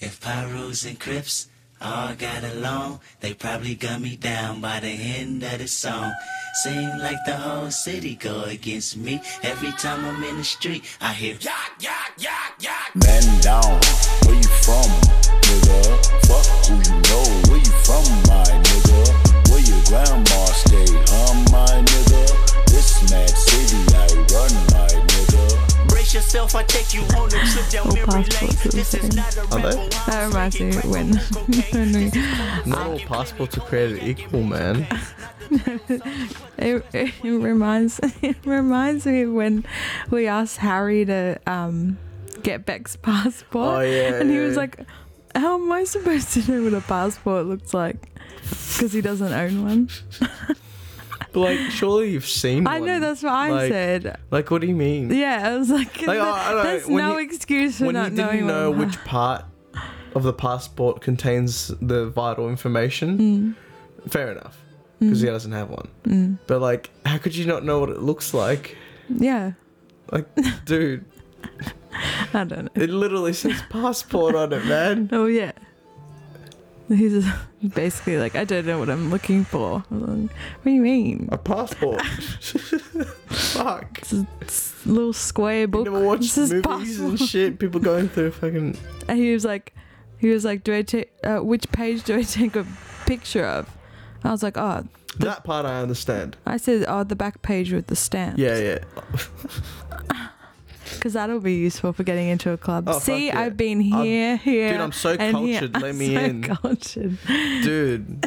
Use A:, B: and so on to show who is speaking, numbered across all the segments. A: If Pyros and Crips all got along, they probably got me down by the end of the song. Seem like the whole city go against me. Every time I'm in the street, I hear yak, yak, yak, yak.
B: Man down, where you from, nigga? Fuck who you know, where you from, my nigga? Where your grandma stayed, huh, my nigga? This mad city I run, my nigga.
A: Brace yourself, I take you on a trip down
C: All
A: memory lane.
C: passports are the
A: This is
C: same.
A: not a
D: Are they?
A: rebel. I'm
C: That reminds me
A: smoking
C: when
A: crack on cocaine.
C: when we
D: Not all passports are created equal, man.
C: it, it reminds it reminds me of when we asked Harry to um get Beck's passport,
D: Oh, yeah,
C: and he
D: yeah.
C: was like, "How am I supposed to know what a passport looks like?" Because he doesn't own one.
D: But like, surely you've seen.
C: I know
D: one.
C: that's what I
D: Like-
C: said.
D: Like, what do you mean?
C: Yeah, I was like,
D: Like, oh,
C: "That-
D: I don't know,
C: "That's
D: when
C: no
D: you-
C: excuse for
D: when
C: not
D: you didn't
C: knowing
D: know
C: one."
D: which part of the passport contains the vital
C: Mm.
D: information, fair enough, because he doesn't have one. But like, how could you not know what it looks like?
C: yeah,
D: Like, dude,
C: I don't know.
D: it literally says passport on it, man.
C: Oh yeah. He's just basically like, I don't know what I'm looking for. I was like, what do you mean?
D: A passport. Fuck.
C: It's a s- little square
D: You
C: book.
D: never watched
C: This is
D: movies
C: possible.
D: and shit. People going through fucking.
C: And he was like, he was like, do I take uh, which page do I take a picture of? I was like, oh,
D: That part I understand.
C: I said, oh, the back page with the stamp.
D: Yeah, yeah.
C: Because that'll be useful for getting into a club.
D: Oh, fuck
C: See,
D: yeah.
C: I've been here, here.
D: Dude, I'm so
C: and here.
D: cultured. Let
C: I'm
D: me
C: so
D: in.
C: Cultured.
D: Dude,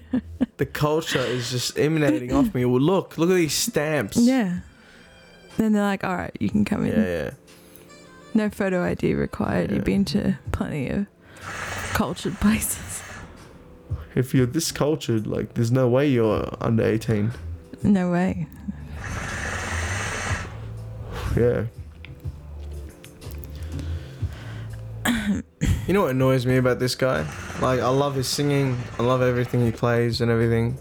D: the culture is just emanating off me. Well, look, look at these stamps.
C: Yeah. Then they're like, all right, you can come in.
D: Yeah, yeah.
C: No photo ID required.
D: Yeah.
C: You've been to plenty of cultured places.
D: If you're this cultured, like, there's no way you're under 18.
C: No way.
D: Yeah. you know what annoys me about this guy? Like, I love his singing, I love everything he plays and everything.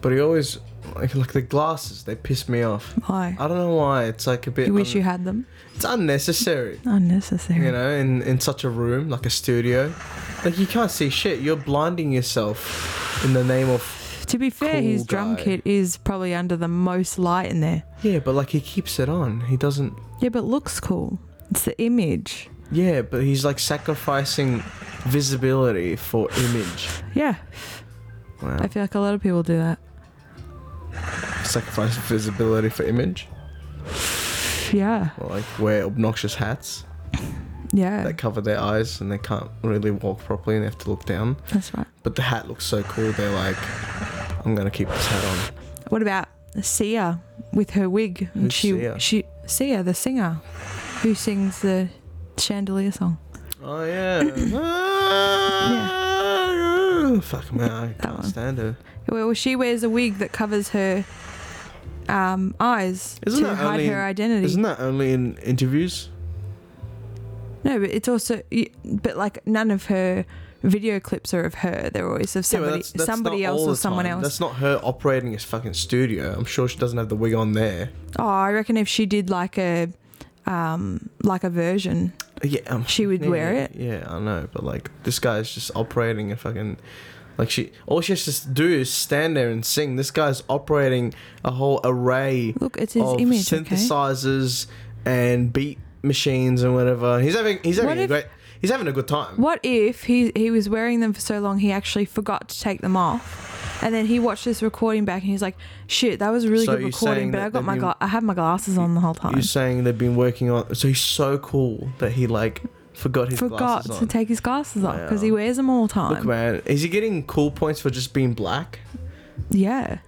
D: But he always, like, like the glasses, they piss me off.
C: Why?
D: I don't know why. It's like a bit.
C: You wish
D: un-
C: you had them.
D: It's unnecessary.
C: Unnecessary.
D: you know, in, in such a room, like a studio. Like, you can't see shit. You're blinding yourself in the name of.
C: to be fair,
D: cool
C: his drum
D: guy.
C: kit is probably under the most light in there.
D: Yeah, but like, he keeps it on. He doesn't.
C: Yeah, but looks cool. It's the image.
D: Yeah, but he's like sacrificing visibility for image.
C: Yeah, I
D: Wow.
C: feel like a lot of people do that.
D: Sacrifice visibility for image?
C: Yeah,
D: Or like, wear obnoxious hats
C: yeah,
D: that cover their eyes and they can't really walk properly and they have to look down.
C: that's right.
D: But the hat looks so cool, they're like, I'm gonna keep this hat on.
C: What about Sia with her wig? And
D: Who's
C: she,
D: Sia?
C: she, Sia, the singer, who sings the chandelier song.
D: Oh, yeah. yeah. Fuck, man, I can't
C: one.
D: stand her.
C: Well, she wears a wig that covers her um, eyes
D: Isn't
C: to
D: that
C: hide
D: only-
C: her identity.
D: Isn't that only in interviews?
C: no, but it's also, y- but like none of her video clips are of her. They're always of
D: Yeah, but
C: somebody,
D: that's- that's
C: somebody
D: not
C: else
D: all
C: or
D: the
C: someone
D: time.
C: else.
D: That's not her operating his fucking studio. I'm sure she doesn't have the wig on there.
C: Oh, I reckon if she did like a, um, like a version,
D: Yeah, um,
C: She would
D: yeah,
C: wear
D: yeah,
C: it?
D: Yeah, I know, but like this guy's just operating a fucking like she all she has to do is stand there and sing. This guy's operating a whole array
C: look, it's his
D: of
C: image. Okay.
D: synthesizers and beat machines and whatever. He's having he's
C: What
D: having a
C: if-
D: great he's having a good time.
C: What if he he was wearing them for so long he actually forgot to take them off, and then he watched this recording back and he's like, "Shit, that was a really
D: So
C: good
D: you're
C: recording,
D: saying
C: but
D: that
C: I got
D: they've
C: my
D: been-
C: gla- I had my glasses on the whole time.
D: You're saying they've been working on so he's so cool that he like forgot his
C: Forgot
D: glasses
C: to
D: on.
C: take his glasses off because he
D: Wow.
C: wears them all the time.
D: Look man, is he getting cool points for just being black?
C: yeah,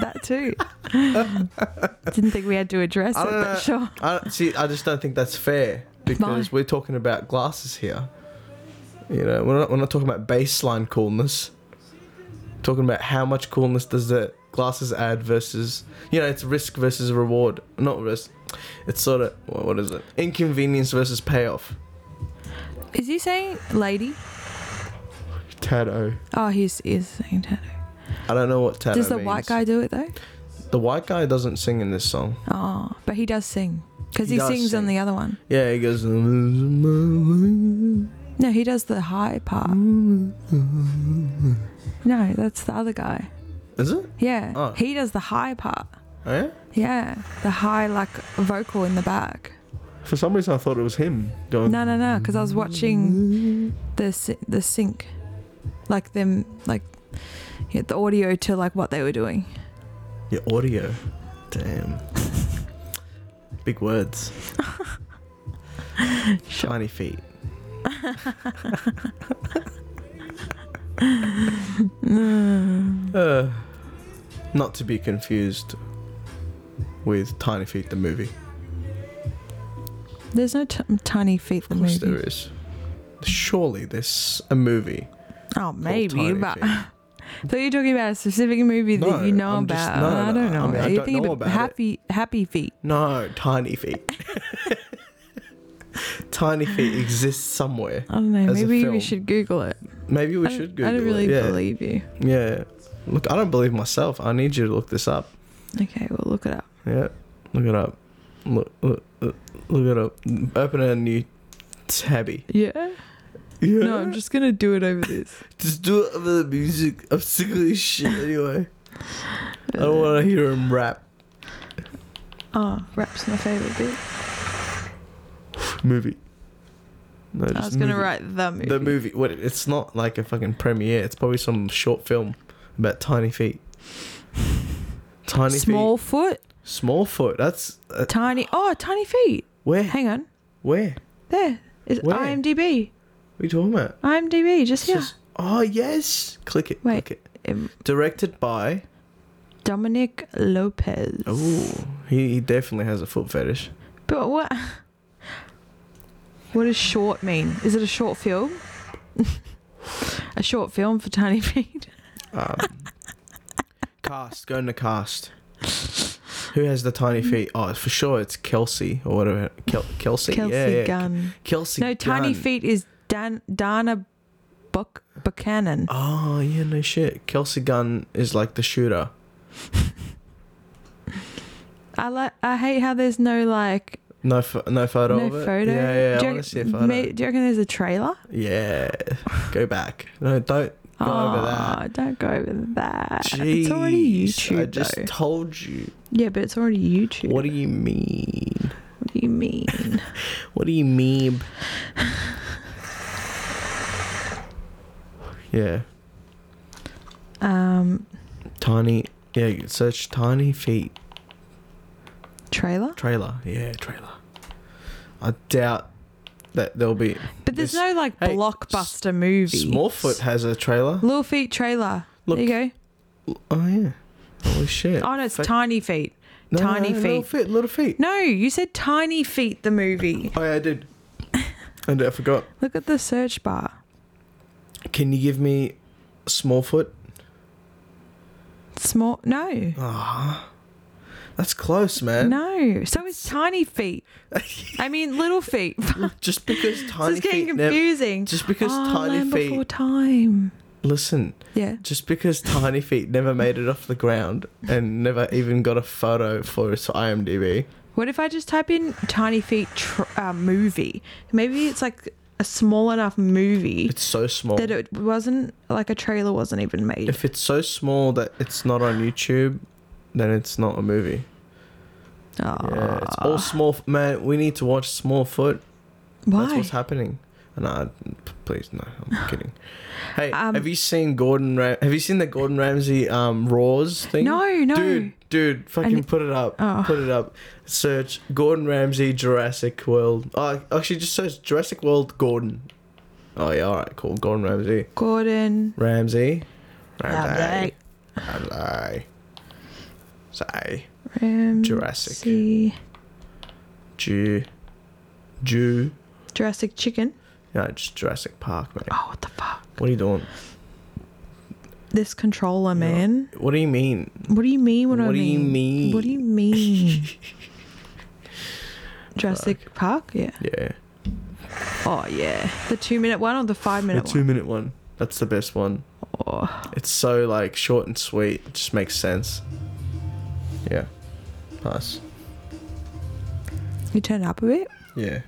C: that too. Didn't think we had to address
D: I
C: it,
D: don't
C: but
D: know.
C: sure.
D: I don't- see. I just don't think that's fair because we're talking about glasses here. You know, we're not, we're not talking about baseline coolness. talking about how much coolness does the glasses add versus you know it's risk versus reward. Not risk. It's sort of wha- what is it? Inconvenience versus payoff.
C: Is he saying lady?
D: Tato.
C: Oh, he's is saying tattoo.
D: I don't know what tato
C: Does the
D: means.
C: white guy do it though?
D: The white guy doesn't sing in this song.
C: Oh, but he does sing because
D: He
C: he,
D: does
C: sings on
D: sing.
C: the other one.
D: Yeah, he goes.
C: No, he does the high part. No, that's the other guy.
D: Is it?
C: Yeah.
D: Oh.
C: He does the high part.
D: Oh, yeah?
C: Yeah. The high, like, vocal in the back.
D: For some reason, I thought it was him going. "Mm-hmm."
C: No, no, no, because I was watching the sy- the sync, like them, like yeah, the audio to like what they were doing.
D: Your audio. Damn. Big words. Shiny feet. Uh, not to be confused with Tiny Feet the movie.
C: There's no t- tiny feet the
D: Of course
C: movie.
D: there is. Surely there's a movie.
C: Oh,
D: called
C: maybe,
D: Tiny
C: but
D: Feet.
C: so you're talking about a specific movie
D: No,
C: that you know
D: I'm just-
C: about.
D: no,
C: I
D: no,
C: don't know.
D: I mean, I
C: about. you
D: don't
C: think
D: know about it.
C: happy happy feet.
D: No, Tiny Feet. Tiny Feet exists somewhere.
C: I don't know.
D: As a
C: Maybe
D: film.
C: we should Google it.
D: Maybe we
C: I don't-
D: should Google
C: I don't really
D: it. Yeah.
C: believe you.
D: Yeah. Look, I don't believe myself. I need you to look this up.
C: Okay, we'll look it up.
D: Yeah. Look it up. Look, look, look look it up. Open a new tabby.
C: Yeah?
D: Yeah.
C: No, I'm just gonna do it over this.
D: Just do it over the music. I'm sick of this shit anyway. I don't want to hear him rap.
C: Oh, rap's my favorite bit.
D: Movie. No,
C: I
D: just
C: was gonna
D: movie.
C: write the movie.
D: The movie. What? It's not like a fucking premiere. It's probably some short film about tiny feet. Tiny
C: Small
D: feet.
C: foot,
D: Small foot. That's uh,
C: tiny. Oh, tiny feet.
D: where?
C: Hang on,
D: Where?
C: there. It's
D: Where?
C: IMDb.
D: What are you talking about?
C: IMDb, just
D: It's
C: here.
D: just- oh yes. Click it.
C: Wait.
D: Click it.
C: Um,
D: Directed by.
C: Dominic Lopez.
D: Oh, he, he definitely has a foot fetish.
C: But what? What does short mean? Is it a short film? a short film for tiny feet.
D: Um, cast. Going to cast. Who has the tiny feet? Oh, for sure it's Kelsey or whatever. Kel- Kelsey.
C: Kelsey
D: yeah, yeah.
C: Gunn.
D: Kelsey.
C: No, tiny
D: Gunn.
C: feet is Dan Dana Buck Buchanan.
D: Oh yeah, no shit. Kelsey Gunn is like the shooter.
C: I like. I hate how there's no like
D: No, pho- no photo
C: no
D: of it.
C: photo.
D: Yeah, yeah.
C: do,
D: I
C: you
D: want to
C: reckon,
D: see a photo.
C: ma- do you reckon there's a trailer?
D: Yeah, go back. No, don't go over that.
C: Oh, Don't go over that.
D: Jeez,
C: it's already YouTube.
D: I just
C: though.
D: told you.
C: yeah, but it's already YouTube.
D: What do you mean?
C: What do you mean?
D: What do you mean? yeah,
C: um,
D: tiny. Yeah, you search tiny feet
C: trailer.
D: trailer. Yeah, trailer. I doubt that there'll be.
C: But there's
D: this-
C: no like
D: Hey,
C: blockbuster movie.
D: Smallfoot has a trailer.
C: Little feet trailer.
D: Look,
C: there you
D: Oh yeah. Holy shit.
C: go. Oh no, it's
D: Fa-
C: tiny feet.
D: No, no,
C: tiny
D: no, Little
C: feet.
D: feet. Little feet.
C: No, you said tiny feet. The movie.
D: Oh yeah, I did. and I forgot.
C: Look at the search bar.
D: Can you give me Smallfoot?
C: Small. No.
D: Oh. That's close, man.
C: No. So it's tiny feet. I mean, little feet.
D: Just because
C: this
D: tiny
C: is getting
D: feet. nev-
C: confusing.
D: just because
C: Oh,
D: tiny
C: Land
D: feet-
C: Before time.
D: listen,
C: Yeah.
D: just because tiny feet never made it off the ground and never even got a photo for its IMDb.
C: What if I just type in tiny feet tr- uh, movie? Maybe it's like a small enough movie
D: It's so small.
C: that it wasn't like a trailer wasn't even made.
D: if it's so small that it's not on YouTube, then it's not a movie.
C: oh,
D: Yeah, it's all small. Man, we need to watch Smallfoot. That's
C: why?
D: what's happening. Nah, p- please no. I'm kidding. Hey,
C: Um,
D: have you seen Gordon? Ra- have you seen the Gordon Ramsay um roars thing?
C: No, no.
D: Dude, dude, fucking
C: And-
D: put it up.
C: Oh.
D: Put it up. Search Gordon Ramsay Jurassic World. Oh, actually, just search Jurassic World Gordon. Oh yeah, all right, cool. Gordon Ramsay.
C: Gordon.
D: Ramsay.
C: Ramsay.
D: Ramsay. Say.
C: Ram-
D: Jurassic.
C: see-
D: Ju. Ju.
C: Jurassic Chicken.
D: No, just Jurassic Park, mate.
C: Oh, what the fuck?
D: What are you doing?
C: This controller, man.
D: What do you mean?
C: What do you mean? What, do I
D: What do you
C: mean?
D: mean?
C: What do you mean? Jurassic Park? Yeah.
D: Yeah.
C: Oh, yeah. The two minute one or the five minute
D: the
C: one?
D: two minute one. That's the best one.
C: Oh.
D: It's so like short and sweet. It just makes sense. Yeah. Nice.
C: You turn it up a bit?
D: Yeah.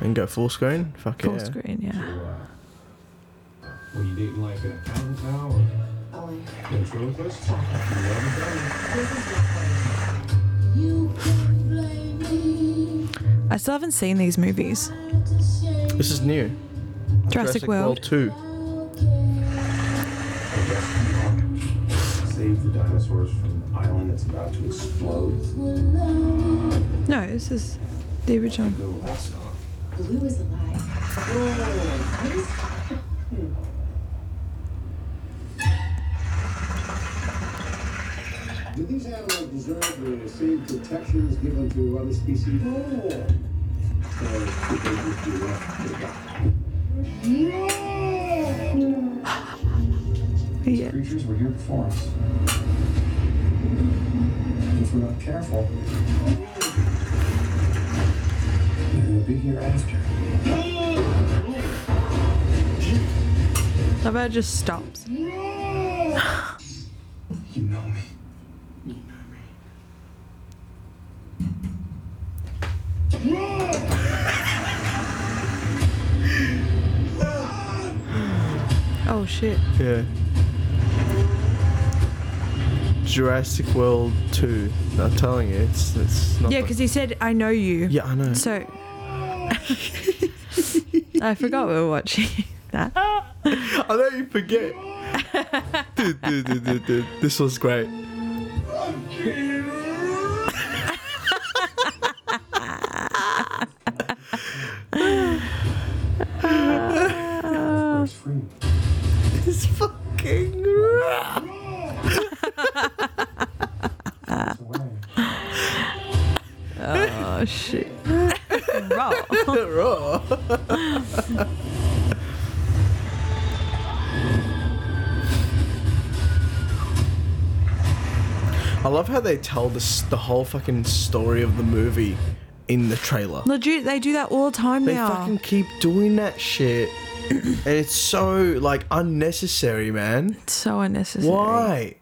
D: and go full screen. Fuck
C: Full
D: yeah.
C: screen, yeah.
E: When you dating like an Allentown or ventriloquist? You love them?
C: I still haven't seen these movies.
D: This is new.
C: Jurassic, World.
D: Two.
E: Save the dinosaurs from an island that's about to explode.
C: No, this is the original.
E: Go last song.
F: Blue is alive.
E: Do these animals deserve the same protections given to other species?
C: Yeah.
E: Creatures were here before us. If we're not careful, they're gonna be here after.
C: How about it just stops?
E: You know me.
C: Oh shit.
D: Yeah. Jurassic World Two. I'm telling you, it's it's not.
C: Yeah,
D: the-
C: because he said, I know you.
D: yeah, I know.
C: So. I forgot we were watching that.
D: I know you forget. dude, dude, dude, dude, dude, this was great.
E: It's free.
D: It's fucking rad.
E: It's away.
C: Oh shit. Raw.
D: raw. I love how they tell this, the whole fucking story of the movie in the trailer.
C: Legit, they do that all the time
D: They
C: now.
D: fucking keep doing that shit. and it's so, like, unnecessary, man.
C: It's so unnecessary.
D: Why?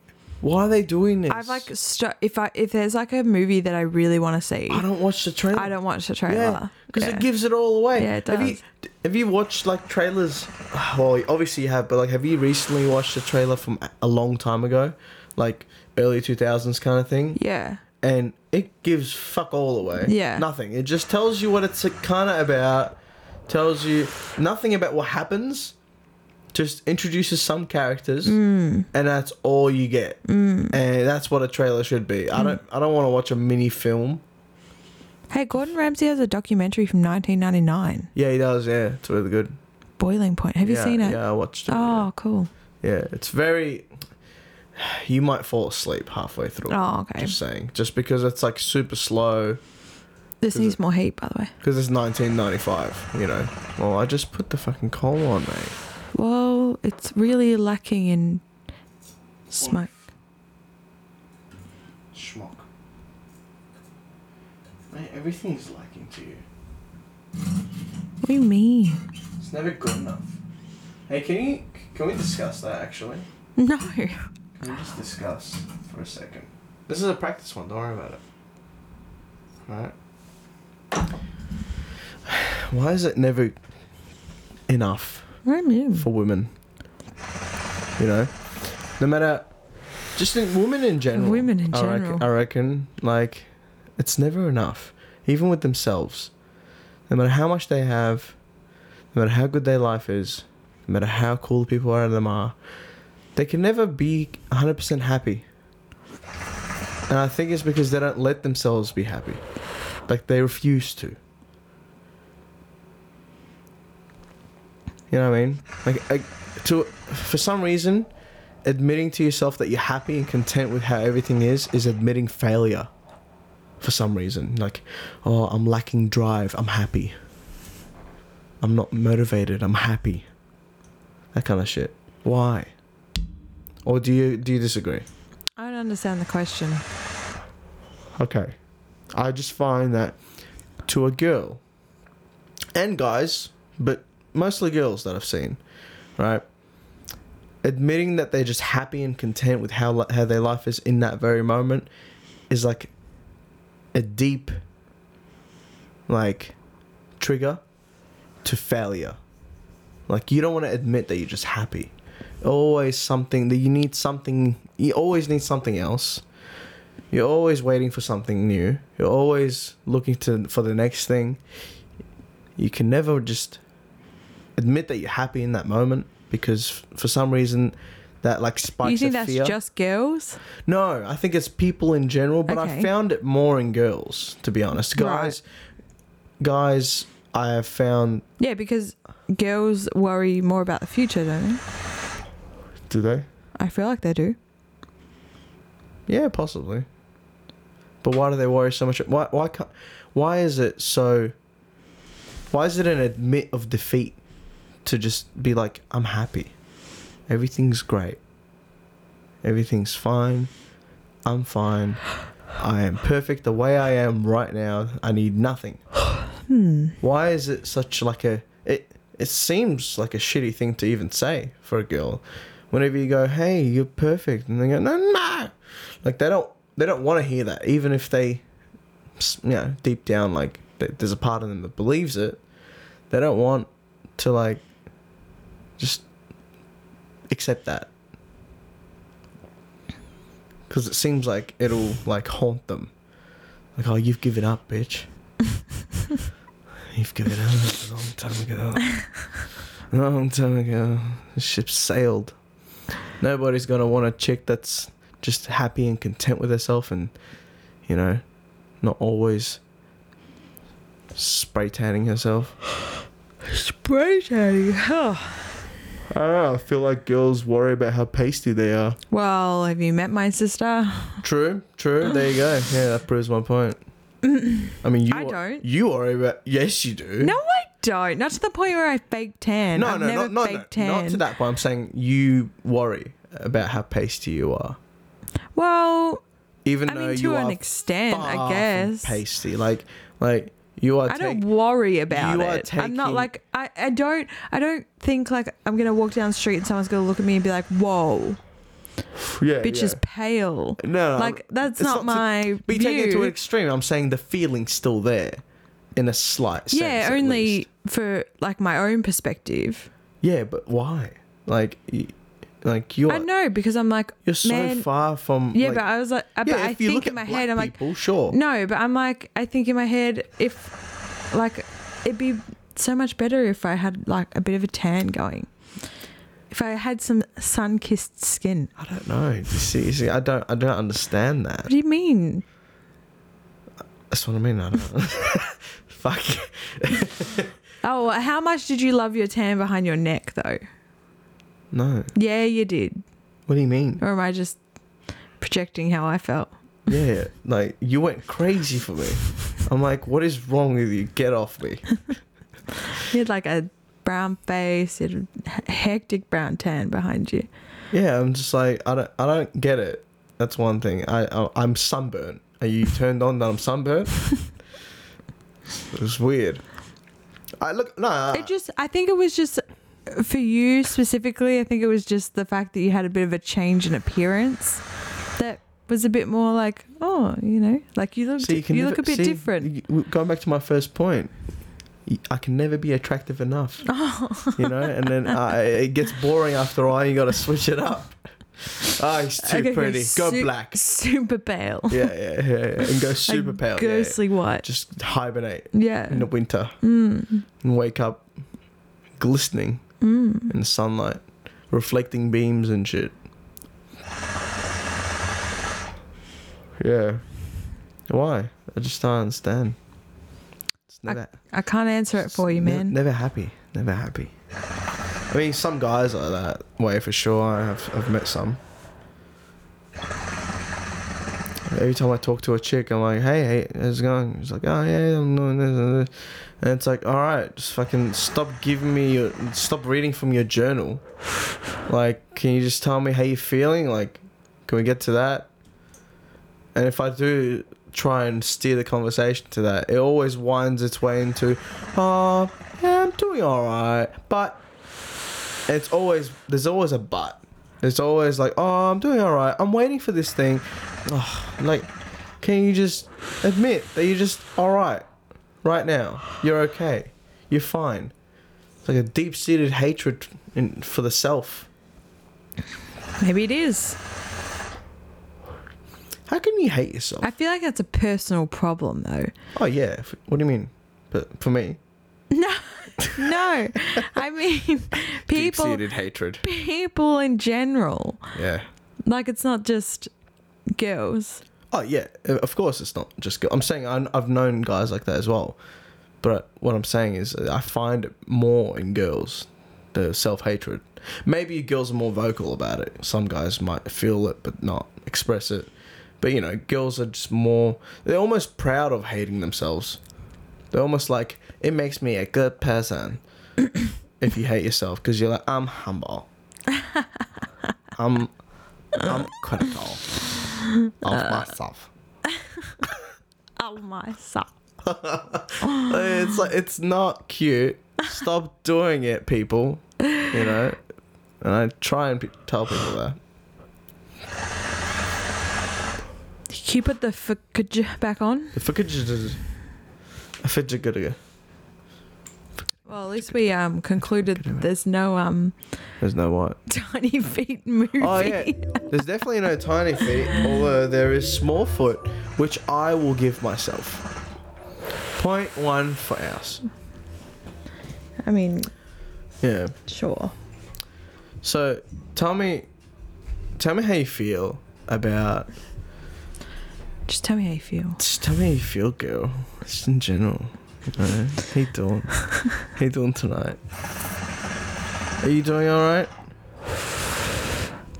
D: Why are they doing this?
C: I've like st- if I if there's like a movie that I really want to see,
D: I don't watch the trailer.
C: I don't watch the
D: Yeah,
C: trailer.
D: because
C: Yeah.
D: it gives it all away.
C: Yeah, it
D: Have you,
C: does.
D: d- have you watched like trailers? Well, obviously you have, but like, have you recently watched a trailer from a- a long time ago, like early two thousands kind of thing?
C: yeah.
D: And it gives fuck all away.
C: Yeah.
D: nothing. It just tells you what it's kind of about. Tells you nothing about what happens. Just introduces some characters,
C: Mm.
D: and that's all you get. And that's what a trailer should be.
C: Mm.
D: I don't. I don't want to watch a mini film.
C: Hey, Gordon Ramsay has a documentary from 1999,
D: Yeah, he does. Yeah, it's really good.
C: Boiling Point. Have you
D: yeah,
C: seen it?
D: Yeah, I watched it.
C: Oh, cool.
D: Yeah, it's very. You might fall asleep halfway through.
C: Oh, okay.
D: Just saying, just because it's like super slow,
C: This needs more heat, by the way.
D: because it's 1995. You know. Well, I just put the fucking coal on, mate.
C: Well, it's really lacking in smoke.
D: Schmuck. Mate, everything's lacking to you.
C: What do you mean?
D: It's never good enough. Hey, can you can we discuss that actually?
C: No.
D: Can we just discuss for a second? This is a practice one, don't worry about it. Alright. Why is it never enough
C: I mean,
D: for women? You know? No matter. Just in, women in general.
C: Women in
D: I reckon-
C: general.
D: I reckon, like, it's never enough. Even with themselves. No matter how much they have, no matter how good their life is, no matter how cool the people around them are, they can never be 100% happy. And I think it's because they don't let themselves be happy. Like, they refuse to. You know what I mean? Like, I, to for some reason, admitting to yourself that you're happy and content with how everything is is admitting failure. For some reason, like, oh, I'm lacking drive. I'm happy. I'm not motivated. I'm happy. That kind of shit. Why? Or do you do you disagree?
C: I don't understand the question.
D: Okay. I just find that to a girl and guys, but mostly girls that I've seen, right? Admitting that they're just happy and content with how li- how their life is in that very moment is like a deep like trigger to failure. Like you don't want to admit that you're just happy. Always something that you need something. You always need something else. You're always waiting for something new. You're always looking to for the next thing. You can never just admit that you're happy in that moment because f- for some reason that like spikes
C: you think
D: of
C: that's
D: fear.
C: just girls?
D: No, I think it's people in general, but I
C: Okay.
D: found it more in girls, to be honest.
C: Right.
D: Guys, guys, I have found.
C: Yeah, because girls worry more about the future, don't they?
D: Do they?
C: I feel like they do.
D: Yeah, possibly. But why do they worry so much? Why? Why can't? Why is it so? Why is it an admit of defeat to just be like, I'm happy, everything's great, everything's fine, I'm fine, I am perfect the way I am right now. I need nothing. Why is it such like a it? It seems like a shitty thing to even say for a girl. Whenever you go, hey, you're perfect, and they go, no, no, like they don't they don't want to hear that, even if they, s- you know, deep down like th- there's a part of them that believes it. They don't want to like just accept that because it seems like it'll like haunt them. Like, oh, you've given up, bitch. You've given up a long time ago. A long time ago. The ship sailed. Nobody's gonna want a chick that's just happy and content with herself and, you know, not always spray tanning herself.
C: Spray tanning.
D: I don't know, I feel like girls worry about how pasty they are.
C: Well, have you met my sister?
D: True, true. There you go. Yeah, that proves my point. I mean, you.
C: I don't.
D: You worry about. Yes, you do.
C: No, I don't. Not to the point where I fake tan.
D: No,
C: I've
D: no,
C: never
D: not, not,
C: fake
D: no,
C: tan.
D: not to that point. I'm saying you worry about how pasty you are,
C: Well,
D: even
C: I
D: though
C: mean,
D: you
C: to
D: are
C: an extent,
D: far
C: I
D: from
C: guess.
D: pasty. Like, like you are.
C: I don't
D: take-
C: worry about
D: you are
C: it. I'm not
D: taking-
C: like I, I don't I don't think like I'm gonna walk down the street and someone's gonna look at me and be like, Whoa,
D: yeah,
C: bitch is pale.
D: No, no,
C: Like that's
D: Um, it's
C: not,
D: to-
C: my
D: But you take it to
C: view.
D: an extreme. I'm saying the feeling's still there, in a slight. sense,
C: yeah,
D: at
C: only
D: least.
C: for like my own perspective.
D: Yeah, but why? Like, you, like you.
C: I
D: Are,
C: know because I'm like
D: You're so
C: man,
D: far from.
C: Yeah,
D: like-
C: but I was like, I- but
D: yeah,
C: I
D: if you
C: think
D: look
C: in my
D: at
C: head,
D: black
C: I'm like,
D: people, sure.
C: no, but I'm like, I think in my head, if like it'd be so much better if I had like a bit of a tan going, if I had some sun kissed skin.
D: I don't know. You see, you see, I don't, I don't understand that.
C: What do you mean?
D: That's what I mean. I don't. Fuck.
C: Oh, how much did you love your tan behind your neck though?
D: No.
C: Yeah, you did.
D: What do you mean?
C: Or am I just projecting how I felt?
D: Yeah, like you went crazy for me. I'm like, what is wrong with you? Get off me.
C: You had like a brown face, you had a he- hectic brown tan behind you.
D: Yeah, I'm just like, I don't, I don't get it. That's one thing. I, I I'm sunburnt. Are you turned on that I'm sunburnt? it was weird. I look no. I-
C: It just, I think it was just for you specifically. I think it was just the fact that you had a bit of a change in appearance that was a bit more like, oh, you know, like you look,
D: see,
C: you,
D: never-
C: look a bit
D: see,
C: different.
D: you- Going back to my first point, y- I can never be attractive enough.
C: Oh,
D: You know, and then uh, it gets boring after a while. You got to switch it up. Oh, he's too
C: Okay,
D: pretty. Go
C: su-
D: black.
C: super pale,
D: yeah, yeah, yeah, yeah. And go
C: Like
D: super pale. yeah, yeah.
C: ghostly white.
D: Just hibernate
C: yeah,
D: in the winter
C: mm,
D: and wake up glistening
C: mm.
D: in the sunlight, reflecting beams and shit. Yeah. Why? I just don't understand. It's never,
C: I can't answer it for you,
D: ne-
C: man.
D: Never happy. Never happy. I mean, some guys are that way for sure. I've, I've met some. Every time I talk to a chick, I'm like, hey, hey, how's it going? She's like, oh, yeah, I'm doing this and this. And it's like, all right, just fucking stop giving me your, stop reading from your journal. Like, can you just tell me how you're feeling? Like, can we get to that? And if I do try and steer the conversation to that, it always winds its way into, oh, yeah, I'm doing all right, but it's always there's always a but. It's always like, oh, I'm doing all right. I'm waiting for this thing. Ugh, like, can you just admit that you're just all right right now? You're okay. You're fine. It's like a deep seated hatred in, for the self.
C: Maybe it is.
D: How can you hate yourself?
C: I feel like that's a personal problem, though.
D: oh, yeah. F- What do you mean? But for me,
C: No, no. I mean, people,
D: deep-seated hatred.
C: people in general.
D: Yeah.
C: Like, it's not just girls.
D: Oh yeah, uh, of course it's not just. Go- I'm saying I, I've known guys like that as well, but what I'm saying is uh, I find it more in girls, the self hatred. Maybe girls are more vocal about it. Some guys might feel it but not express it. But you know, girls are just more. They're almost proud of hating themselves. They're almost like it makes me a good person if you hate yourself because you're like I'm humble. I'm I'm critical of myself.
C: Oh, my son.
D: it's like it's not cute. Stop doing it, people. You know, and I try and pe- tell people that.
C: Can you put the f- back on?
D: If I could just, if I could go,
C: Well, at least we um concluded that there's no um
D: there's no what.
C: tiny feet movie.
D: Oh yeah, there's definitely no tiny feet, although there is small foot, which I will give myself. Point one for ours.
C: I mean,
D: Yeah.
C: sure.
D: So tell me, tell me how you feel about
C: Just tell me how you feel.
D: Just tell me how you feel, girl. Just in general. You know? How you doing? How you doing tonight? Are you doing alright?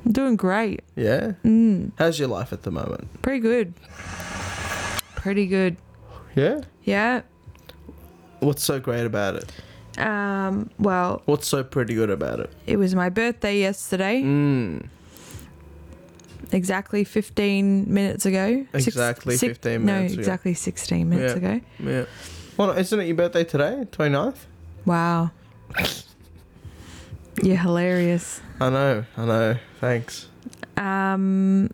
C: I'm doing great.
D: Yeah? Mm. How's your life at the moment?
C: Pretty good. Pretty good.
D: Yeah?
C: Yeah.
D: What's so great about it?
C: Um. Well,
D: What's so pretty good about it?
C: it was my birthday yesterday.
D: Mm.
C: Exactly 15 minutes ago. Six-
D: Exactly 15
C: No,
D: minutes ago.
C: exactly 16 minutes
D: Yeah.
C: ago.
D: Yeah. Well, isn't it your birthday today? 29th?
C: Wow. You're hilarious.
D: I know, I know. Thanks.
C: Um.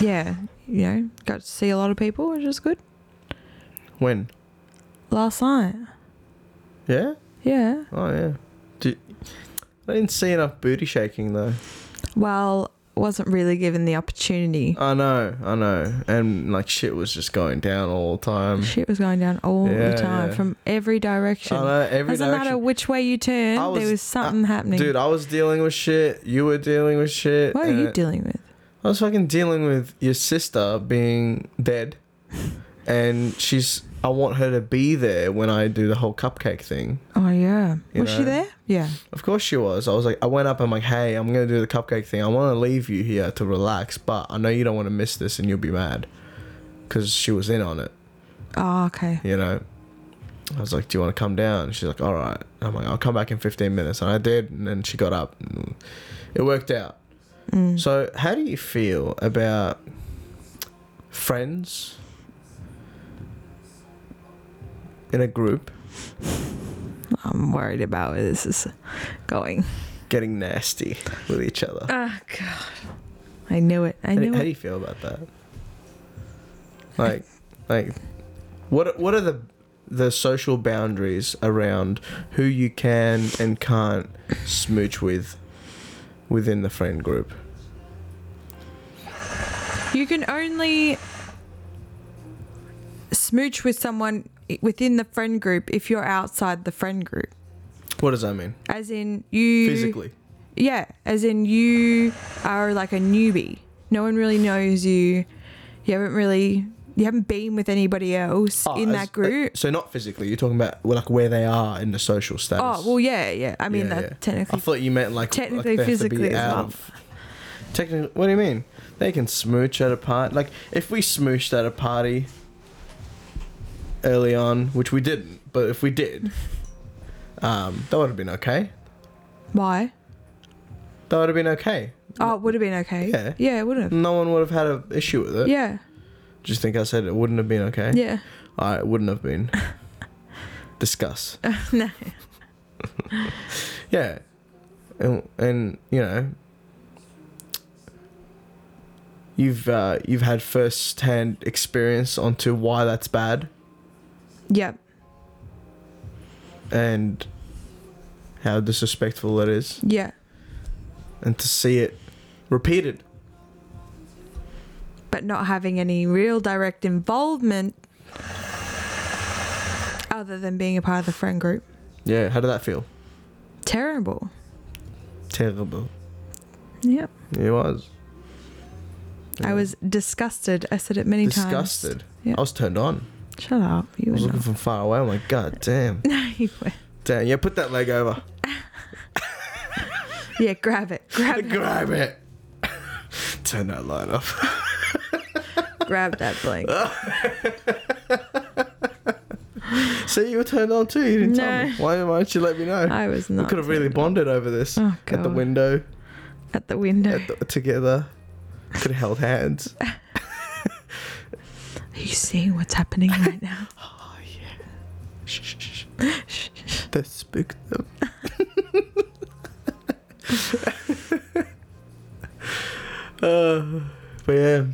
C: Yeah. You know, got to see a lot of people, which is good.
D: When?
C: Last night.
D: Yeah?
C: Yeah.
D: Oh, yeah. Do I didn't see enough booty shaking, though.
C: Well, wasn't really given the opportunity.
D: I know, I know. And, like, shit was just going down all the time.
C: Shit was going down all
D: Yeah,
C: the time
D: yeah.
C: from every direction.
D: I know, every
C: Doesn't matter
D: direction.
C: which way you turn,
D: I
C: there was something
D: I-
C: happening.
D: Dude, I was dealing with shit. You were dealing with shit.
C: what are you
D: and
C: dealing with?
D: I was fucking dealing with your sister being dead, and she's. I want her to be there when I do the whole cupcake thing.
C: Oh yeah,
D: You
C: was she
D: know?
C: there? Yeah.
D: Of course she was. I was like, I went up. I'm like, hey, I'm gonna do the cupcake thing. I want to leave you here to relax, but I know you don't want to miss this, and you'll be mad, because she was in on it.
C: Oh okay.
D: you know. I was like, "Do you want to come down?" And she's like, "All right." I'm like, "I'll come back in 15 minutes," and I did. And then she got up. And it worked out. So, how do you feel about friends in a group
C: I'm worried about where this is going.
D: getting nasty with each other?
C: Oh god. I knew it. I
D: how, do,
C: knew
D: how do
C: it.
D: you feel about that? Like, like, what what are the the social boundaries around who you can and can't smooch with within the friend group?
C: You can only smooch with someone i- within the friend group if you're outside the friend group.
D: What does that mean
C: As in you
D: physically?
C: Yeah, as in you are like a newbie. No one really knows you. You haven't really you haven't been with anybody else
D: Oh,
C: in
D: as-
C: that group.
D: So not physically. You're talking about well, like where they are in the social status.
C: oh well, yeah, yeah. I mean,
D: Yeah,
C: that
D: yeah.
C: technically,
D: I thought you meant like
C: technically,
D: like they have to be
C: physically as
D: out
C: well.
D: of- Technically, what do you mean? They can smooch at a party. Like if we smooched at a party early on, which we didn't, but if we did, um, that would have been okay.
C: Why?
D: That would have been okay.
C: Oh, it would have been okay.
D: Yeah.
C: yeah, it would have.
D: No one would have had an issue with it.
C: Yeah,
D: Do you think I said it wouldn't have been okay?
C: yeah.
D: I it wouldn't have been. Discuss.
C: no.
D: Yeah. And, and you know, you've uh, you've had first hand experience onto why that's bad.
C: Yep.
D: and how disrespectful it is,
C: Yeah.
D: and to see it repeated.
C: But not having any real direct involvement other than being a part of the friend group.
D: Yeah, how did that feel?
C: Terrible.
D: Terrible.
C: Yep.
D: It was
C: I was disgusted. I said it many
D: disgusted.
C: Yeah.
D: I was turned on.
C: times. Shut up. You
D: I
C: were
D: was looking
C: not.
D: from far away. I'm like, God damn,
C: No, you were.
D: damn. Yeah, put that leg over.
C: Yeah, grab it. Grab it.
D: Grab it. Turn that light off.
C: grab that blank.
D: Ah, See, you were turned on too. You didn't tell
C: No.
D: me. Why, why didn't you let me know?
C: I was
D: we
C: not.
D: could have really bonded over this
C: Oh,
D: at the
C: God.
D: window,
C: At the window.
D: at the, together. Could have held hands.
C: Are you seeing what's happening right now?
D: That spooked them. uh, but yeah,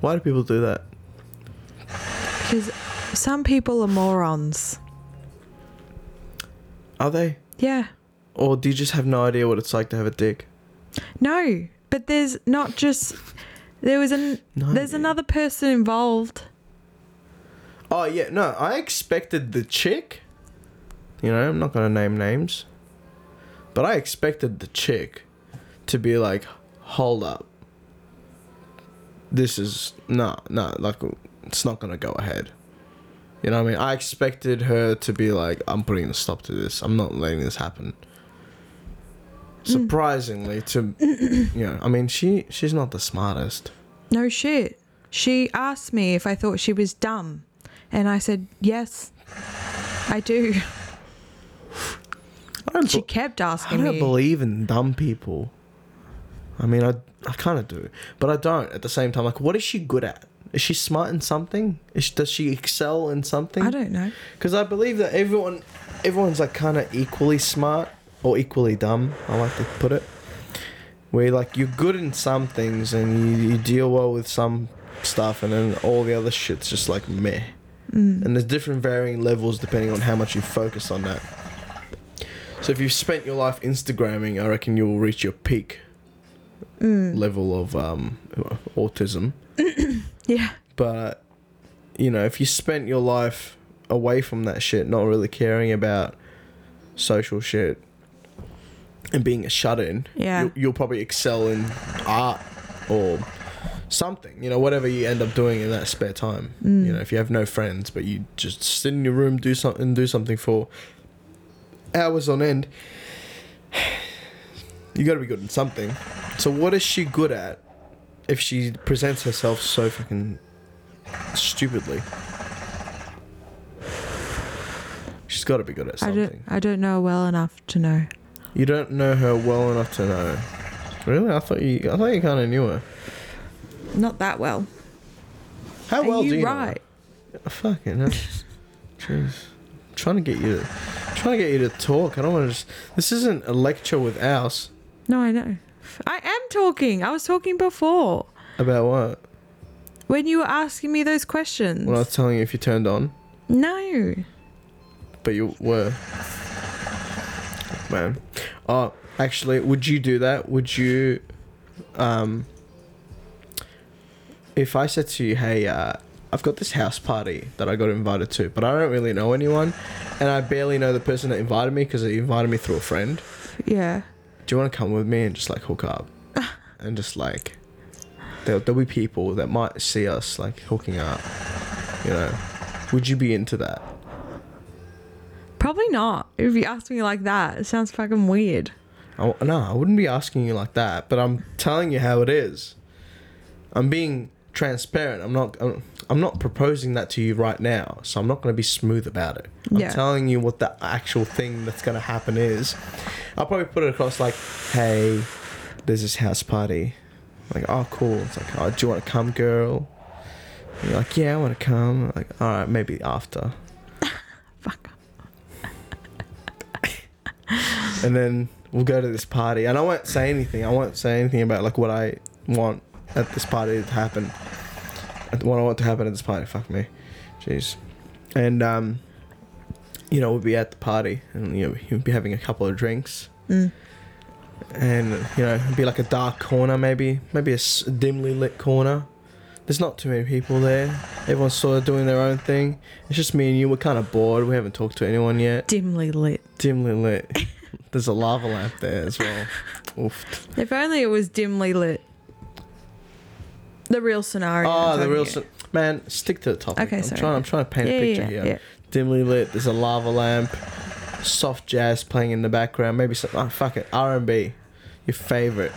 D: why do people do that?
C: Because some people are morons.
D: Are they,
C: Yeah.
D: or do you just have no idea what it's like to have a dick?
C: No, but there's not just there was an
D: No,
C: there's
D: dude.
C: another person involved.
D: Oh yeah, no, I expected the chick. You know, I'm not gonna name names, but I expected the chick to be like, "Hold up, this is no, no, like it's not gonna go ahead." You know what I mean? I expected her to be like, "I'm putting a stop to this. I'm not letting this happen." Surprisingly, to you know, I mean, she she's not the smartest.
C: No shit. She asked me if I thought she was dumb, and I said yes. I do.
D: I don't
C: She
D: thought-
C: kept
D: I
C: asking
D: don't
C: me.
D: believe in dumb people. I mean, I I kind of do, but I don't at the same time. Like, what is she good at? Is she smart in something? Is does she excel in something?
C: I don't know.
D: Because I believe that everyone, everyone's like kind of equally smart or equally dumb. I like to put it where like you're good in some things and you, you deal well with some stuff, and then all the other shit's just like meh. And there's different varying levels depending on how much you focus on that. So if you've spent your life Instagramming, I reckon you'll reach your peak level of um, autism.
C: Yeah.
D: But you know, if you spent your life away from that shit, not really caring about social shit and being a shut in,
C: Yeah.
D: you'll, you'll probably excel in art or something. You know, whatever you end up doing in that spare time. You
C: Mm.
D: know, if you have no friends, but you just sit in your room, do something, do something for hours on end. You got to be good in something. So what is she good at? If she presents herself so fucking stupidly. She's got to be good at
C: I don't.
D: something.
C: I don't know well enough to know.
D: You don't know her well enough to know. Really? I thought you. I thought you kind of knew her.
C: Not that well.
D: How
C: Are
D: well
C: you
D: do you
C: right?
D: know? Her? Fucking hell. Jeez. I'm trying to get you. To, I'm trying to get you to talk. I don't want to just. This isn't a lecture with ours
C: No, I know. I am talking. I was talking before
D: about what.
C: when you were asking me those questions.
D: When I was telling you if you turned on,
C: no.
D: but you were. Man. Oh, actually, would you do that? Would you, um, if I said to you, hey, uh, I've got this house party that I got invited to, but I don't really know anyone, and I barely know the person that invited me because they invited me through a friend.
C: Yeah.
D: Do you want to come with me and just like hook up, and just like, there'll, there'll be people that might see us like hooking up, you know? Would you be into that?
C: Probably not. If you ask me like that, it sounds fucking weird.
D: I, no, I wouldn't be asking you like that, but I'm telling you how it is. I'm being transparent. I'm not. I'm, I'm not proposing that to you right now, so I'm not going to be smooth about it. I'm
C: Yeah.
D: telling you what the actual thing that's going to happen is. I'll probably put it across like, "Hey, there's this house party." Like, "Oh, cool." It's like, "Oh, do you want to come, girl?" And you're like, "Yeah, I want to come." Like, "All right, maybe after."
C: Fuck.
D: and then we'll go to this party and i won't say anything i won't say anything about like what i want at this party to happen at what i want to happen at this party fuck me jeez and um you know, we'd be at the party and, you know, he'd be having a couple of drinks. And, you know, it'd be like a dark corner, maybe, maybe a s- dimly lit corner. There's not too many people there. Everyone's sort of doing their own thing. It's just me and you. We're kind of bored. We haven't talked to anyone yet.
C: dimly lit.
D: Dimly lit. There's a lava lamp there as well. Oof.
C: If only it was dimly lit. The real scenario. I'm
D: Oh, the
C: talking
D: real.
C: here.
D: s man, stick to the topic.
C: Okay,
D: I'm
C: sorry.
D: Trying, I'm trying to paint
C: Yeah,
D: a
C: yeah,
D: picture
C: yeah,
D: here. dimly lit. There's a lava lamp, soft jazz playing in the background. Maybe some oh, fuck it, R and B, your favorite.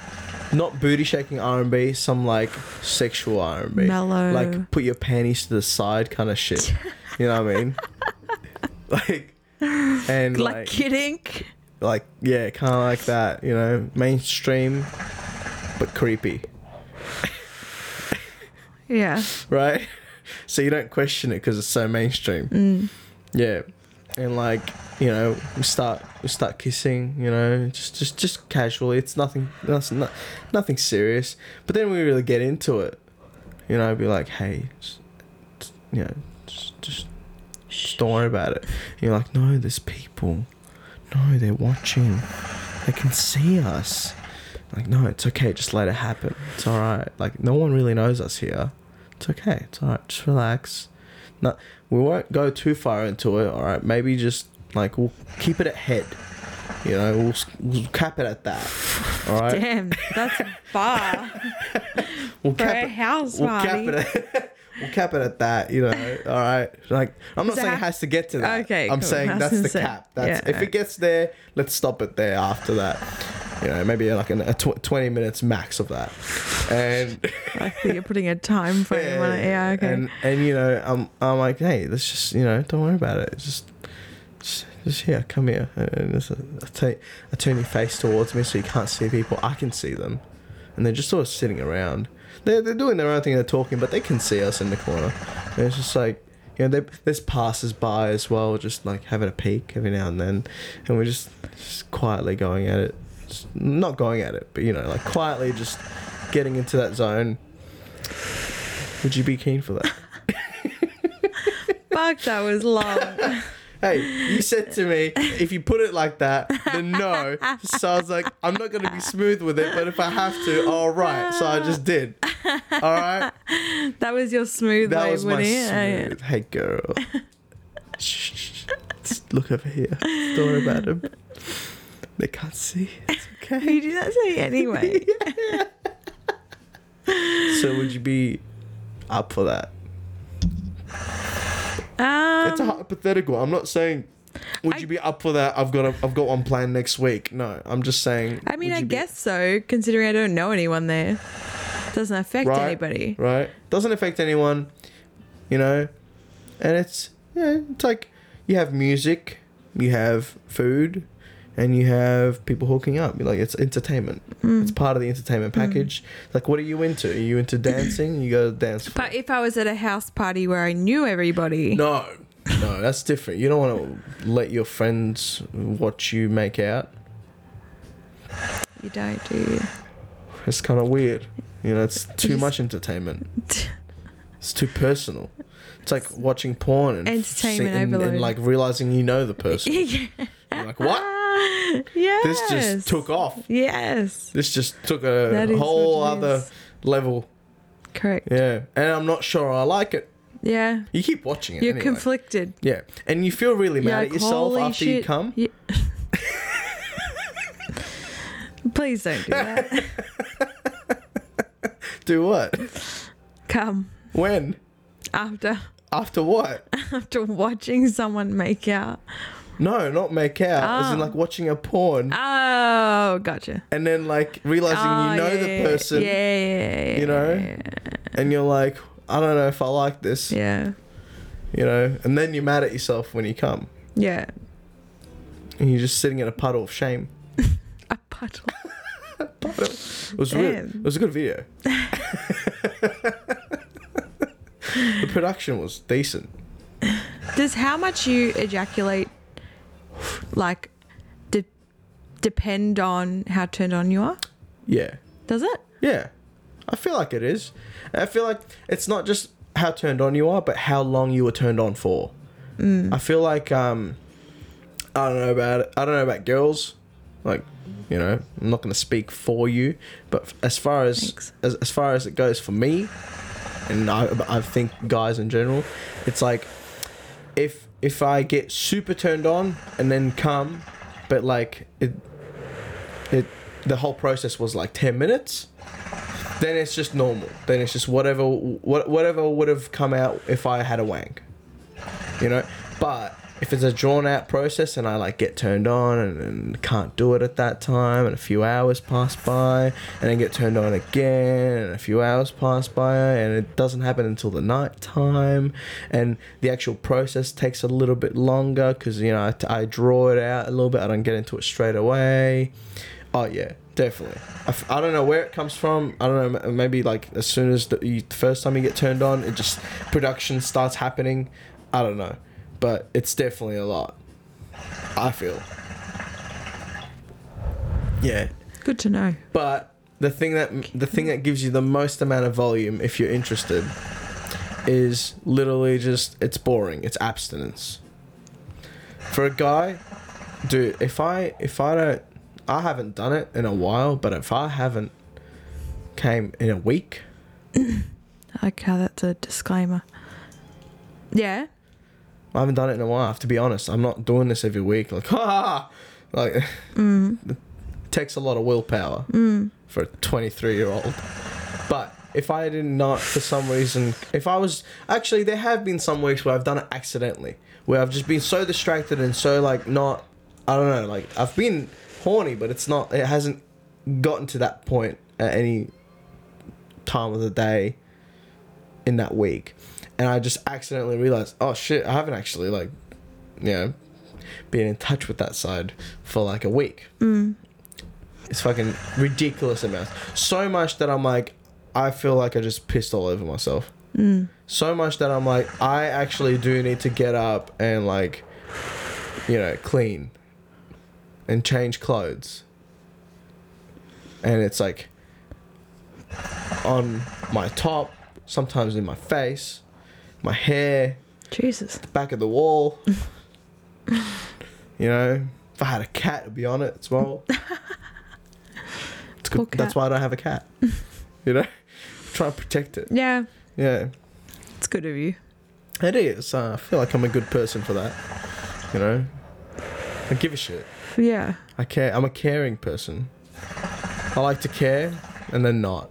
D: Not booty shaking R and B, some like sexual R and B,
C: Mellow.
D: like put your panties to the side kind of shit. you know what I mean? like and
C: yeah. Like,
D: like like,
C: Kid Ink.
D: yeah, kind of like that. You know, mainstream, but creepy,
C: Yeah.
D: right? So you don't question it because it's so mainstream.
C: Mm.
D: Yeah, and like you know, we start we start kissing. You know, just just just casually. It's nothing nothing no- nothing serious. But then we really get into it. You know, I'd be like, hey, just, just, you know, just just just don't worry about it. And you're like, no, there's people. No, they're watching. They can see us. Like, no, it's okay. Just let it happen. It's all right. Like, no one really knows us here. It's okay. It's all right. Just relax. No, we won't go too far into it. All right, maybe just like we'll keep it at head. You know, we'll, s- we'll cap it at that. All right,
C: Damn, that's a bar
D: we'll
C: for
D: cap
C: a
D: it.
C: house
D: We'll cap
C: party.
D: it. At, we'll cap it at that. You know, all right. Like I'm not
C: Is it
D: saying it
C: ha-
D: has to get to that.
C: Okay, cool.
D: I'm
C: I
D: saying
C: was
D: that's
C: gonna
D: the
C: say-
D: cap. That's
C: yeah,
D: if it
C: alright.
D: gets there, let's stop it there. After that, you know, maybe like an, a tw- 20 minutes max of that, and.
C: I think you're putting a time frame on it. Yeah, okay.
D: And and you know, I'm I'm like, hey, let's just you know, don't worry about it. It's Just just, just here, come here. And it's a- I ta- I turn your face towards me so you can't see people. I can see them, and they're just sort of sitting around. They're they're doing their own thing. They're talking, but they can see us in the corner. And it's just like. You know, they, there's passers by as well, just like having a peek every now and then, and we're just, just quietly going at it, just not going at it, but you know, like quietly just getting into that zone. Would you be keen for that?
C: Fuck, that was long.
D: hey, you said to me, if you put it like that, then no. So I was like, I'm not going to be smooth with it, but if I have to, all right. So I just did. All right.
C: That was your smooth
D: That
C: way,
D: was my
C: wasn't it? I-
D: smooth. Hey, girl. Shh, shh, shh. Just look over here. Don't worry about them. They can't see. It's
C: You
D: okay.
C: do that to me anyway.
D: So would you be up for that?
C: Um,
D: It's a hypothetical. I'm not saying. Would
C: I-
D: you be up for that? I've got a, I've got one planned next week. No, I'm just saying.
C: I mean,
D: would
C: I
D: you be-
C: guess so, considering I don't know anyone there. Doesn't affect
D: right?
C: anybody.
D: Right? Doesn't affect anyone, you know. And it's yeah, it's like you have music, you have food, and you have people hooking up. Like it's entertainment.
C: Mm.
D: It's part of the entertainment package. Like what are you into? Are you into dancing? You go to dance. floor.
C: But if I was at a house party where I knew everybody,
D: no. No, that's different. You don't want to let your friends watch you make out.
C: you don't, do you?
D: It's kind of weird. You know, it's too
C: just-
D: much entertainment. It's too personal. It's like watching porn and
C: Entertainment
D: and, and
C: overload.
D: like realizing you know the person. You're like what?
C: yes.
D: This just took off.
C: Yes.
D: This just took a
C: That is
D: whole
C: what it
D: other
C: is.
D: level.
C: Correct.
D: Yeah, and I'm not sure I like it.
C: Yeah.
D: You keep watching it.
C: You're
D: anyway.
C: conflicted.
D: Yeah, and you feel really
C: You're
D: mad
C: like,
D: at yourself
C: "Holy
D: after you
C: shit."
D: come.
C: Ye- Please don't do that.
D: Do what?
C: Come
D: when?
C: after
D: After what?
C: after watching someone make out.
D: No, not make out. As in
C: Oh.
D: like watching a porn
C: Oh, gotcha.
D: and then like realizing
C: Oh,
D: you know
C: yeah,
D: the person.
C: Yeah, yeah, yeah, yeah,
D: you know?
C: yeah,
D: and you're like, I don't know if I like this,
C: yeah,
D: you know, and then you're mad at yourself when you come,
C: yeah.
D: and you're just sitting in a puddle of shame.
C: A puddle.
D: Puddle. It was really,
C: Damn.
D: it was a good video. the production was decent.
C: Does how much you ejaculate, like, de- depend on how turned on you are?
D: Yeah,
C: Does it?
D: yeah, I feel like it is. I feel like it's not just how turned on you are, but how long you were turned on for. I feel like um, I don't know about it. I don't know about girls. Like, you know, I'm not going to speak for you, but f- as far as,
C: Thanks.
D: as as far as it goes for me, and I, I think guys in general, it's like if if I get super turned on and then come, but like it it the whole process was like 10 minutes, then it's just normal. Then it's just whatever what, whatever would have come out if I had a wank you know. But if it's a drawn out process and I like get turned on and, and can't do it at that time, and a few hours pass by, and then get turned on again, and a few hours pass by, and it doesn't happen until the night time, and the actual process takes a little bit longer because you know I, I draw it out a little bit, I don't get into it straight away. Oh yeah, definitely. I, f- I don't know where it comes from. I don't know. m- Maybe like as soon as the, you, the first time you get turned on, it just production starts happening. I don't know, but it's definitely a lot. I feel. Yeah,
C: Good to know.
D: but the thing that the thing that gives you the most amount of volume, if you're interested, is literally just it's boring. It's abstinence. For a guy, dude, if I if I don't, I haven't done it in a while. But if I haven't came in a week,
C: I like how that's a disclaimer. Yeah.
D: I haven't done it in a while. I have to be honest. I'm not doing this every week. Like, ha! Like, it takes a lot of willpower for a 23 year old. But if I did not, for some reason, if I was. Actually, there have been some weeks where I've done it accidentally. Where I've just been so distracted and so, like, not. I don't know. Like, I've been horny, but it's not. It hasn't gotten to that point at any time of the day in that week and i just accidentally realized oh shit i haven't actually like you know been in touch with that side for like a week it's fucking ridiculous amount so much that i'm like i feel like i just pissed all over myself so much that i'm like i actually do need to get up and like you know clean and change clothes and it's like on my top, sometimes in my face, my hair,
C: Jesus.
D: back of the wall. you know, if I had a cat, it'd be on it as well. it's
C: Poor
D: good. That's
C: cat.
D: why I don't have a cat. you know, try and protect it.
C: Yeah.
D: Yeah,
C: It's good of you.
D: it is. Uh, I feel like I'm a good person for that. You know, I give a shit.
C: Yeah.
D: I care. I'm a caring person. I like to care and then not.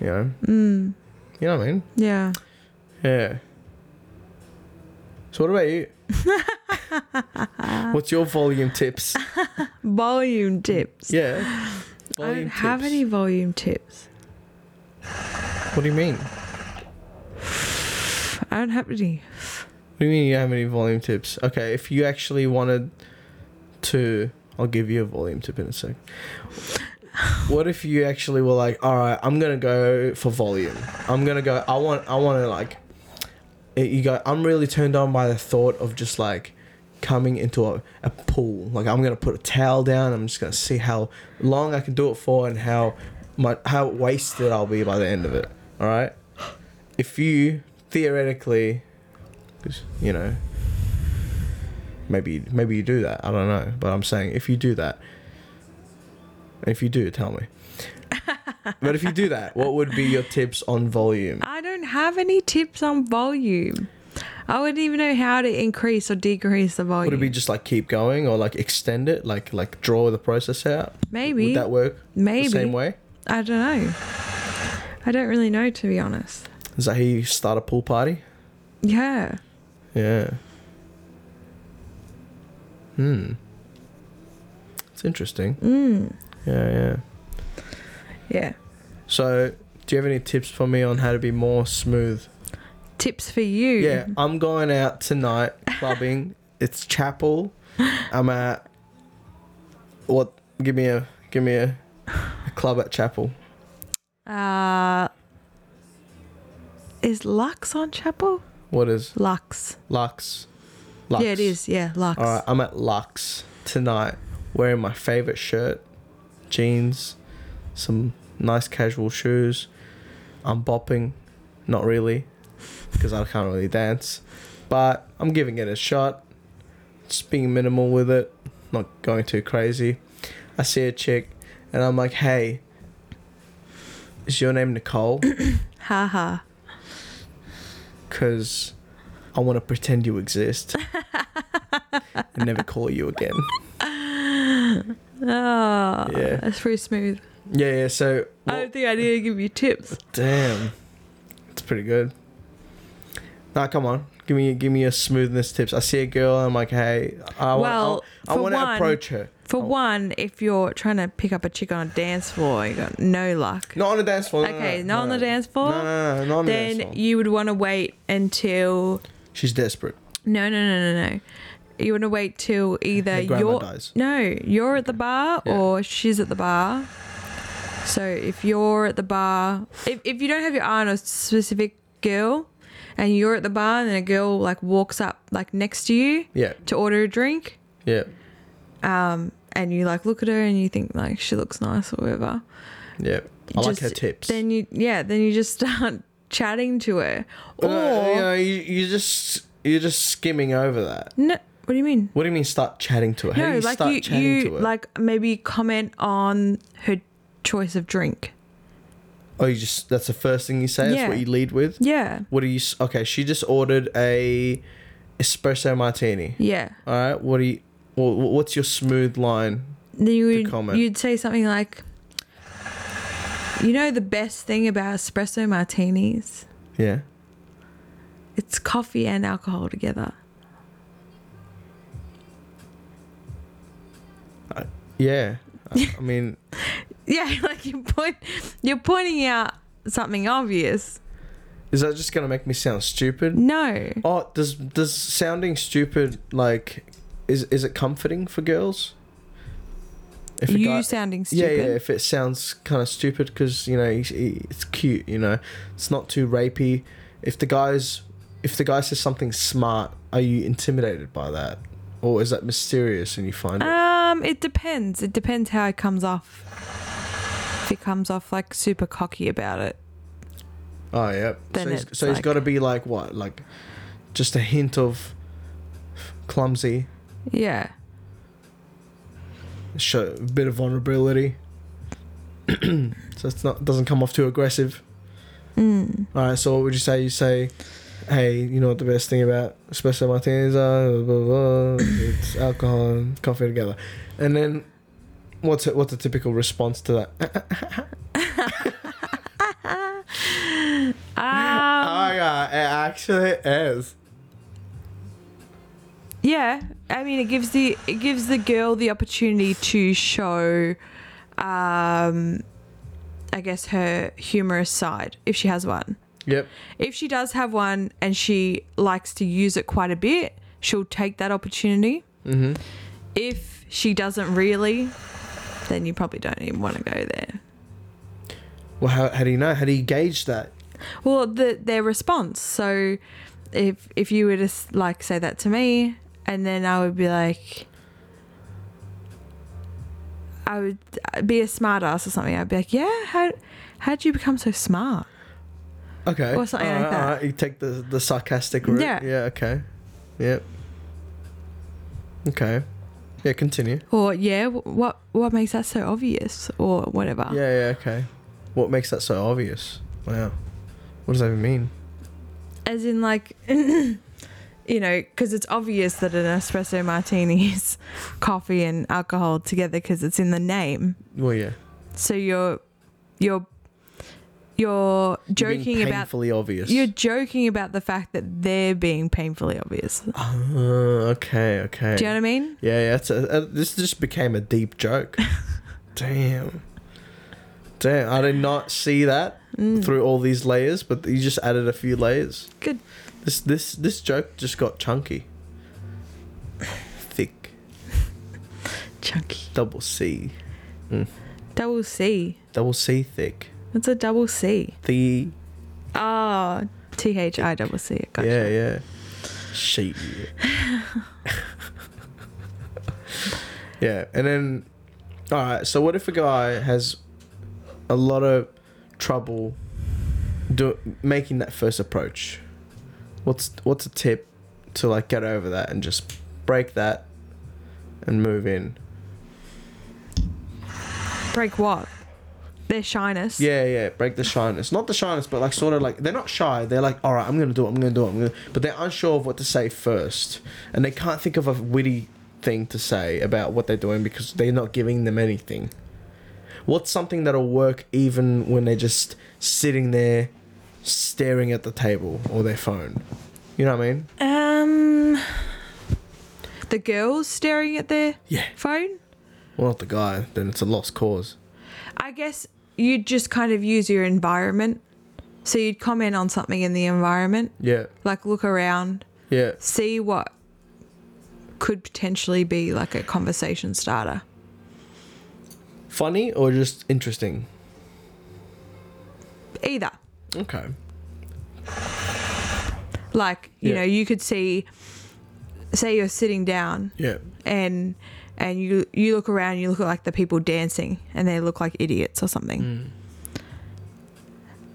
D: You know. Mm. You know what I mean?
C: Yeah.
D: Yeah. So what about you? What's your volume tips?
C: Volume tips.
D: Yeah.
C: I don't
D: Volume
C: have
D: tips.
C: any volume tips.
D: What do you mean?
C: I don't have any.
D: What do you mean you don't have any volume tips? Okay, if you actually wanted to, I'll give you a volume tip in a sec. What if you actually were like, all right, I'm gonna go for volume. I'm gonna go. I want. I want to like. it- You go. I'm really turned on by the thought of just like coming into a, a pool. Like I'm gonna put a towel down. I'm just gonna see how long I can do it for and how my how wasted I'll be by the end of it. All right. If you theoretically because you know maybe maybe you do that i don't know but i'm saying if you do that if you do tell me but if you do that what would be your tips on volume
C: I don't have any tips on volume. I wouldn't even know how to increase or decrease the volume.
D: would it be just like keep going or like extend it like like draw the process out
C: Maybe.
D: would that work
C: Maybe.
D: the same way
C: I don't know. I don't really know, to be honest.
D: is that how you start a pool party
C: Yeah.
D: yeah hmm it's interesting
C: Hmm.
D: yeah yeah
C: Yeah.
D: So, do you have any tips for me on how to be more smooth?
C: Tips for you.
D: Yeah, I'm going out tonight clubbing. it's Chapel. I'm at what? Give me a give me a, a club at Chapel.
C: Uh, is Lux on Chapel?
D: What is
C: Lux.
D: Lux? Lux.
C: Yeah, it is. Yeah, Lux.
D: All right, I'm at Lux tonight, wearing my favorite shirt, jeans, some nice casual shoes. I'm bopping, not really, because I can't really dance, but I'm giving it a shot. just being minimal with it, not going too crazy. I see a chick, and I'm like, hey, is your name Nicole?
C: Ha ha.
D: Because I want to pretend you exist and never call you again.
C: Oh,
D: Yeah.
C: that's pretty smooth.
D: Yeah, yeah. So,
C: I
D: what-
C: don't think I need to give you tips.
D: damn, it's pretty good. Nah, come on, give me give me your smoothness tips. I see a girl, I'm like, hey, I want
C: Well,
D: I,
C: for
D: want to
C: one-
D: approach her.
C: For
D: Oh.
C: one, if you're trying to pick up a chick on a dance floor, you got no luck.
D: Not on the dance floor. no, no,
C: okay,
D: no,
C: not on
D: no.
C: the dance floor.
D: No, no, no, not on
C: then
D: the dance floor.
C: you would want to wait until
D: She's desperate.
C: no, no, no, no, no. You want to wait till either
D: Her grandma
C: you're
D: dies.
C: no, you're at the bar
D: Yeah.
C: or she's at the bar. So if you're at the bar, if if you don't have your eye on a specific girl, and you're at the bar and then a girl like walks up like next to you
D: Yeah,
C: to order a drink,
D: yeah,
C: um, and you like look at her and you think like she looks nice or whatever.
D: yeah. I like
C: just-
D: her tips.
C: Then you yeah, then you just start chatting to her. Or
D: But, uh, you know, you, you just you're just skimming over that.
C: no, what do you mean?
D: What do you mean start chatting to her? How do
C: no,
D: you
C: like
D: start
C: you,
D: chatting
C: you
D: to her?
C: like maybe comment on her choice of drink.
D: oh, you just that's the first thing you say.
C: Yeah.
D: That's what you lead with.
C: Yeah.
D: What do you? s- Okay, she just ordered a espresso martini.
C: Yeah.
D: All right. What do you? Well, wh- what's your smooth line?
C: Then you
D: To
C: would
D: comment.
C: you'd say something like You know the best thing about espresso martinis?
D: Yeah.
C: It's coffee and alcohol together.
D: Yeah. I, I mean,
C: Yeah, like you point you're pointing out something obvious.
D: is that just gonna make me sound stupid?
C: No.
D: Oh, does does sounding stupid like is is it comforting for girls? If a
C: you
D: guy-
C: sounding
D: yeah,
C: stupid.
D: yeah. If it sounds kind of stupid, because you know he's- he, it's cute, you know, it's not too rapey. If the guys, if the guy says something smart, are you intimidated by that, or is that mysterious and you find it?
C: Um, it depends. It depends how it comes off. If it comes off like super cocky about it,
D: Oh yeah. So
C: then
D: he's,
C: it's
D: so he's
C: like-
D: got to be like what, like, just a hint of clumsy,
C: yeah,
D: show a bit of vulnerability. so it's not doesn't come off too aggressive. All right. So what would you say? You say, hey, you know what the best thing about espresso martinis are? Blah, blah, blah. it's alcohol and coffee together. And then, what's a, what's a typical response to that?
C: Um,
D: oh yeah, it actually is.
C: yeah. I mean, it gives the it gives the girl the opportunity to show, um, I guess her humorous side if she has one.
D: Yep.
C: If she does have one and she likes to use it quite a bit, she'll take that opportunity. Mm-hmm. If she doesn't really, then you probably don't even want to go there.
D: Well, how, how do you know? How do you gauge that?
C: Well, the, their response. So, if if you were to s- like say that to me, and then I would be like, I would be a smartass or something. I'd be like, yeah, how how would you become so smart?
D: Okay.
C: Or something like
D: Alright,
C: that.
D: alright, You take the the sarcastic route.
C: Yeah.
D: Yeah. Okay. Yep. Okay. Yeah. Continue.
C: Or yeah, wh- what what makes that so obvious? Or whatever.
D: Yeah. Yeah. Okay. What makes that so obvious? Wow. What does that even mean?
C: As in like. You know, because it's obvious that an espresso martini is coffee and alcohol together because it's in the name.
D: Well, yeah.
C: so you're you're you're
D: You're being
C: joking about
D: painfully obvious.
C: you're joking about the fact that they're being painfully obvious. Do
D: Oh, okay. Okay.
C: you know what I mean?
D: Yeah. Yeah. It's a, uh this just became a deep joke. Damn. Damn. I did not see that
C: Hmm.
D: through all these layers, but you just added a few layers.
C: Mm, Good.
D: This this this joke just got chunky. Thick.
C: Chunky.
D: Double C.
C: Double C.
D: Double C thick.
C: What's a double C?
D: The
C: Oh, T H I double C. Gotcha.
D: Yeah, yeah. Shit. yeah, and then alright, so what if a guy has a lot of trouble do, making that first approach? What's what's a tip to like get over that and just break that, and move in.
C: Break what? Their shyness.
D: Yeah, yeah, break the shyness. Not the shyness, but like sort of like they're not shy. They're like, all right, I'm gonna do it. I'm gonna do it. I'm gonna. But they're unsure of what to say first, and they can't think of a witty thing to say about what they're doing because they're not giving them anything. What's something that'll work even when they're just sitting there, staring at the table or their phone? You know what I mean?
C: Um, the girls staring at their
D: Yeah.
C: phone.
D: Well, not the guy. Then it's a lost cause.
C: I guess you just kind of use your environment. So you'd comment on something in the environment,
D: Yeah,
C: like look around,
D: yeah.
C: see what could potentially be like a conversation starter.
D: Funny or just interesting?
C: Either.
D: Okay.
C: Like, you
D: Yeah.
C: know, you could see say you're sitting down
D: Yeah.
C: and and you you look around, you look at like the people dancing and they look like idiots or something.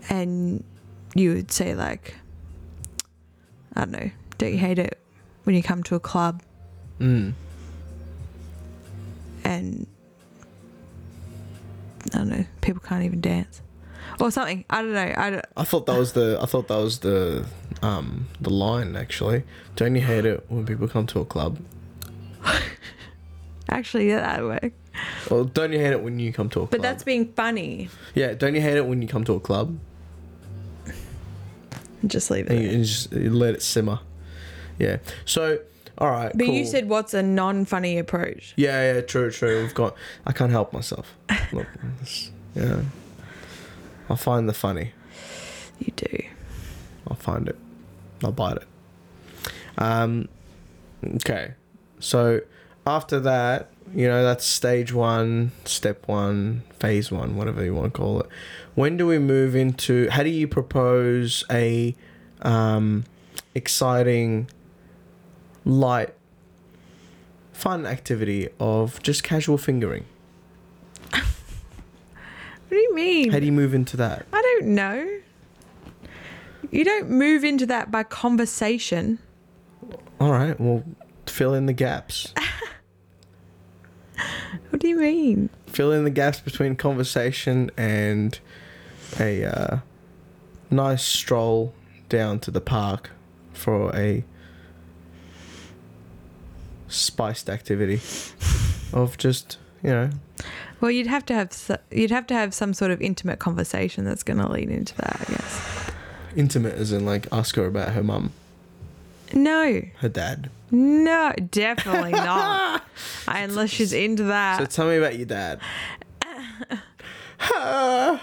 C: And you would say like I don't know, don't you hate it when you come to a club
D: Mm.
C: and I don't know, people can't even dance. Or something. I don't know. I don't,
D: I thought that was the I thought that was the um the line actually. Don't you hate it when people come to a club?
C: actually yeah, that would work.
D: Well, don't you hate it when you come to a club?
C: But that's being funny.
D: yeah. Don't you hate it when you come to a club
C: Just leave it.
D: and you,
C: there.
D: and just you let it simmer? Yeah. So all right.
C: But you
D: cool.
C: said what's a non-funny approach?
D: Yeah, yeah, true, true. We've got. I can't help myself. Look, it's- yeah. I find the funny.
C: You do.
D: I'll find it. I'll bite it. Um, okay. So after that, you know, that's stage one, step one, phase one, whatever you want to call it. When do we move into? How do you propose a um, exciting, light, fun activity of just casual fingering?
C: What do you mean?
D: How do you move into that?
C: I don't know. You don't move into that by conversation.
D: All right. Well, fill in the gaps.
C: What do you mean?
D: fill in the gaps between conversation and a uh, nice stroll down to the park for a spiced activity of just you know
C: Well, you'd have to have s- you'd have to have some sort of intimate conversation that's going to lead into that, I guess.
D: intimate as in like ask her about her mum
C: No,
D: her dad
C: no, definitely not. Unless she's into that.
D: so tell me about your dad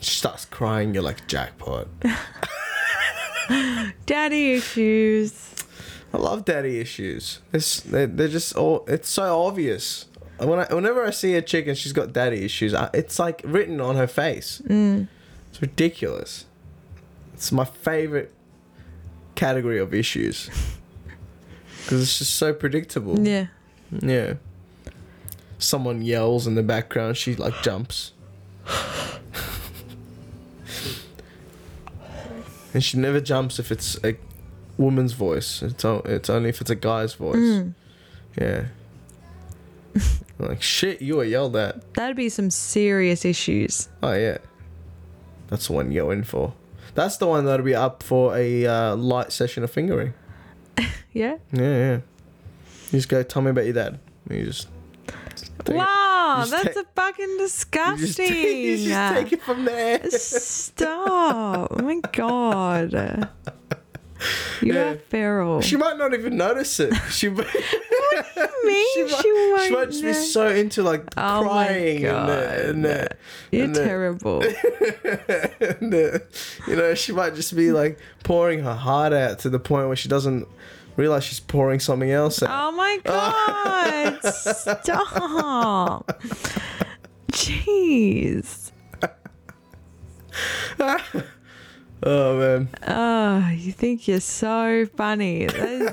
D: she starts crying you're like jackpot
C: Daddy issues.
D: I love daddy issues. It's they're, they're just all. It's so obvious. When I, whenever I see a chick and she's got daddy issues, I, it's like written on her face. It's ridiculous. It's my favorite category of issues because it's just so predictable.
C: Yeah.
D: Yeah. Someone yells in the background. She like jumps. and she never jumps if it's a woman's voice. It's o- it's only if it's a guy's voice. Yeah. like shit, you were yelled at.
C: That'd be some serious issues.
D: Oh yeah. That's the one you're in for. That's the one that'll be up for a uh, light session of fingering.
C: Yeah.
D: Yeah, yeah. You just go tell me about your dad. And you just. take it-
C: Wow,
D: just
C: that's
D: take-
C: a fucking
D: You
C: disgusting.
D: just, you just take it from there.
C: Stop! Oh my god. You
D: Yeah.
C: are feral.
D: She might not even notice it. She, might-
C: Me? She,
D: she, might,
C: won't.
D: she might just
C: know.
D: be so into like
C: Oh my
D: crying and the, and, the,
C: You're
D: and the-
C: terrible.
D: and the- you know, she might just be like pouring her heart out to the point where she doesn't realize she's pouring something else out.
C: oh my god! Stop! Jeez.
D: Oh man.
C: Oh, you think you're so funny. That is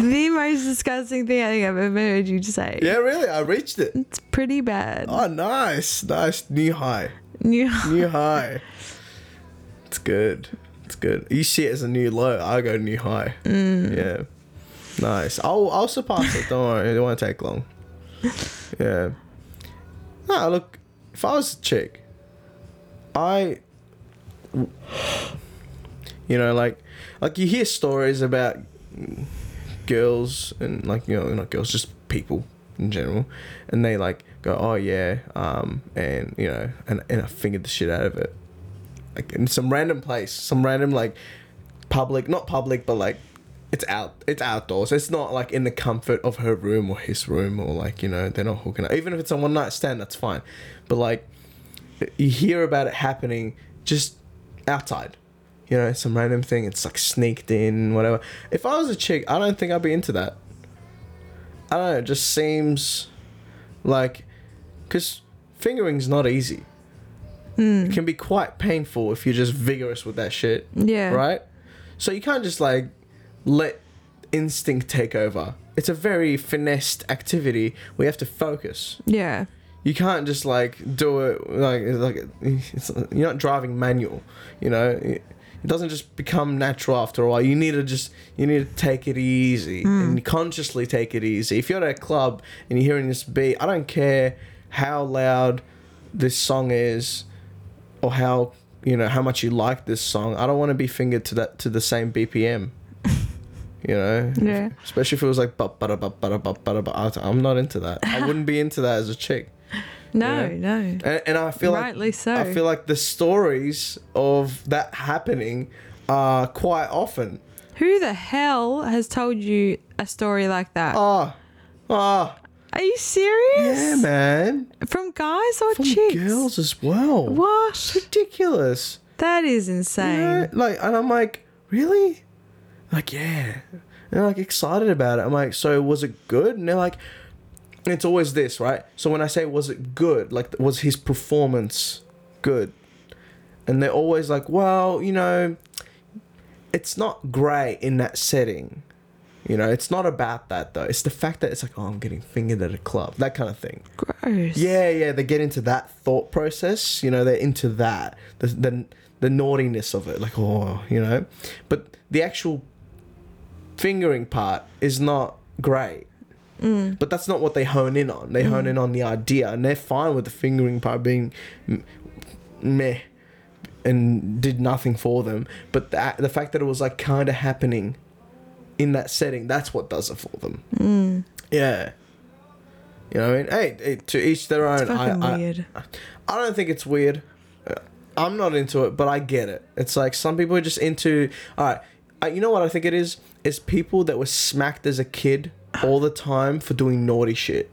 C: the most disgusting thing I think I've ever heard you say.
D: Yeah, really, I reached it.
C: It's pretty bad.
D: Oh, nice, nice, new high,
C: You-
D: new high. It's good. It's good. You see it as a new low. I go new high. Yeah. Nice. I'll I'll surpass it. Don't worry. It won't take long. Yeah. Nah, look. If I was a chick, I, you know, like, like you hear stories about girls and like you know not girls just people in general, and they like go oh yeah um and you know and and I fingered the shit out of it, like in some random place, some random like public not public but like it's out it's outdoors it's not like in the comfort of her room or his room or like you know they're not hooking up even if it's a one night stand that's fine but like you hear about it happening just outside you know some random thing it's like sneaked in whatever if i was a chick i don't think i'd be into that i don't know it just seems like because fingering's not easy it can be quite painful if you're just vigorous with that shit
C: Yeah.
D: right so you can't just like let instinct take over. It's a very finessed activity. We have to focus.
C: Yeah.
D: You can't just like do it like it's like it's, you're not driving manual. You know, it, it doesn't just become natural after a while. You need to just you need to take it easy and consciously take it easy. If you're at a club and you're hearing this beat, I don't care how loud this song is or how you know how much you like this song. I don't want to be fingered to that to the same BPM. You know,
C: Yeah.
D: Especially if it was like ba ba da ba ba da ba ba da ba. I- I'm not into that. I wouldn't be into that as a chick.
C: No,
D: Yeah.
C: no.
D: And, and I feel
C: Rightly
D: like
C: so.
D: I feel like the stories of that happening are quite often.
C: Who the hell has told you a story like that?
D: Ah, ah,
C: Are you serious?
D: yeah, man.
C: From guys or
D: From
C: chicks?
D: girls as well.
C: What?
D: Ridiculous.
C: That is
D: You
C: insane.
D: know, like, and I'm like, really? Like, yeah. And I'm like excited about it. I'm like, so was it good? And they're like, and it's always this, right? So when I say was it good, like was his performance good? And they're always like, well, you know, it's not great in that setting. You know, it's not about that though. It's the fact that it's like, oh, I'm getting fingered at a club, that kind of thing.
C: Gross.
D: Yeah, yeah, they get into that thought process. You know, they're into that the the, the naughtiness of it. Like, oh, you know, but the actual fingering part is not great. But that's not what they hone in on. They hone in on the idea, and they're fine with the fingering part being m- meh and did nothing for them. But the, the fact that it was like kind of happening in that setting, that's what does it for them.
C: Mm.
D: Yeah. You know what I mean? Hey, hey, to each their own.
C: It's fucking
D: I, I,
C: weird.
D: I don't think it's weird. Uh, I'm not into it, but I get it. It's like some people are just into. All right, uh, you know what I think it is? It's people that were smacked as a kid all the time for doing naughty shit.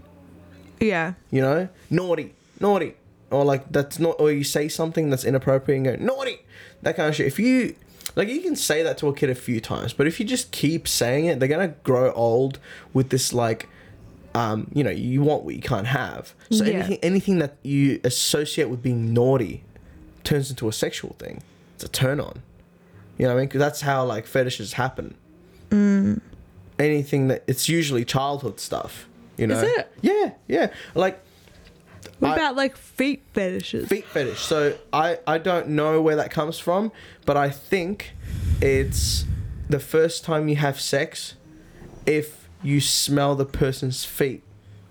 C: yeah.
D: You know, naughty, naughty, or like that's not, or you say something that's inappropriate and go naughty, that kind of shit. If you like, you can say that to a kid a few times, but if you just keep saying it, they're gonna grow old with this like, um, you know, you want what you can't have. So
C: Yeah.
D: anything, anything that you associate with being naughty, turns into a sexual thing. It's a turn on. You know what I mean? 'Cause that's how like fetishes happen.
C: Mm.
D: Anything that it's usually childhood stuff. You know?
C: it?
D: Yeah, yeah. Like
C: What
D: I-
C: about like feet fetishes?
D: feet fetish. So I I don't know where that comes from, but I think it's the first time you have sex if you smell the person's feet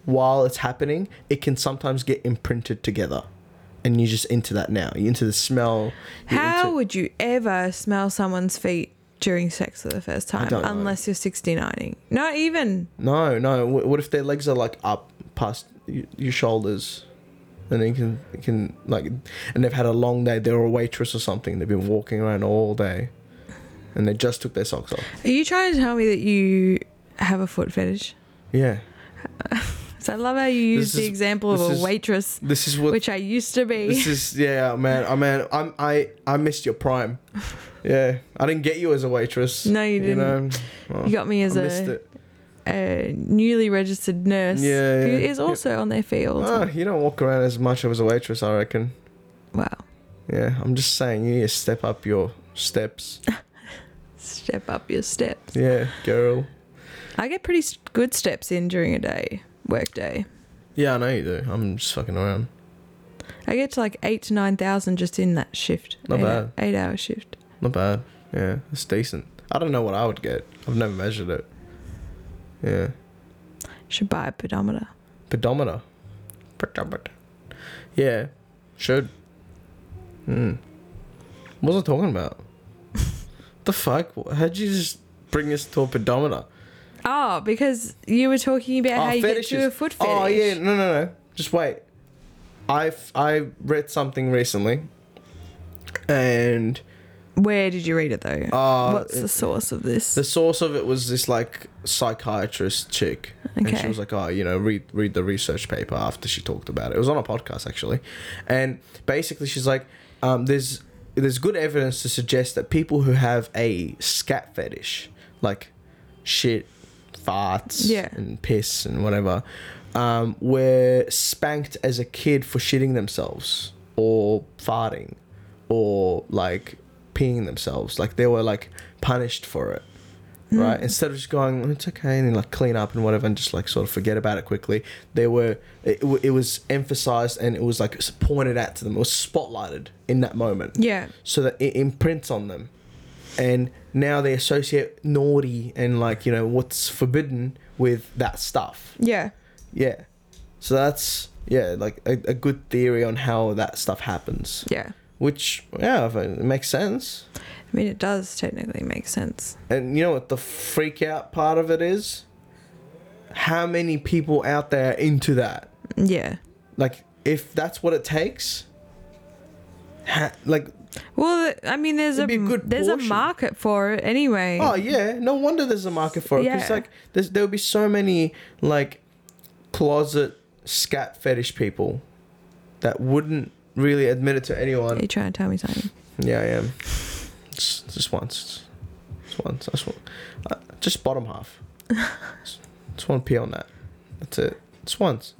D: while it's happening, it can sometimes get imprinted together. And you're just into that now. You're into the smell. you're
C: How
D: into-
C: would you ever smell someone's feet during sex for the first time?
D: don't know.
C: Unless you're 69ing. Not even.
D: No, no. Wh- What if their legs are like up past y- your shoulders, and then you can you can like, and they've had a long day. They're a waitress or something. They've been walking around all day, and they just took their socks off.
C: Are you trying to tell me that you have a foot fetish?
D: Yeah,
C: So I love how you use the
D: This is-
C: example of
D: this
C: a
D: is-
C: waitress,
D: this is what.
C: which I used to be.
D: this is yeah, oh, man. I man, I'm I I missed your prime. Yeah, I didn't get you as a waitress.
C: No, you
D: know?
C: didn't.
D: Oh,
C: you got me
D: I
C: as
D: missed
C: a,
D: it.
C: a newly registered nurse
D: Yeah,
C: who
D: yeah,
C: is
D: yeah.
C: also on their feet all the
D: Oh,
C: time.
D: you don't walk around as much as a waitress, I reckon.
C: Wow.
D: Yeah, I'm just saying you need to step up your steps.
C: Step up your steps.
D: Yeah, girl.
C: I get pretty s- good steps in during a day, work day.
D: Yeah, I know you do. I'm just fucking around.
C: I get to like eight to nine thousand just in that shift.
D: Not
C: eight,
D: bad.
C: Eight hour shift.
D: Not bad. Yeah, it's decent. I don't know what I would get. I've never measured it. Yeah.
C: Should buy a pedometer.
D: Pedometer. Pedometer. Yeah. Should. Hmm. What was I talking about? the fuck? How'd you just bring this to a pedometer?
C: Oh, because you were talking about how you get to a foot fetish.
D: Oh yeah, no, no, no. Just wait. I I read something recently, and
C: Where did you read it though?
D: Uh,
C: What's the source of this?
D: the source of it was this like psychiatrist chick, and she
C: Okay.
D: was like, "Oh, you know, read read the research paper." After she talked about it, it was on a podcast actually, and basically she's like, um, "There's there's good evidence to suggest that people who have a scat fetish, like shit, farts,
C: Yeah.
D: and piss and whatever, um, were spanked as a kid for shitting themselves or farting or like peeing themselves. Like they were like punished for it.
C: Mm.
D: Right? Instead of just going, "Oh, it's okay, and then, like clean up and whatever, and just like sort of forget about it quickly, they were, it, w- it was emphasized and it was like pointed out to them. It was spotlighted in that moment
C: yeah.
D: so that it imprints on them. And now they associate naughty and like, you know, what's forbidden with that stuff.
C: Yeah.
D: Yeah. So that's, yeah, like a, a good theory on how that stuff happens.
C: Yeah.
D: Which, yeah, if it makes sense.
C: I mean, it does technically make sense.
D: And you know what the freak out part of it is? How many people out there are into that?
C: Yeah.
D: Like, if that's what it takes, ha- like,
C: Well, th- I mean, there's
D: It'd
C: a,
D: be a good
C: there's
D: portion.
C: a market for it anyway.
D: Oh yeah, no wonder there's a market for it. Because
C: Yeah.
D: like, there's, there would be so many like closet scat fetish people that wouldn't really admit it to anyone.
C: Are you trying to tell me something?
D: Yeah, I am. Just, just once, just once. Just, one. Uh, just bottom half. just, just one pee on that. That's it. Just once.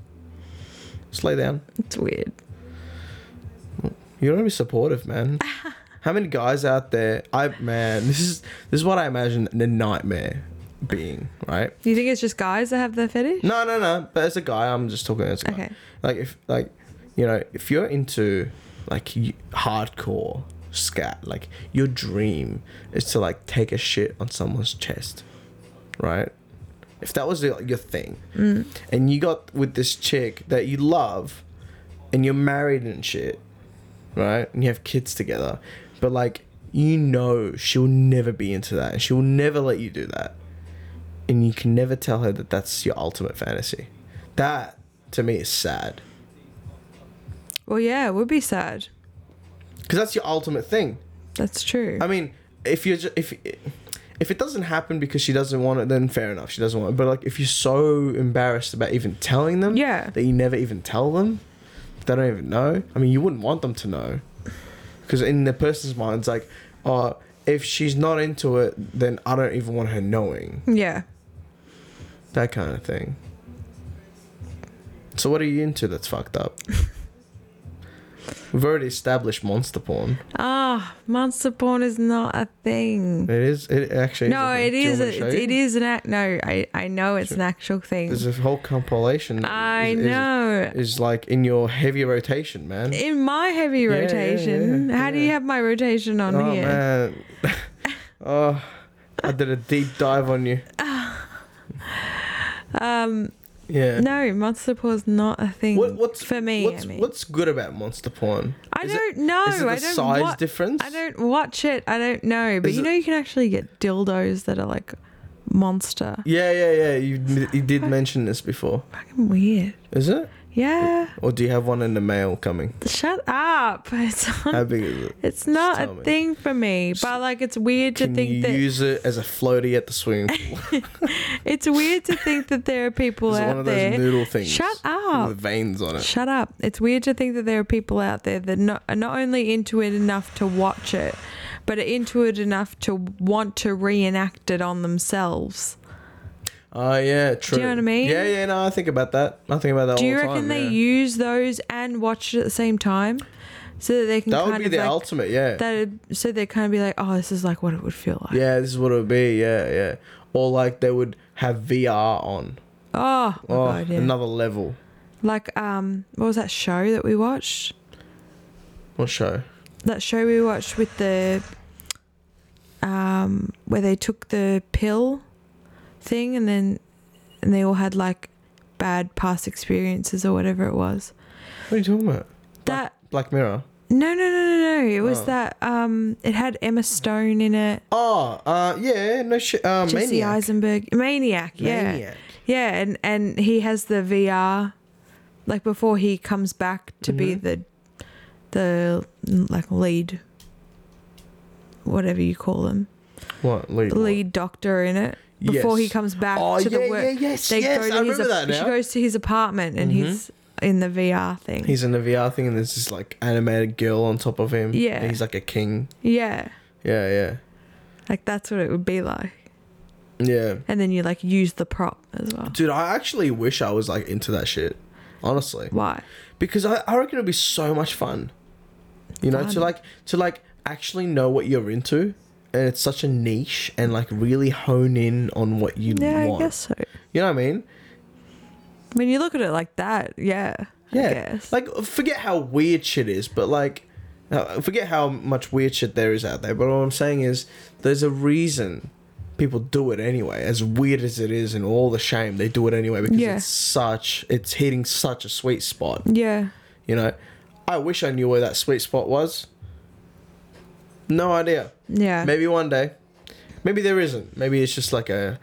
D: Just lay down.
C: It's weird.
D: You gotta be supportive, man. How many guys out there? I man, this is this is what I imagine the nightmare being, right?
C: Do you think it's just guys that have the fetish?
D: No, no, no. But as a guy, I'm just talking as a guy.
C: Okay.
D: Like if like you know if you're into like y- hardcore scat, like your dream is to like take a shit on someone's chest, right? If that was your- your thing, and you got with this chick that you love, and you're married and shit, right? And you have kids together, but like you know she'll never be into that, and she'll never let you do that and you can never tell her that that's your ultimate fantasy. That to me is sad
C: Well, yeah, it would be sad.
D: because that's your ultimate thing.
C: That's true.
D: I mean, if you're just, if if it doesn't happen because she doesn't want it, then fair enough, she doesn't want it. But like, if you're so embarrassed about even telling them,
C: Yeah.
D: that you never even tell them, they don't even know. I mean, you wouldn't want them to know because in the person's mind, it's like, oh, if she's not into it, then I don't even want her knowing.
C: yeah.
D: That kind of thing. So what are you into that's fucked up? We've already established monster porn.
C: Ah, monster porn is not a thing.
D: It is. It actually.
C: No,
D: a
C: it
D: thing. Do you
C: is.
D: want me to
C: A,
D: show you?
C: it is an act. No, I I know it's an actual thing.
D: There's a whole compilation. that
C: I
D: is- is-
C: know.
D: Is like in your heavy rotation, man.
C: in my heavy
D: yeah,
C: rotation.
D: yeah,
C: How do you
D: yeah.
C: have my rotation on
D: oh
C: here?
D: man. oh, I did a deep dive on you.
C: Um,
D: Yeah.
C: no, monster porn's not a thing.
D: What, what's
C: for me?
D: What's,
C: I mean,
D: what's good about monster porn?
C: I
D: Is it-
C: don't know.
D: Is it the
C: I don't
D: size
C: wa-
D: difference?
C: I don't watch it. I don't know. But
D: Is
C: you
D: it-
C: know, you can actually get dildos that are like monster.
D: Yeah, yeah, yeah. You you did mention this before.
C: Fucking weird.
D: Is it?
C: Yeah.
D: Or do you have one in the mail coming?
C: Shut up. It's
D: How
C: not,
D: big is it?
C: it's not
D: tell
C: a
D: me.
C: thing for me. But like, it's weird to
D: Can you
C: think that
D: use it as a floaty at the swimming pool?
C: it's weird to think that there are people
D: It's
C: out
D: one of those
C: there.
D: noodle things.
C: Shut up.
D: With veins on it.
C: Shut up. It's weird to think that there are people out there that not, are not only into it enough to watch it, but are into it enough to want to reenact it on themselves.
D: Oh yeah, true.
C: know what I mean?
D: Yeah, yeah. No, I think about that. I think about that.
C: Do
D: all
C: you
D: the
C: reckon
D: time,
C: they
D: yeah.
C: use those and watch it at the same time, so that they can
D: That would
C: kind
D: be
C: of
D: the
C: like
D: ultimate. Yeah.
C: that? So they kind of be like, oh, this is like what it would feel like.
D: yeah, this is what it would be. Yeah, yeah. Or like they would have VR on.
C: Oh, my
D: Oh,
C: God, yeah.
D: another level.
C: like um, what was that show that we watched?
D: What show?
C: That show we watched with the um, where they took the pill thing and then and they all had like bad past experiences or whatever it was.
D: What are you talking about?
C: That
D: Black Mirror.
C: no, no, no, no, no. It was
D: Oh.
C: that um, it had Emma Stone in it,
D: Oh, uh, yeah, no shit. Uh,
C: Jesse
D: Maniac.
C: Eisenberg, Maniac, yeah,
D: Maniac.
C: yeah, and and he has the VR, like before he comes back to be
D: Mm-hmm.
C: the, the like lead, whatever you call them,
D: What? Lead.
C: lead doctor in it. Before
D: Yes.
C: he comes back
D: Oh,
C: to the
D: yeah,
C: work,
D: yeah, yes, yes, I
C: his.
D: remember that
C: She
D: now. Mm-hmm.
C: goes to his apartment and he's in the VR thing.
D: He's in a VR thing, and there's this like animated girl on top of him.
C: Yeah.
D: And he's like a king.
C: yeah,
D: Yeah, yeah,
C: like that's what it would be like.
D: yeah.
C: And then you like use the prop as well.
D: Dude, I actually wish I was like into that shit. Honestly,
C: Why?
D: because I, I reckon it'd be so much fun. You know, to
C: Fun.
D: like to like actually know what you're into, and it's such a niche, and like really hone in on what you
C: Yeah,
D: want.
C: I guess so.
D: You know what I mean?
C: When you look at it like that, yeah. I
D: Yeah.
C: guess.
D: Like, forget how weird shit is, but like, uh, forget how much weird shit there is out there. But all I'm saying is, there's a reason people do it anyway. As weird as it is, and all the shame, they do it anyway because
C: Yeah.
D: it's such, it's hitting such a sweet spot.
C: yeah.
D: You know, I wish I knew where that sweet spot was. No idea.
C: Yeah.
D: Maybe one day. Maybe there isn't. Maybe it's just like a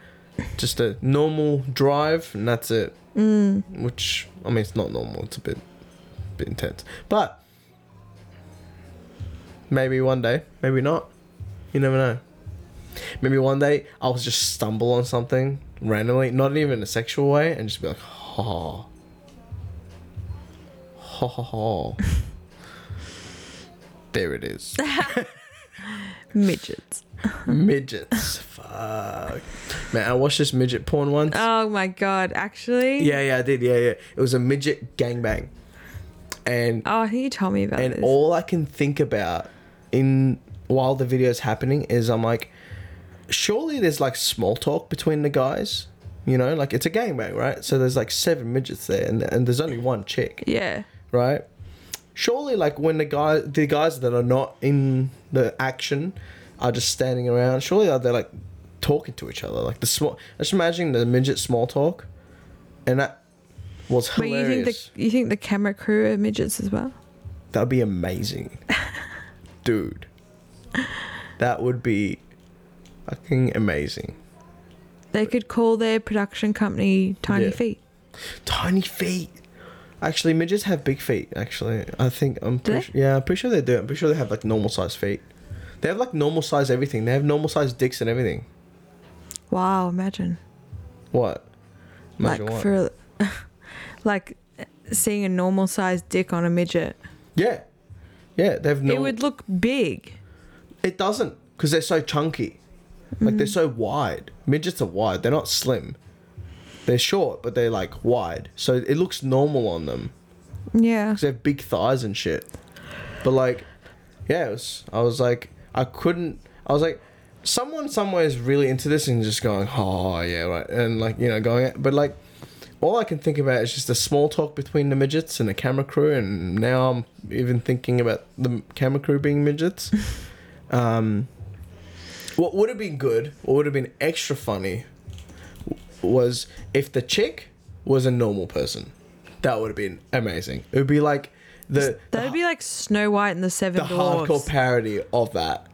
D: just a normal drive and that's it. Mm. Which I mean it's not normal, it's a bit bit intense. But maybe one day, maybe not. You never know. Maybe one day I'll just stumble on something randomly, not even in a sexual way, and just be like, ha. Ha ha ha. There it is
C: Midgets.
D: midgets. Fuck. Man, I watched this midget porn once.
C: Oh my god, actually.
D: yeah, yeah, I did. Yeah, yeah. It was a midget gangbang. And
C: Oh, I think you told me about
D: and
C: this.
D: all I can think about in while the video's happening is I'm like, surely there's like small talk between the guys. You know, like it's a gangbang, right? So there's like seven midgets there and, and there's only one chick
C: yeah.
D: right? Surely, like when the guy, the guys that are not in the action, are just standing around. Surely they're like talking to each other, like the small. Just imagine the midget small talk, and that was
C: But you
D: hilarious.
C: think the you think the camera crew are midgets as well?
D: That'd be amazing, dude. That would be fucking amazing.
C: They could call their production company Tiny
D: Yeah.
C: Feet.
D: Tiny feet. Actually, midgets have big feet. Actually, I think I'm
C: Do
D: pretty
C: they?
D: sure, yeah, I'm pretty sure they do. I'm pretty sure they have like normal sized feet. They have like normal sized everything. They have normal sized dicks and everything.
C: Wow, imagine.
D: What? Imagine
C: like
D: what?
C: for like seeing a normal sized dick on a midget.
D: yeah, yeah. They have no.
C: It
D: It,
C: would look big.
D: doesn't because they're so chunky.
C: Mm-hmm.
D: Like they're so wide. Midgets are wide. They're not slim. They're short, but they're like wide. So it looks normal on them.
C: Yeah.
D: 'Cause they have big thighs and shit. But like, yeah, it was, I was like, I couldn't. I was like, someone somewhere is really into this and just going, oh yeah, right, and like you know going. But like, all I can think about is just the small talk between the midgets and the camera crew. And now I'm even thinking about the m- camera crew being midgets. um, what would have been good, what would have been extra funny, w- was if the chick was a normal person. That would have been amazing. It would be like the
C: That would be like Snow White and the
D: the
C: Seven
D: hardcore
C: Dwarfs.
D: parody of that.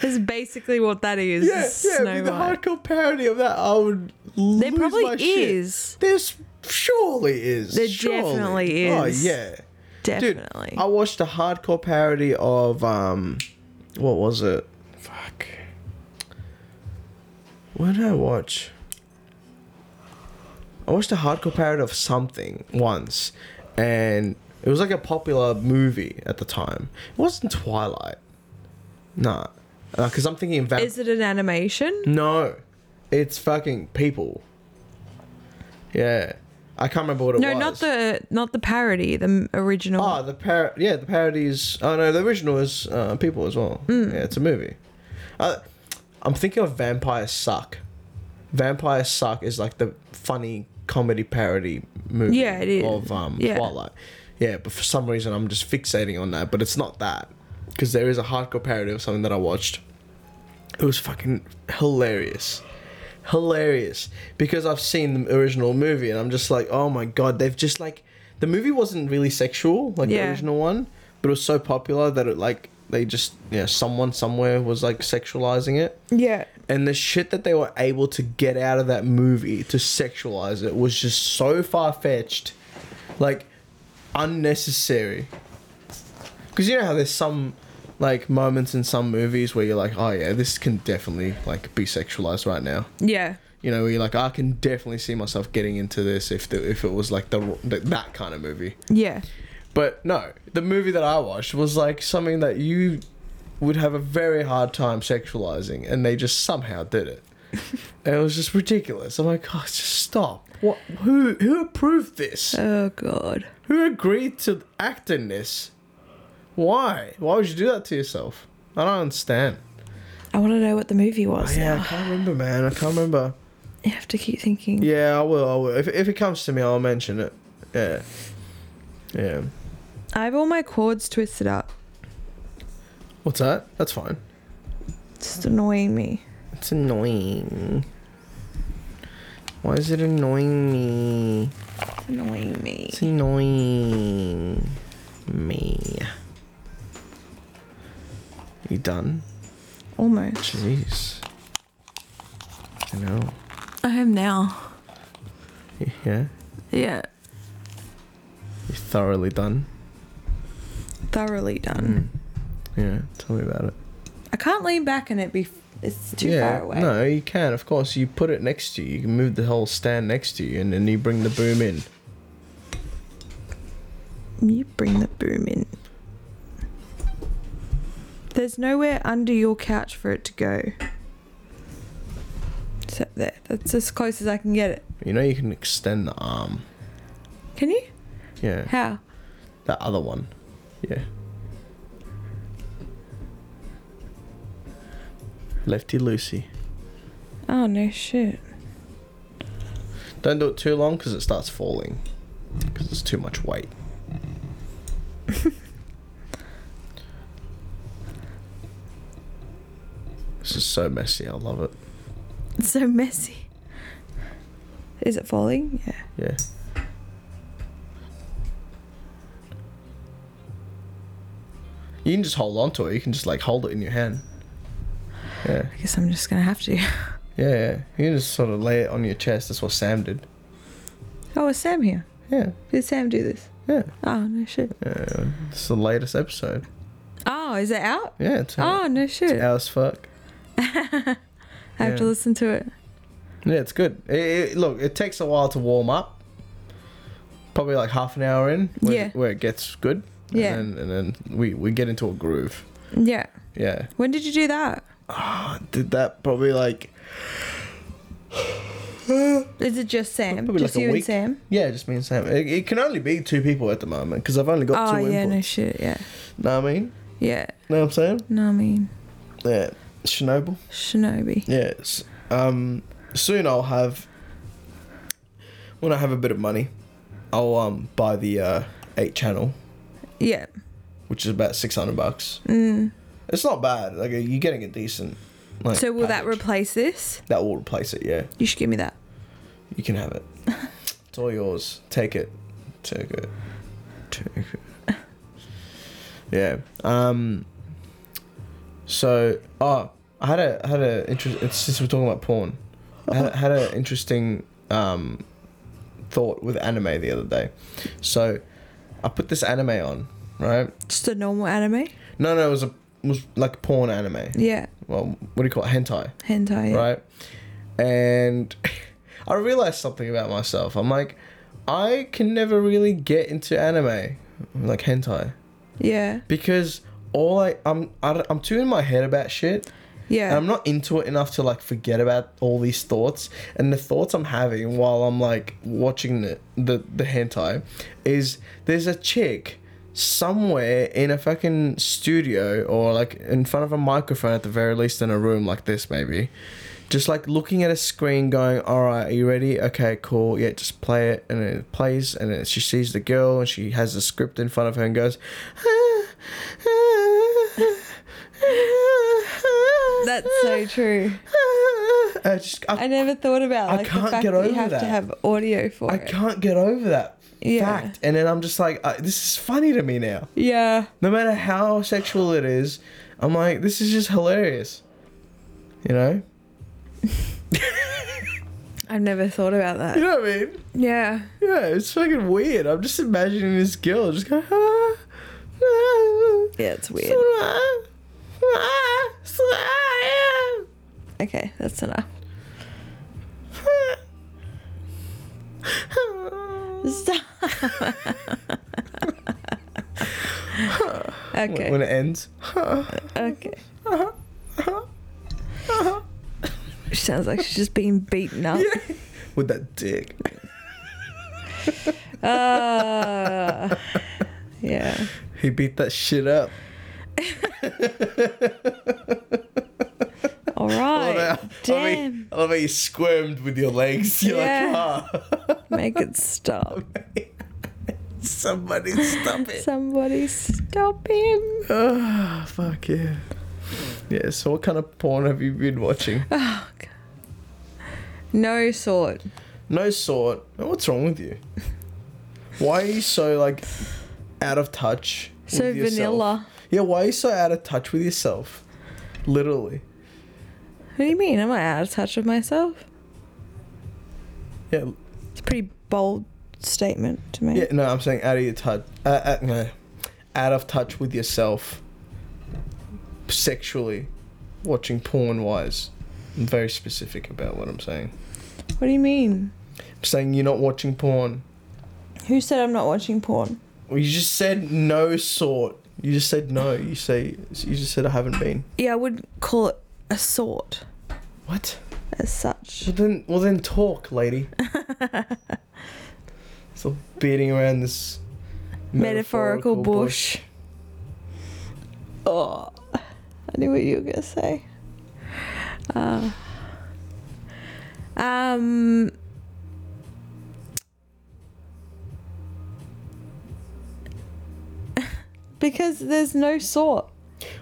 C: That's basically what that is.
D: Yeah,
C: is
D: yeah,
C: Snow
D: the
C: White.
D: hardcore parody of that. I would.
C: There
D: lose
C: probably
D: my shit.
C: is.
D: There's surely is.
C: There
D: surely.
C: definitely
D: Oh
C: is.
D: yeah,
C: Definitely.
D: Dude, I watched a hardcore parody of um, what was it? Fuck. What did I watch? I watched a hardcore parody of something once, and it was like a popular movie at the time. It wasn't Twilight. Nah, because I'm thinking vamp-
C: Is it an animation?
D: no, it's fucking people. Yeah, I can't remember what it
C: No,
D: was.
C: not the not the parody, the m- original.
D: Oh, the par yeah, the parody is. Oh no, the original is uh, people as well.
C: Hmm.
D: Yeah, it's a movie. Uh, I'm thinking of Vampire Suck. Vampire Suck is like the funny comedy parody movie.
C: Yeah, it is.
D: Of um,
C: Yeah.
D: Twilight. Yeah, but for some reason I'm just fixating on that. But it's not that because there is a hardcore parody of something that I watched. It was fucking hilarious. hilarious because I've seen the original movie and I'm just like, oh my god, they've just like the movie wasn't really sexual like the
C: Yeah.
D: original one, but it was so popular that it like they just you know someone somewhere was like sexualizing it.
C: Yeah.
D: And the shit that they were able to get out of that movie to sexualize it was just so far fetched, like unnecessary. Because you know how there's some like moments in some movies where you're like, oh yeah, this can definitely like be sexualized right now.
C: Yeah.
D: You know, where you're like, I can definitely see myself getting into this if the, if it was like the that kind of movie.
C: Yeah.
D: But no, the movie that I watched was like something that you would have a very hard time sexualizing, and they just somehow did it. and it was just ridiculous. I'm like, God, just stop. What? Who? Who approved this?
C: Oh god.
D: Who agreed to act in this? Why? Why would you do that to yourself? I don't understand.
C: I want to know what the movie was.
D: Oh, yeah, I
C: now.
D: can't remember, man. I can't remember.
C: You have to keep thinking.
D: Yeah, I will. I will. If, if it comes to me, I'll mention it. Yeah. Yeah.
C: I have all my cords twisted up.
D: What's that? That's fine.
C: It's just annoying me.
D: It's annoying. Why is it annoying me?
C: It's annoying me.
D: It's annoying me. You done?
C: Almost.
D: Jeez. I know.
C: I am now.
D: Yeah.
C: Yeah.
D: You're thoroughly done.
C: Thoroughly done.
D: Yeah. Tell me about it.
C: I can't lean back and it be. It's too
D: Mm. yeah.
C: far away.
D: No, you can. Of course, you put it next to you. You can move the whole stand next to you, and then you bring the boom in.
C: You bring the boom in. There's nowhere under your couch for it to go. Except there. That's as close as I can get it.
D: You know, you can extend the arm.
C: Can you?
D: Yeah.
C: How?
D: That other one. Yeah. Lefty loosey.
C: Oh no shit.
D: Don't do it too long because it starts falling. Because it's too much weight. this is so messy. I love it.
C: It's so messy. Is it falling? Yeah.
D: Yeah. You can just hold on to it. You can just like hold it in your hand. Yeah.
C: I guess I'm just gonna have to.
D: Yeah, yeah. You can just sort of lay it on your chest. That's what Sam did.
C: Oh, is Sam here?
D: Yeah,
C: Did Sam do this?
D: yeah.
C: Oh no shit.
D: yeah. It's the latest episode.
C: Oh, is it out?
D: Yeah, it's
C: Oh
D: out.
C: no
D: It's
C: shit.
D: out as fuck.
C: I have to
D: yeah.
C: listen to it.
D: Yeah, it's good. It, it, look, it takes a while to warm up. Probably like half an hour in, where,
C: Yeah.
D: where it gets good.
C: Yeah.
D: And then, and then we, we get into a groove.
C: Yeah.
D: Yeah.
C: When did you do that?
D: I did that probably like
C: Is it just Sam?
D: probably
C: just
D: like a
C: you
D: week.
C: and Sam?
D: Yeah, just me and Sam. It, it can only be two people at the moment because I've only got
C: Oh
D: two
C: yeah, no
D: inputs.
C: shit. Yeah.
D: Know what I mean?
C: Yeah.
D: Know what I'm saying?
C: No, I mean
D: Yeah. Chernobyl.
C: Shinobi.
D: Yes. Um, soon I'll have. When I have a bit of money, I'll um buy the uh, eight channel,
C: Yeah.
D: which is about six hundred bucks. Mm. It's not bad. Like you're getting a decent. Like,
C: So will that
D: package.
C: replace this?
D: that will replace it? Yeah,
C: You should give me that.
D: you can have it. it's all yours. Take it. Take it. Take it. yeah. Um. So oh, I had a I had a interest it's- since we're talking about porn. I had, had an interesting um, thought with anime the other day. So I put this anime on, right?
C: Just a normal anime.
D: No, no, it was a it was like porn anime.
C: Yeah.
D: Well, what do you call it? Hentai,
C: Hentai. Yeah.
D: right? And I realized something about myself. I'm like, I can never really get into anime, like hentai,
C: Yeah.
D: because all I I'm I don't, I'm too in my head about shit. And
C: Yeah.
D: I'm not into it enough to like forget about all these thoughts. And the thoughts I'm having while I'm like watching the the, the hentai is there's a chick somewhere in a fucking studio or like in front of a microphone at the very least in a room like this maybe. Just like looking at a screen, going, "All right, are you ready? Okay, cool. Yeah, just play it." And it plays, and it, she sees the girl, and she has the script in front of her, and goes,
C: That's so true.
D: I just I,
C: I never thought about
D: I
C: like the
D: can't
C: fact
D: get
C: that you
D: over
C: have
D: that.
C: to have audio for
D: I
C: it.
D: can't get over that
C: Yeah.
D: fact. And then I'm just like, I, this is funny to me now.
C: Yeah.
D: No matter how sexual it is, I'm like, this is just hilarious. You know?
C: I've never thought about
D: You
C: that.
D: know what I mean?
C: Yeah.
D: Yeah, it's fucking weird. I'm just imagining this girl just going, ah, ah,
C: Yeah, it's weird.
D: ah, ah, ah,
C: Okay, that's enough. Stop.
D: When-
C: okay.
D: When it Uh-huh. ends.
C: Okay.
D: Uh-huh.
C: She sounds like she's just being beaten up.
D: With that dick.
C: Uh, yeah.
D: He beat that shit up.
C: All
D: I love
C: right.
D: how- I love how you-
C: Oh, Damn.
D: I love how you squirmed with your legs. You're
C: Yeah.
D: like, ah,
C: Make it stop.
D: somebody stop it.
C: Somebody stop him.
D: Ah, fuck yeah. Yeah, so what kind of porn have you been watching?
C: No sort.
D: No sort. Oh, What's wrong with you? Why are you so like out of touch?
C: So
D: with yourself?
C: vanilla.
D: Yeah, why are you so out of touch with yourself? Literally.
C: What do you mean? Am I out of touch with myself?
D: Yeah.
C: It's a pretty bold statement to make.
D: Yeah. No, I'm saying out of your touch. Uh, uh, no, out of touch with yourself. Sexually, watching porn wise. I'm very specific about what I'm saying.
C: What do you mean?
D: I'm saying you're not watching porn.
C: Who said I'm not watching porn?
D: Well, you just said no sort. You just said no. You say you just said I haven't been.
C: Yeah, I wouldn't call it a sort
D: What?
C: as such.
D: Well then, well then, talk, lady. Stop beating around this
C: Metaphorical, bush. Oh, I knew what you were gonna say. Uh, um, because there's no sort.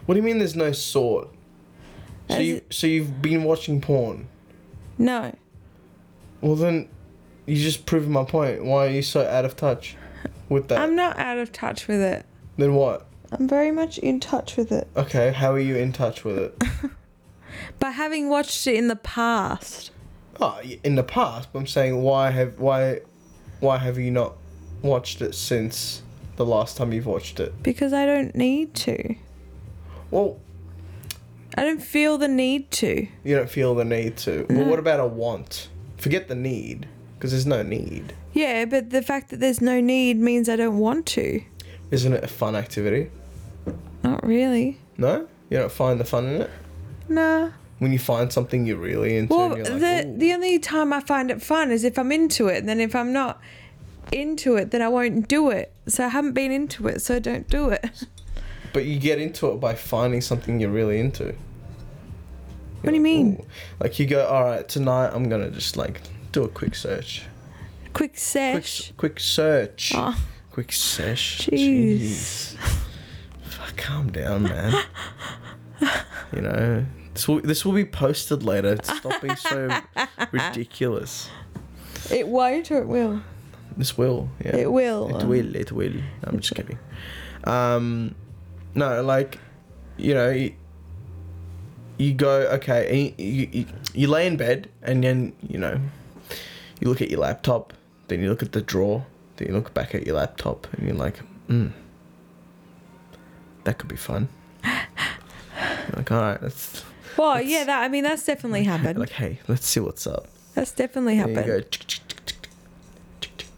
D: What do you mean? There's no sort. So
C: As-
D: you, so you've been watching porn.
C: No,
D: Well then, you just proved my point. Why are you so out of touch with that?
C: I'm not out of touch with it.
D: then what?
C: I'm very much in touch with it.
D: Okay, how are you in touch with it?
C: But having watched it in the past,
D: oh, y- in the past, but I'm saying why have why, why have you not watched it since the last time you've watched it?
C: because I don't need to.
D: Well,
C: I don't feel the need to.
D: You don't feel the need to. Well, what about a want? Forget the need, because there's no need.
C: Yeah, but the fact that there's no need means I don't want to.
D: Isn't it a fun activity?
C: Not really.
D: No? You don't find the fun in it?
C: Nah.
D: When you find something you're really into,
C: Well,
D: and you're like,
C: the
D: "Ooh."
C: the only time I find it fun is if I'm into it. And then if I'm not into it, then I won't do it. So I haven't been into it, so I don't do it.
D: but you get into it by finding something you're really into. You're
C: What do you
D: like,
C: mean?
D: "Ooh." Like you go, all right, tonight I'm gonna just like do a quick search,
C: Quick
D: quick,
C: sesh.
D: s- quick search,
C: Oh.
D: quick search.
C: Jeez.
D: Fuck, calm down, man. you know, this will this will be posted later. Stop being so ridiculous.
C: It won't or it will.
D: This will, yeah.
C: It will.
D: It will. It will. No, I'm just kidding. Um, no, like, you know, you, you go okay. and You, you you lay in bed and then you know, you look at your laptop. Then you look at the drawer. Then you look back at your laptop and you're like, hmm, that could be fun. You're like, all right, let's
C: Well, yeah, that I mean that's definitely happened.
D: like, hey, let's see what's up.
C: that's definitely
D: There you
C: happened.
D: go. Tick, tick, tick, tick, tick, tick, tick, tick, tick,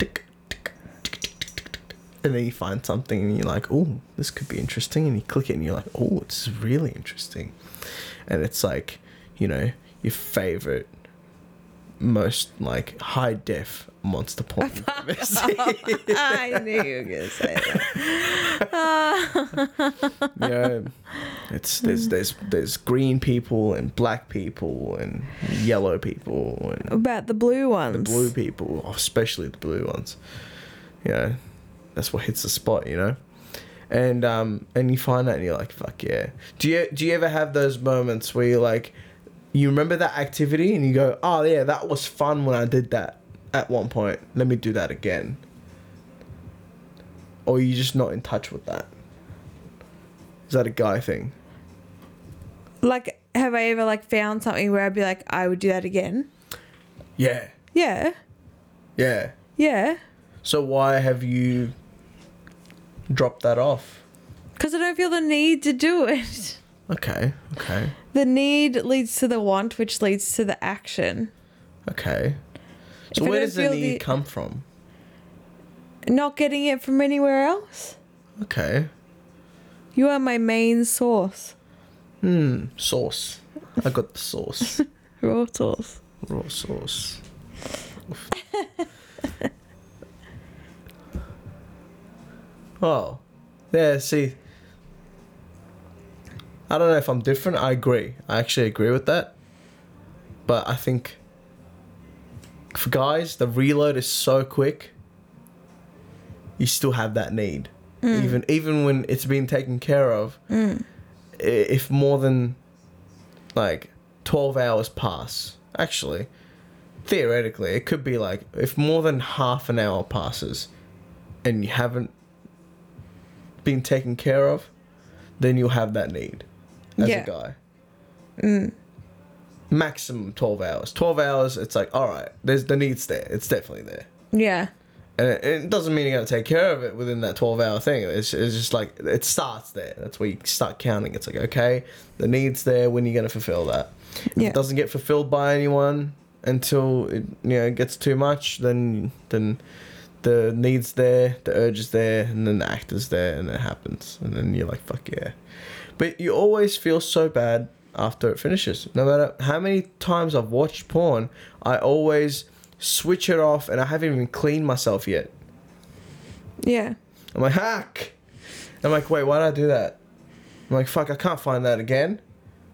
D: tick, tick, tick, tick, tick. And then you find something and you're like, oh, this could be interesting. And you click it and you're like, oh, this is really interesting. And it's like, you know, your favorite, most like high def monster porn. you've ever seen.
C: I knew you were gonna say that.
D: you know, it's there's there's there's green people and black people and yellow people and
C: About the blue ones.
D: blue people, especially the blue ones. You know, that's what hits the spot. You know, and um, and you find that and you're like, fuck yeah. Do you do you ever have those moments where you're like, you remember that activity and you go, oh yeah, that was fun when I did that at one point. Let me do that again. Or you're just not in touch with that. Is that a guy thing?
C: Like, have I ever like found something where I'd be like, I would do that again?
D: Yeah.
C: Yeah,
D: Yeah.
C: yeah.
D: So why have you dropped that off?
C: Because I don't feel the need to do it.
D: Okay. Okay.
C: The need leads to the want, which leads to the action.
D: Okay.
C: If I
D: So where
C: don't
D: does the
C: feel
D: need
C: the-
D: come from?
C: Not getting it from anywhere else.
D: Okay.
C: You are my main source,
D: Hmm, Sauce. I got the sauce.
C: raw source.
D: Raw sauce. Oof. oh. Yeah, see. I don't know if I'm different. I agree. I actually agree with that. But I think for guys, the reload is so quick. You still have that need. Even even when it's been taken care of. i- If more than like 12 hours pass. Actually, theoretically, it could be like if more than half an hour passes and you haven't been taken care of, then you'll have that need as
C: Yeah.
D: a guy. Maximum 12 hours. 12 hours, it's like, all right, there's the need's there. It's definitely there.
C: Yeah,
D: And it, it doesn't mean you got to take care of it within that 12 hour thing. It's, it's just like, it starts there. That's where you start counting. It's like, okay, the need's there. When are you going to fulfill that? If
C: Yeah.
D: it doesn't get fulfilled by anyone until it you know gets too much, then then the need's there, the urge is there, and then the act is there, and it happens. And then you're like, fuck yeah. But you always feel so bad after it finishes. No matter how many times I've watched porn, I always switch it off and I haven't even cleaned myself yet.
C: yeah.
D: I'm like, hack! I'm like, wait, why did I do that? I'm like, fuck, I can't find that again.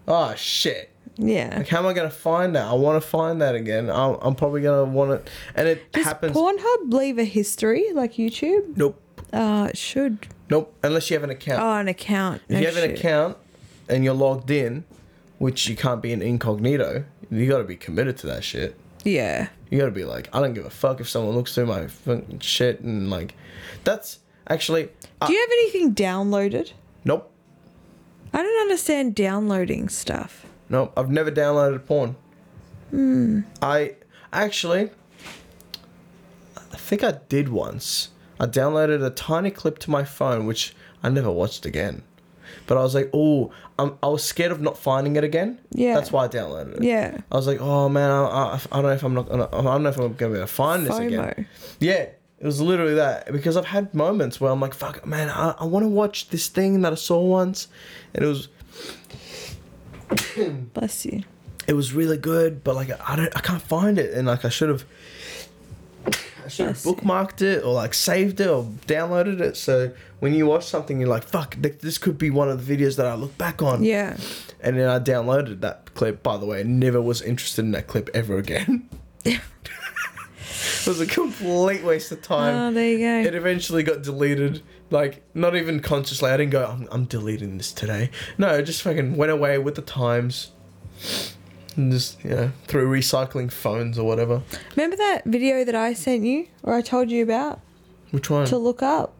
D: Oh, shit.
C: Yeah.
D: Like, how am I gonna find that? I want to find that again. I'm, I'm probably gonna want it, and it
C: Does
D: happens.
C: Pornhub leave a history like YouTube?
D: nope,
C: Uh, it should.
D: nope. Unless you have an account.
C: Oh, an account.
D: if
C: No
D: you have an
C: shit.
D: account and you're logged in, which you can't be in incognito, you got to be committed to that shit.
C: Yeah.
D: You gotta be like, I don't give a fuck if someone looks through my fucking shit and like, that's actually uh,
C: Do you have anything downloaded?
D: nope,
C: I don't understand downloading stuff.
D: nope. I've never downloaded porn.
C: Hmm.
D: I actually, I think I did once. I downloaded a tiny clip to my phone, which I never watched again. But I was like, oh, I'm- I was scared of not finding it again.
C: Yeah.
D: That's why I downloaded it.
C: Yeah.
D: I was like, oh man, I, I, I don't know if I'm not gonna, I don't know if I'm gonna be able to find this again.
C: FOMO.
D: Yeah, it was literally that because I've had moments where I'm like, fuck, man, I, I want to watch this thing that I saw once, and it was
C: Bless you.
D: it was really good, but like I don't, I can't find it, and like I should have, I should have
C: Bless you.
D: bookmarked it or like saved it or downloaded it. So when you watch something, you're like, fuck, th- this could be one of the videos that I look back on.
C: Yeah.
D: And then I downloaded that clip, by the way, and never was interested in that clip ever again. it was a complete waste of
C: Oh,
D: time.
C: there you go.
D: it eventually got deleted, like, not even consciously. I didn't go, I'm, I'm deleting this today. No, it just fucking went away with the times. And just, you know, through recycling phones or whatever.
C: Remember that video that I sent you or I told you about
D: Which one?
C: to look up?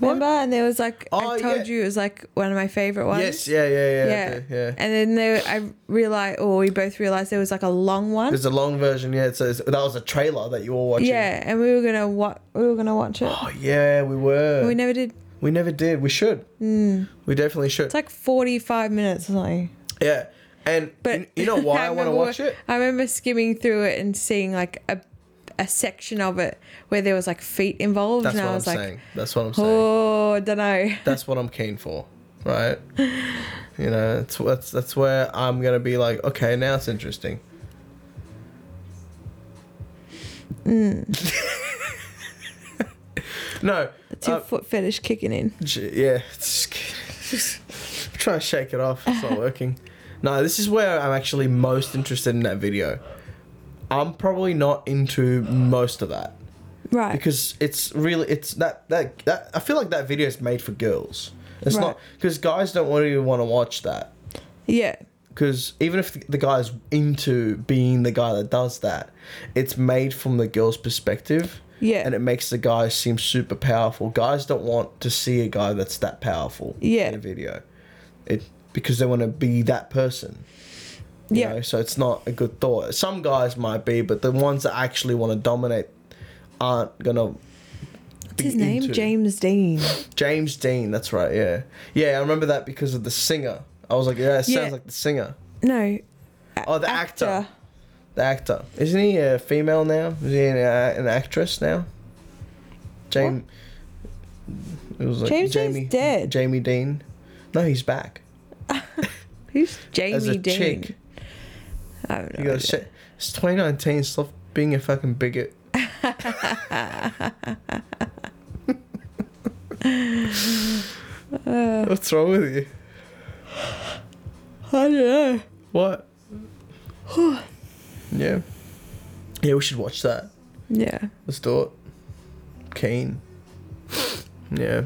C: Remember? And there was like,
D: Oh,
C: I told
D: yeah.
C: you it was like one of my favorite ones.
D: Yes, yeah, yeah, yeah.
C: Yeah.
D: okay, yeah.
C: And then there, I realized, or we both realized there was like a long one.
D: There's a long version, yeah. So it's, that was a trailer that you all watching.
C: yeah. And we were going to wa- we were going to watch it.
D: Oh, yeah, we were.
C: we Mm. never did.
D: We never did. We should. We definitely should.
C: It's like 45 minutes or something.
D: yeah. And
C: But
D: you- you know why I, want to
C: remember-
D: watch it?
C: I remember skimming through it and seeing like a a section of it where there was like feet involved,
D: That's
C: and
D: what
C: I
D: I'm
C: was like,
D: saying. That's what I'm saying.
C: oh, I don't know.
D: That's what I'm keen for, right? you know, it's, that's that's where I'm gonna be like, okay, now it's interesting. no,
C: It's your
D: uh,
C: foot fetish kicking in.
D: J- yeah. It's trying to shake it off. It's not working. No, this is where I'm actually most interested in that video. I'm probably not into most of that
C: Right.
D: because it's really it's that that that I feel like that video is made for girls. It's
C: Right.
D: not because guys don't really want to watch that
C: yeah.
D: because even if the guy's into being the guy that does that, it's made from the girl's perspective.
C: Yeah.
D: And it makes the guy seem super powerful. Guys don't want to see a guy that's that powerful
C: Yeah.
D: in a video. It because they want to be that person. You
C: Yeah.
D: know, so it's not a good thought. Some guys might be, but the ones that actually want to dominate aren't gonna
C: What's his name?
D: into-
C: James Dean.
D: James Dean, that's right, yeah. Yeah, I remember that because of the singer. I was like, yeah, it
C: Yeah.
D: sounds like the singer.
C: No.
D: Oh, the actor. The actor. Isn't he a female now? Is he an, uh, an actress now? James. It was like
C: James Dean's
D: Jamie,
C: dead.
D: Jamie Dean. No, he's back.
C: Who's Jamie
D: As a
C: Dean?
D: chick.
C: I don't
D: You
C: know.
D: gotta say, it's 2019, stop being a fucking bigot. What's wrong with you?
C: I don't know.
D: What? yeah. Yeah, we should watch that.
C: Yeah.
D: Let's do it. Keen. Yeah.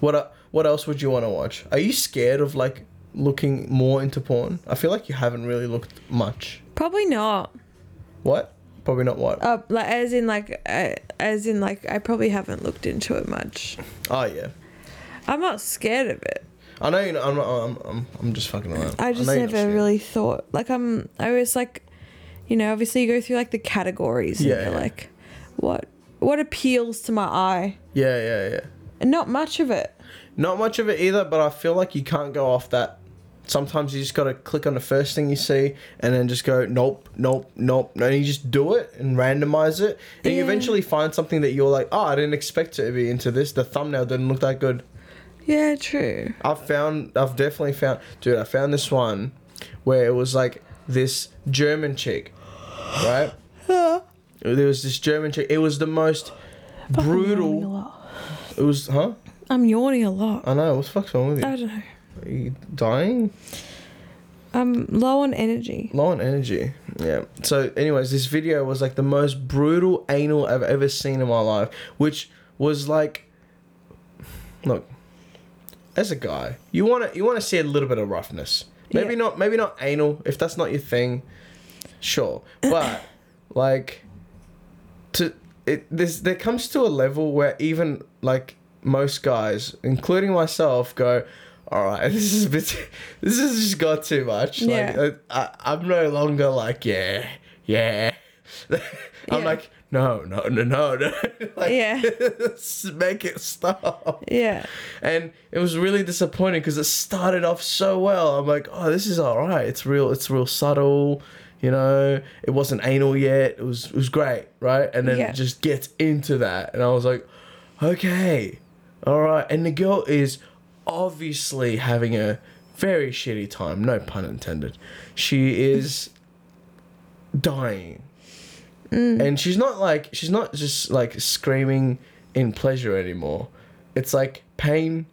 D: What e- what else would you want to watch? Are you scared of like looking more into porn? I feel like you haven't really looked much.
C: Probably not.
D: What? Probably not what.
C: Uh, like as in like uh, as in like I probably haven't looked into it much.
D: oh yeah.
C: I'm not scared of it.
D: I know you know I'm not, I'm, I'm I'm just fucking around.
C: I just
D: know you're not
C: never
D: scared.
C: really thought like I'm. I was like, you know, obviously you go through like the categories.
D: Yeah,
C: And you're
D: yeah.
C: Like, what what appeals to my eye?
D: Yeah, yeah, yeah.
C: And not much of it.
D: Not much of it either, but I feel like you can't go off that. Sometimes you just gotta click on the first thing you see and then just go, nope, nope, nope. And you just do it and randomize it. And you
C: Yeah.
D: eventually find something that you're like, oh, I didn't expect it to be into this. The thumbnail didn't look that good.
C: Yeah, true.
D: I've found, I've definitely found, dude, I found this one where it was like this German chick, right? there was this German chick. It was the most
C: I'm yawning a
D: brutal.
C: lot.
D: It was, huh?
C: I'm yawning a lot.
D: I know. What the fuck's wrong with you?
C: I don't know.
D: Are you dying?
C: I'm low on energy.
D: Low on energy. Yeah. So, anyways, this video was like the most brutal anal I've ever seen in my life, which was like, look, as a guy, you want to you want to see a little bit of roughness. Maybe
C: Yeah.
D: not. Maybe not anal if that's not your thing. Sure, but like, to it this there comes to a level where even like most guys, including myself, go. All right, this is a bit. This has just got too much.
C: Yeah.
D: Like uh, I, I, I'm no longer like yeah, yeah. I'm
C: Yeah.
D: like no, no, no, no, no. like,
C: Yeah.
D: make it stop.
C: Yeah.
D: And it was really disappointing because it started off so well. I'm like, oh, this is all right. It's real. It's real subtle. You know, it wasn't anal yet. It was it was great, right? And then
C: Yeah.
D: it just gets into that, and I was like, okay, all right. And the girl is obviously having a very shitty time. No pun intended. She is dying and she's not like she's not just like screaming in pleasure anymore it's like pain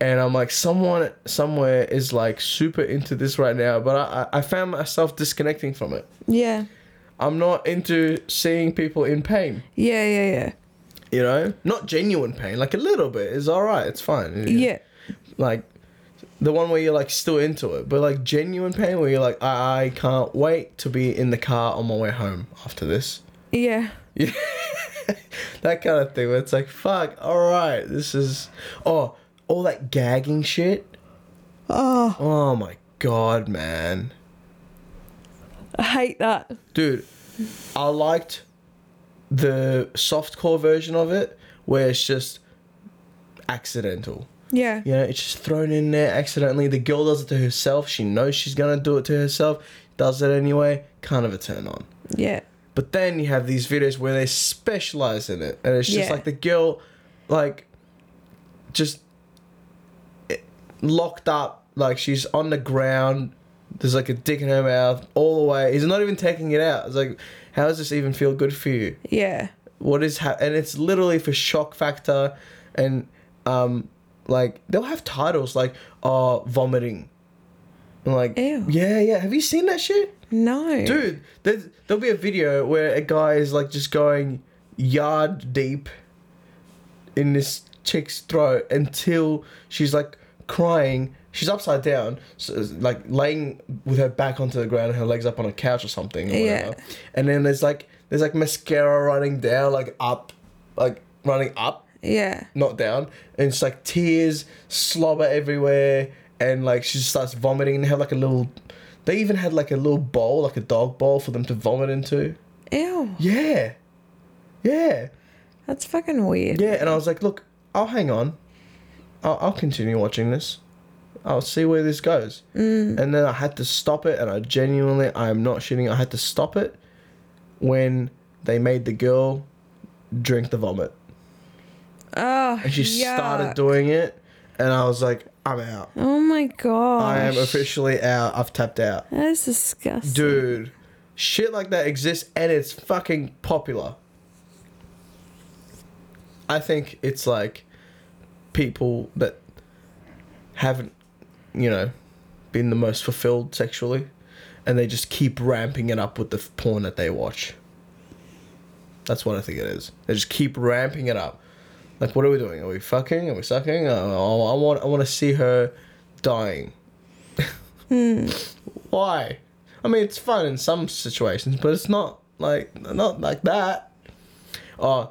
D: and i'm like someone somewhere is like super into this right now but i i I found myself disconnecting from it
C: Yeah.
D: i'm not into seeing people in pain
C: Yeah. Yeah. Yeah.
D: you know not genuine pain like a little bit is all right it's fine you know?
C: Yeah.
D: like the one where you're like still into it but like genuine pain where you're like i, I can't wait to be in the car on my way home after this
C: Yeah.
D: that kind of thing where it's like fuck all right this is oh all that gagging shit oh oh my god man
C: I hate that.
D: dude i liked the softcore version of it where it's just accidental
C: Yeah.
D: you know it's just thrown in there accidentally the girl does it to herself she knows she's gonna do it to herself does it anyway kind of a turn on
C: Yeah.
D: But then you have these videos where they specialize in it, and it's just
C: Yeah.
D: like the girl, like, just eh, locked up, like she's on the ground. There's like a dick in her mouth all the way. He's not even taking it out. It's like, how does this even feel good for you?
C: Yeah.
D: What is ha- and it's literally for shock factor, and um, like they'll have titles like uh vomiting, and like
C: Ew.
D: yeah yeah. Have you seen that shit?
C: No.
D: Dude, there's, there'll be a video where a guy is like just going yard deep in this chick's throat until she's like crying she's upside down, so, like laying with her back onto the ground and her legs up on a couch or something. Or
C: Yeah.
D: whatever. And then there's like there's like mascara running down, like up, like running up,
C: Yeah.
D: not down. And it's like tears, slobber everywhere, and like she starts vomiting. And they have like a little. They even had like a little bowl, like a dog bowl, for them to vomit into.
C: Ew.
D: Yeah, yeah.
C: That's fucking weird.
D: Yeah, and I was like, look, I'll hang on. I'll, I'll continue watching this. I'll see where this goes. Mm. And then I had to stop it, and I genuinely, I am not shitting, I had to stop it when they made the girl drink the vomit.
C: Oh.
D: And she started
C: yuck.
D: doing it, and I was like, I'm out.
C: Oh my god.
D: I am officially out. I've tapped out.
C: That's disgusting.
D: Dude, shit like that exists, and it's fucking popular. I think it's like people that haven't, you know, been the most fulfilled sexually, and they just keep ramping it up with the f- porn that they watch. That's what I think it is. They just keep ramping it up. Like, what are we doing? Are we fucking? Are we sucking? Oh, I want, I want to see her dying. Why? I mean, it's fun in some situations, but it's not like not like that. Oh,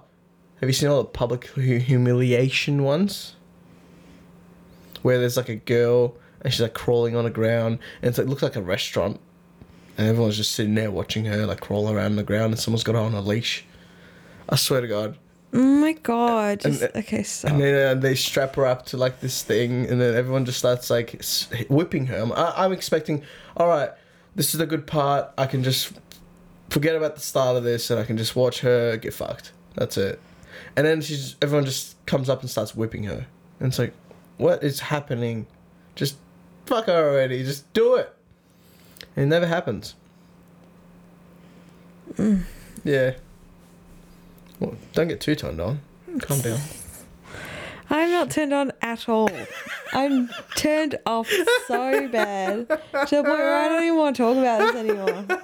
D: have you seen all the public hu- humiliation ones? Where there's like a girl and she's like crawling on the ground, and it's like looks like a restaurant, and everyone's just sitting there watching her like crawl around the ground, and someone's got her on a leash. I swear to God.
C: Oh my god. Just,
D: and-
C: okay, stop.
D: And then uh, they strap her up to like this thing, and then everyone just starts like s- whipping her. I'm, I- I'm expecting, all right, this is the good part. I can just forget about the start of this, and I can just watch her get fucked. That's it. And then she's everyone just comes up and starts whipping her, and it's like, what is happening? Just fuck her already. Just do it. And it never happens. Yeah. Well, don't get too turned on. Calm down.
C: I'm not turned on at all. I'm turned off so bad. To the point where I don't even want to talk about this anymore.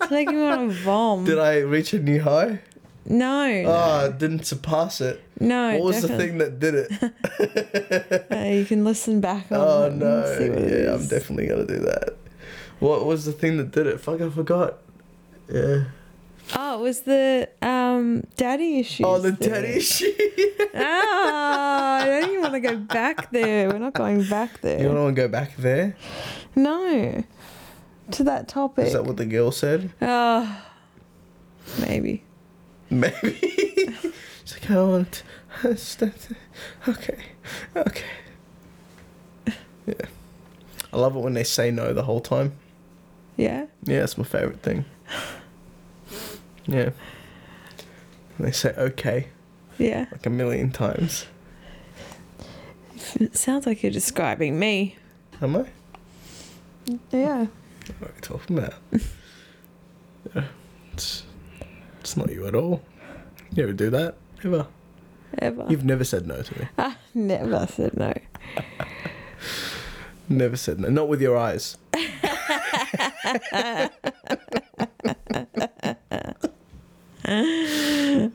C: It's making me want to vom.
D: Did I reach a new high?
C: no.
D: Ah, didn't surpass it.
C: no.
D: What was the
C: definitely-
D: thing that did it?
C: Uh, you can listen back on
D: Oh
C: it and
D: no!
C: see what it
D: Yeah, I'm
C: is.
D: definitely gonna do that. What was the thing that did it? Fuck, I forgot. Yeah.
C: Oh, it was the um, daddy issues.
D: Oh, the
C: thing.
D: daddy issue.
C: Ah, I don't even want to go back there. We're not going back there.
D: You don't want to go back there?
C: No. To that topic.
D: Is that what the girl said?
C: Oh, maybe.
D: Maybe. She's like, I don't want. To... okay, okay. Yeah. I love it when they say no the whole time.
C: Yeah.
D: Yeah, it's my favorite thing. Yeah. And they say okay
C: Yeah.
D: like a million times.
C: It sounds like you're describing me.
D: Am I? What
C: Yeah.
D: are you talking about? yeah. It's, it's not you at all. You ever do that? Ever?
C: Ever.
D: You've never said no to me.
C: Ah, never said no.
D: Never said no. Not with your eyes.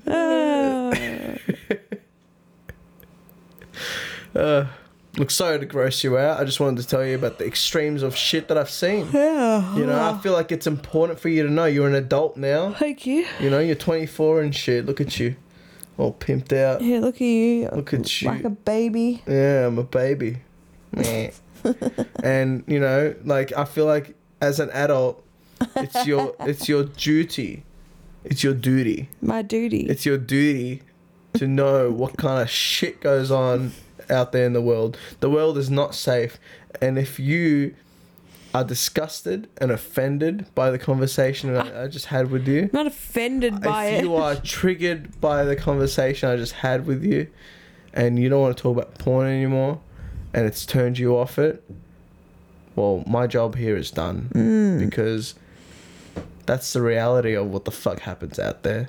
C: Oh.
D: Uh, look, sorry to gross you out. I just wanted to tell you about the extremes of shit that I've seen.
C: yeah.
D: You know, I feel like it's important for you to know you're an adult now.
C: Thank you.
D: You know, you're 24 and shit. Look at you. All pimped out.
C: Yeah, look at you.
D: Look at you.
C: Like a baby.
D: Yeah, I'm a baby. Meh. and you know, like I feel like as an adult, it's your it's your duty, it's your duty,
C: My duty.
D: it's your duty to know what kind of shit goes on out there in the world. The world is not safe, and if you are disgusted and offended by the conversation that I just had with you,
C: not offended by
D: if
C: it.
D: you are triggered by the conversation I just had with you, and you don't want to talk about porn anymore, and it's turned you off it, well, my job here is done
C: Mm.
D: because that's the reality of what the fuck happens out there.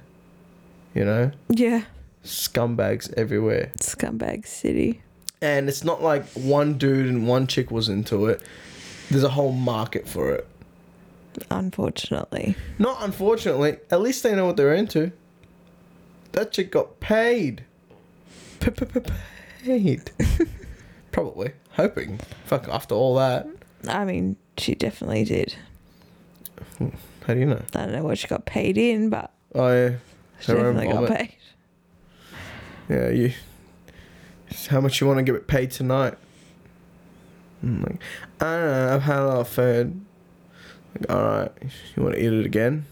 D: You know,
C: yeah.
D: scumbags everywhere,
C: Scumbag city.
D: and it's not like one dude and one chick was into it. There's a whole market for it.
C: Unfortunately.
D: Not unfortunately. At least they know what they're into. That chick got paid. Paid. Probably. Hoping. Fuck, after all that.
C: I mean, she definitely did.
D: How do you know?
C: I don't know what she got paid in, but
D: Oh, yeah.
C: she
D: Her own
C: definitely got
D: vomit.
C: paid.
D: Yeah, you. it's How much you want to get paid tonight? I'm like, I don't know. I've had a lot of food. Like, all right, you want to eat it again?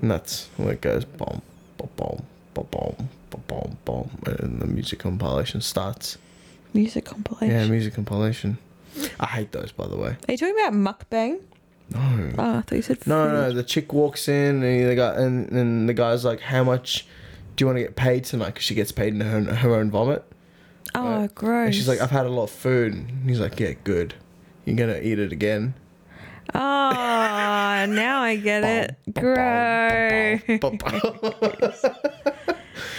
D: And that's where it goes. Boom, boom, boom, boom, boom, boom, boom, boom, and then the music compilation starts.
C: Music compilation.
D: Yeah, music compilation. I hate those, by the way.
C: Are you talking about mukbang?
D: No.
C: Oh, I thought you said
D: No,
C: food.
D: no, the chick walks in and the guy and, and the guy's like, "How much do you want to get paid tonight?" Because she gets paid in her, her own vomit,
C: Oh,
D: Right.
C: gross.
D: uh, and she's like, "I've had a lot of food." And he's like, "Yeah, good. You're gonna eat it again."
C: oh, Ah, now I get it. Gross.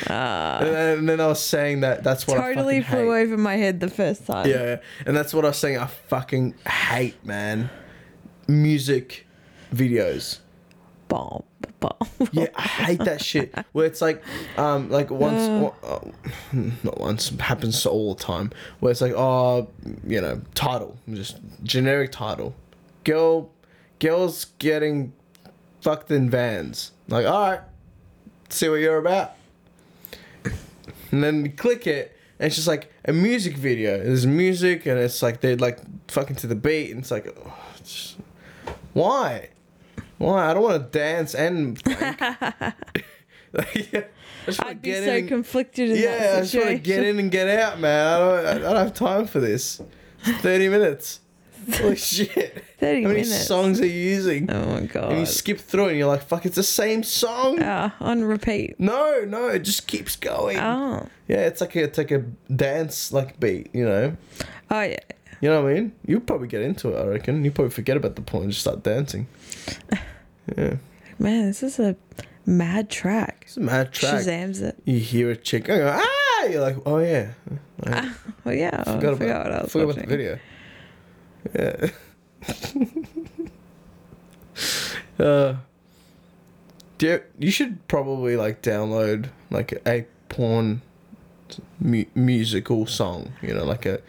D: and, then, and then I was saying that that's what
C: Ah. Totally
D: I fucking
C: flew
D: hate.
C: over my head the first time.
D: Yeah, yeah, and that's what I was saying. I fucking hate, man. Music videos.
C: Bomb, bomb.
D: Yeah, I hate that shit. Where it's like, um, like once, uh, not once, happens all the time. Where it's like, oh, you know, title, just generic title, girl, girls getting fucked in vans. Like, all right, see what you're about. And then we click it, and it's just like a music video. There's music, and it's like they're like fucking to the beat, and it's like, oh, it's just- why? Why? I don't want to dance and. Like, like, yeah, I just wanna
C: I'd be
D: get
C: so
D: in and-
C: conflicted in
D: Yeah, I
C: that
D: just want to
C: situation.
D: get in and get out, man. I don't, I don't have time for this. It's 30 minutes. Holy shit.
C: 30
D: How many
C: minutes.
D: songs are you using?
C: Oh my god.
D: and you skip through and you're like, fuck, it's the same song.
C: Ah, on repeat.
D: No, no, it just keeps going.
C: Oh.
D: Yeah, it's like a it's like a dance like beat, you know.
C: Oh yeah.
D: You know what I mean? You probably get into it, I reckon. You probably forget about the point and just start dancing. Yeah,
C: Man, this is a mad track.
D: it's a mad track.
C: Shazam's it.
D: You hear a chick, and go, ah, you're like, oh yeah,
C: Well, yeah. Ah, I forgot,
D: forgot about,
C: what I was
D: forgot
C: watching.
D: about the video. Yeah. uh, do you, you should probably like download like a porn mu- musical song. You know, like a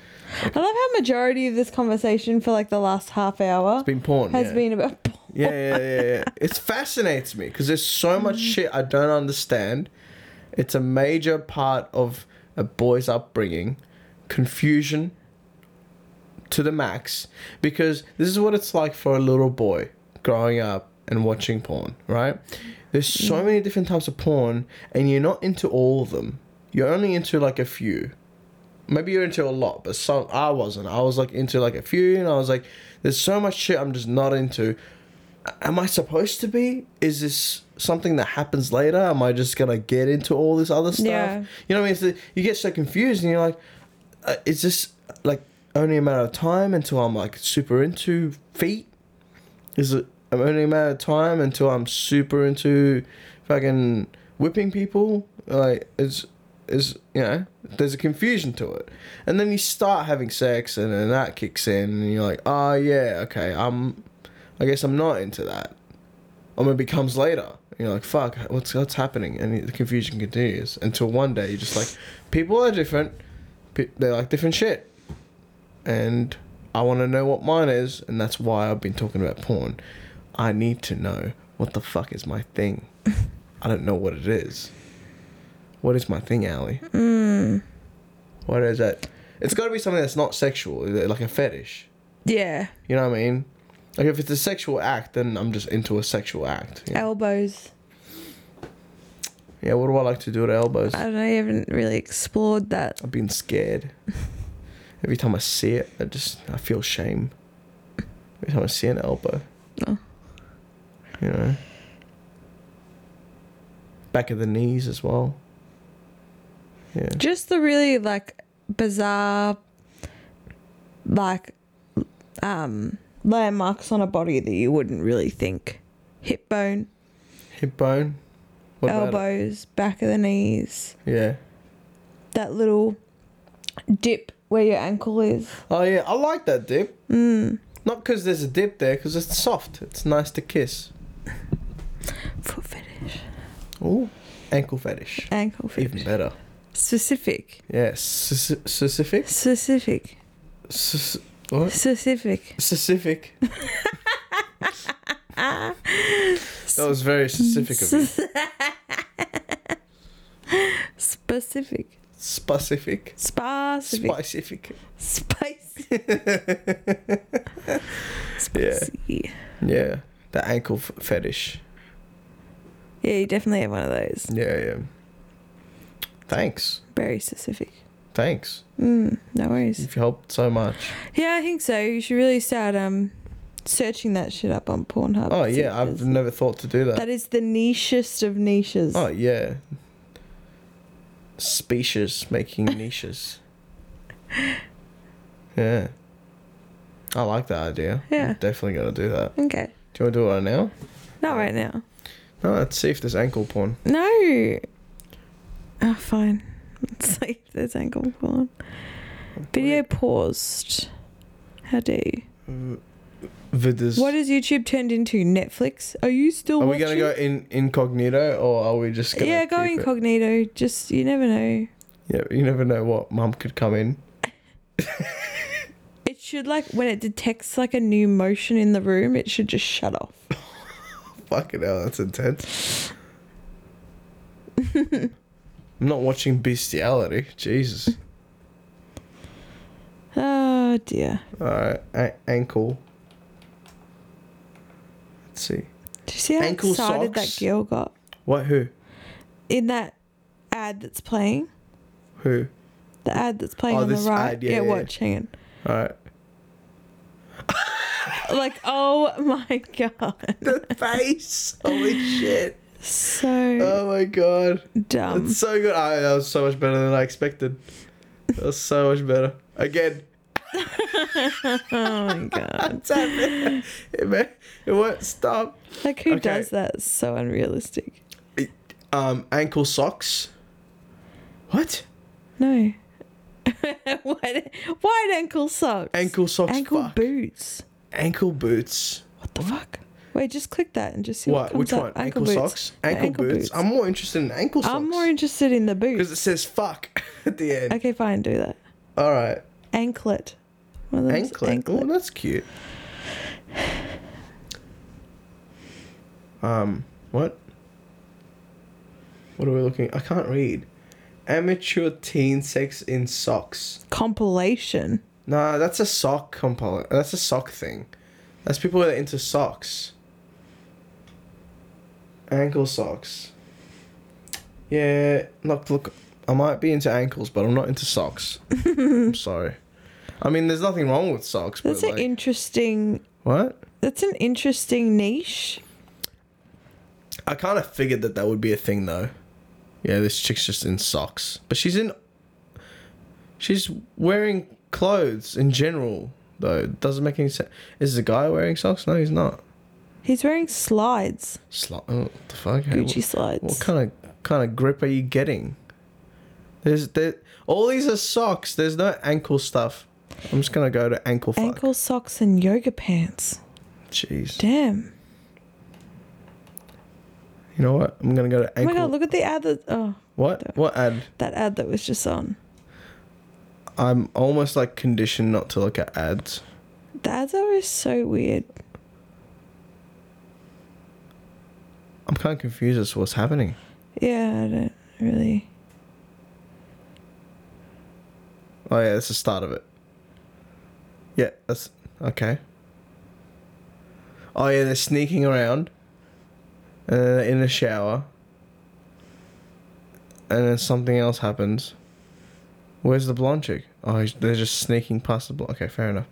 C: I love how majority of this conversation for like the last half hour
D: been porn.
C: has
D: yeah.
C: been about porn.
D: Yeah, yeah, yeah, yeah. It fascinates me because there's so much shit I don't understand. It's a major part of a boy's upbringing, confusion to the max, because this is what it's like for a little boy growing up and watching porn, right? There's so many different types of porn, and you're not into all of them. You're only into like a few maybe you're into a lot, but some I wasn't. I was like into like a few, and I was like, there's so much shit I'm just not into. A- Am I supposed to be? Is this something that happens later? Am I just gonna get into all this other stuff?
C: Yeah.
D: You know what I mean? It's the, you get so confused, and you're like, uh, is this like only a matter of time until I'm like super into feet? Is it only a matter of time until I'm super into fucking whipping people? Like, it's, is you know, there's a confusion to it. And then you start having sex, and then that kicks in, and you're like, oh, yeah, okay, I'm, I guess I'm not into that. Or maybe it comes later. You're like, fuck, what's, what's happening? And the confusion continues until one day you're just like, people are different, Pe- they like different shit and I want to know what mine is, and that's why I've been talking about porn. I need to know what the fuck is my thing. I don't know what it is. What is my thing, Ali? Mm. What is that? It's got to be something that's not sexual, like a fetish.
C: Yeah.
D: You know what I mean? Like if it's a sexual act, then I'm just into a sexual act. Yeah.
C: Oh. Elbows.
D: yeah what do I like to do at elbows?
C: I don't know. You haven't really explored that.
D: I've been scared. Every time I see it, I just I feel shame. Every time I see an elbow.
C: Oh.
D: You know. Back of the knees as well. Yeah.
C: Just the really like bizarre, like, um, landmarks on a body that you wouldn't really think. Hip bone,
D: Hip bone. What about it?
C: elbows, back of the knees,
D: Yeah.
C: that little dip where your ankle is.
D: Oh yeah, I like that dip. Mm. Not because there's a dip there, because it's soft. It's nice to kiss.
C: Foot fetish.
D: Ooh, ankle fetish.
C: Ankle
D: Even
C: fetish.
D: better.
C: Specific.
D: Yeah, s- specific.
C: Specific.
D: S- what?
C: Specific.
D: Specific.
C: Ah.
D: that was very specific of you.
C: Specific.
D: Specific.
C: Specific.
D: Specific.
C: Spicy. Spicy. Yeah.
D: Yeah, the ankle f- fetish.
C: yeah, you definitely have one of those.
D: Yeah, yeah. Thanks,
C: Very specific.
D: thanks.
C: Mm, no worries.
D: You've helped so much.
C: Yeah, I think so. You should really start um searching that shit up on Pornhub.
D: Oh yeah, I've never thought to do that.
C: That is the nichest of niches.
D: Oh yeah. Specious making niches. Yeah. I like that idea.
C: Yeah.
D: Definitely gonna do that.
C: Okay.
D: Do you wanna do it right now?
C: Not right now.
D: No, let's see if there's ankle porn.
C: No. Oh, fine. It's like there's ankle porn. Video paused. How dare you?
D: Vidas.
C: What is YouTube turned into? Netflix? Are you still
D: Are we
C: watching?
D: gonna go in incognito or are we just gonna
C: yeah, go
D: keep it?
C: incognito. Just you never know.
D: Yeah, you never know what mum could come in.
C: It should like when it detects like a new motion in the room, it should just shut off.
D: Fucking hell, that's intense. I'm not watching bestiality. Jesus.
C: Oh dear.
D: Alright, a- ankle. Let's see.
C: Do you see how
D: Ankle
C: excited
D: socks.
C: that girl got
D: What? Who?
C: in that ad that's playing?
D: Who?
C: The ad that's playing
D: Oh,
C: on the
D: this
C: right.
D: ad, yeah,
C: yeah,
D: yeah, yeah.
C: watch. Hang on.
D: Alright.
C: like oh my god
D: The face! Holy shit!
C: so
D: Oh my god.
C: dumb
D: It's so good. Oh, that was so much better than I expected. That was so much better. Again.
C: oh my god
D: It's happening. It, ma- it won't stop.
C: like who
D: Okay.
C: does that it's so unrealistic
D: It- um, ankle socks. What?
C: no white, white ankle socks
D: Ankle socks.
C: ankle
D: fuck.
C: boots
D: Ankle boots.
C: what the fuck wait just click that and just see what,
D: What?
C: comes
D: Which
C: up.
D: one? Ankle, socks.
C: No,
D: Ankle, boots. I'm more interested in ankle socks.
C: I'm more interested in the
D: because
C: boots
D: it says fuck at the end.
C: okay fine do that
D: All right.
C: anklet One of them's
D: Anklet. Oh, that's cute. Um, what? What are we looking? I can't read. Amateur teen sex in socks.
C: compilation
D: Nah, that's a sock compil. That's a sock thing. That's people that are into socks. Ankle socks. Yeah, look, look. I might be into ankles, but I'm not into socks. I'm sorry. I mean, there's nothing wrong with socks, but
C: that's an
D: like,
C: interesting
D: what?
C: that's an interesting niche
D: I kind of figured that that would be a thing, though. Yeah, this chick's just in socks, but she's in. She's wearing clothes in general, though. It doesn't make any sense. Is the guy wearing socks? No, he's not.
C: he's wearing slides
D: Sli- oh, what the fuck? Hey,
C: Gucci
D: what,
C: slides.
D: what kind of kind of grip are you getting? There's there. All these are socks. There's no ankle stuff. I'm just gonna go to ankle. Fuck.
C: Ankle socks and yoga pants.
D: Jeez.
C: Damn.
D: You know what? I'm gonna go to
C: Oh
D: ankle.
C: my god, look at the ad that oh
D: what? What ad?
C: that ad that was just on.
D: I'm almost like conditioned not to look at ads.
C: The ads are always so weird.
D: I'm kind of confused as to what's happening.
C: Yeah, I don't really
D: Oh yeah, that's the start of it. Yeah, that's okay. Oh yeah, they're sneaking around, and then they're in the shower, and then something else happens. Where's the blonde chick? Oh, he's, they're just sneaking past the blonde. Okay, fair enough.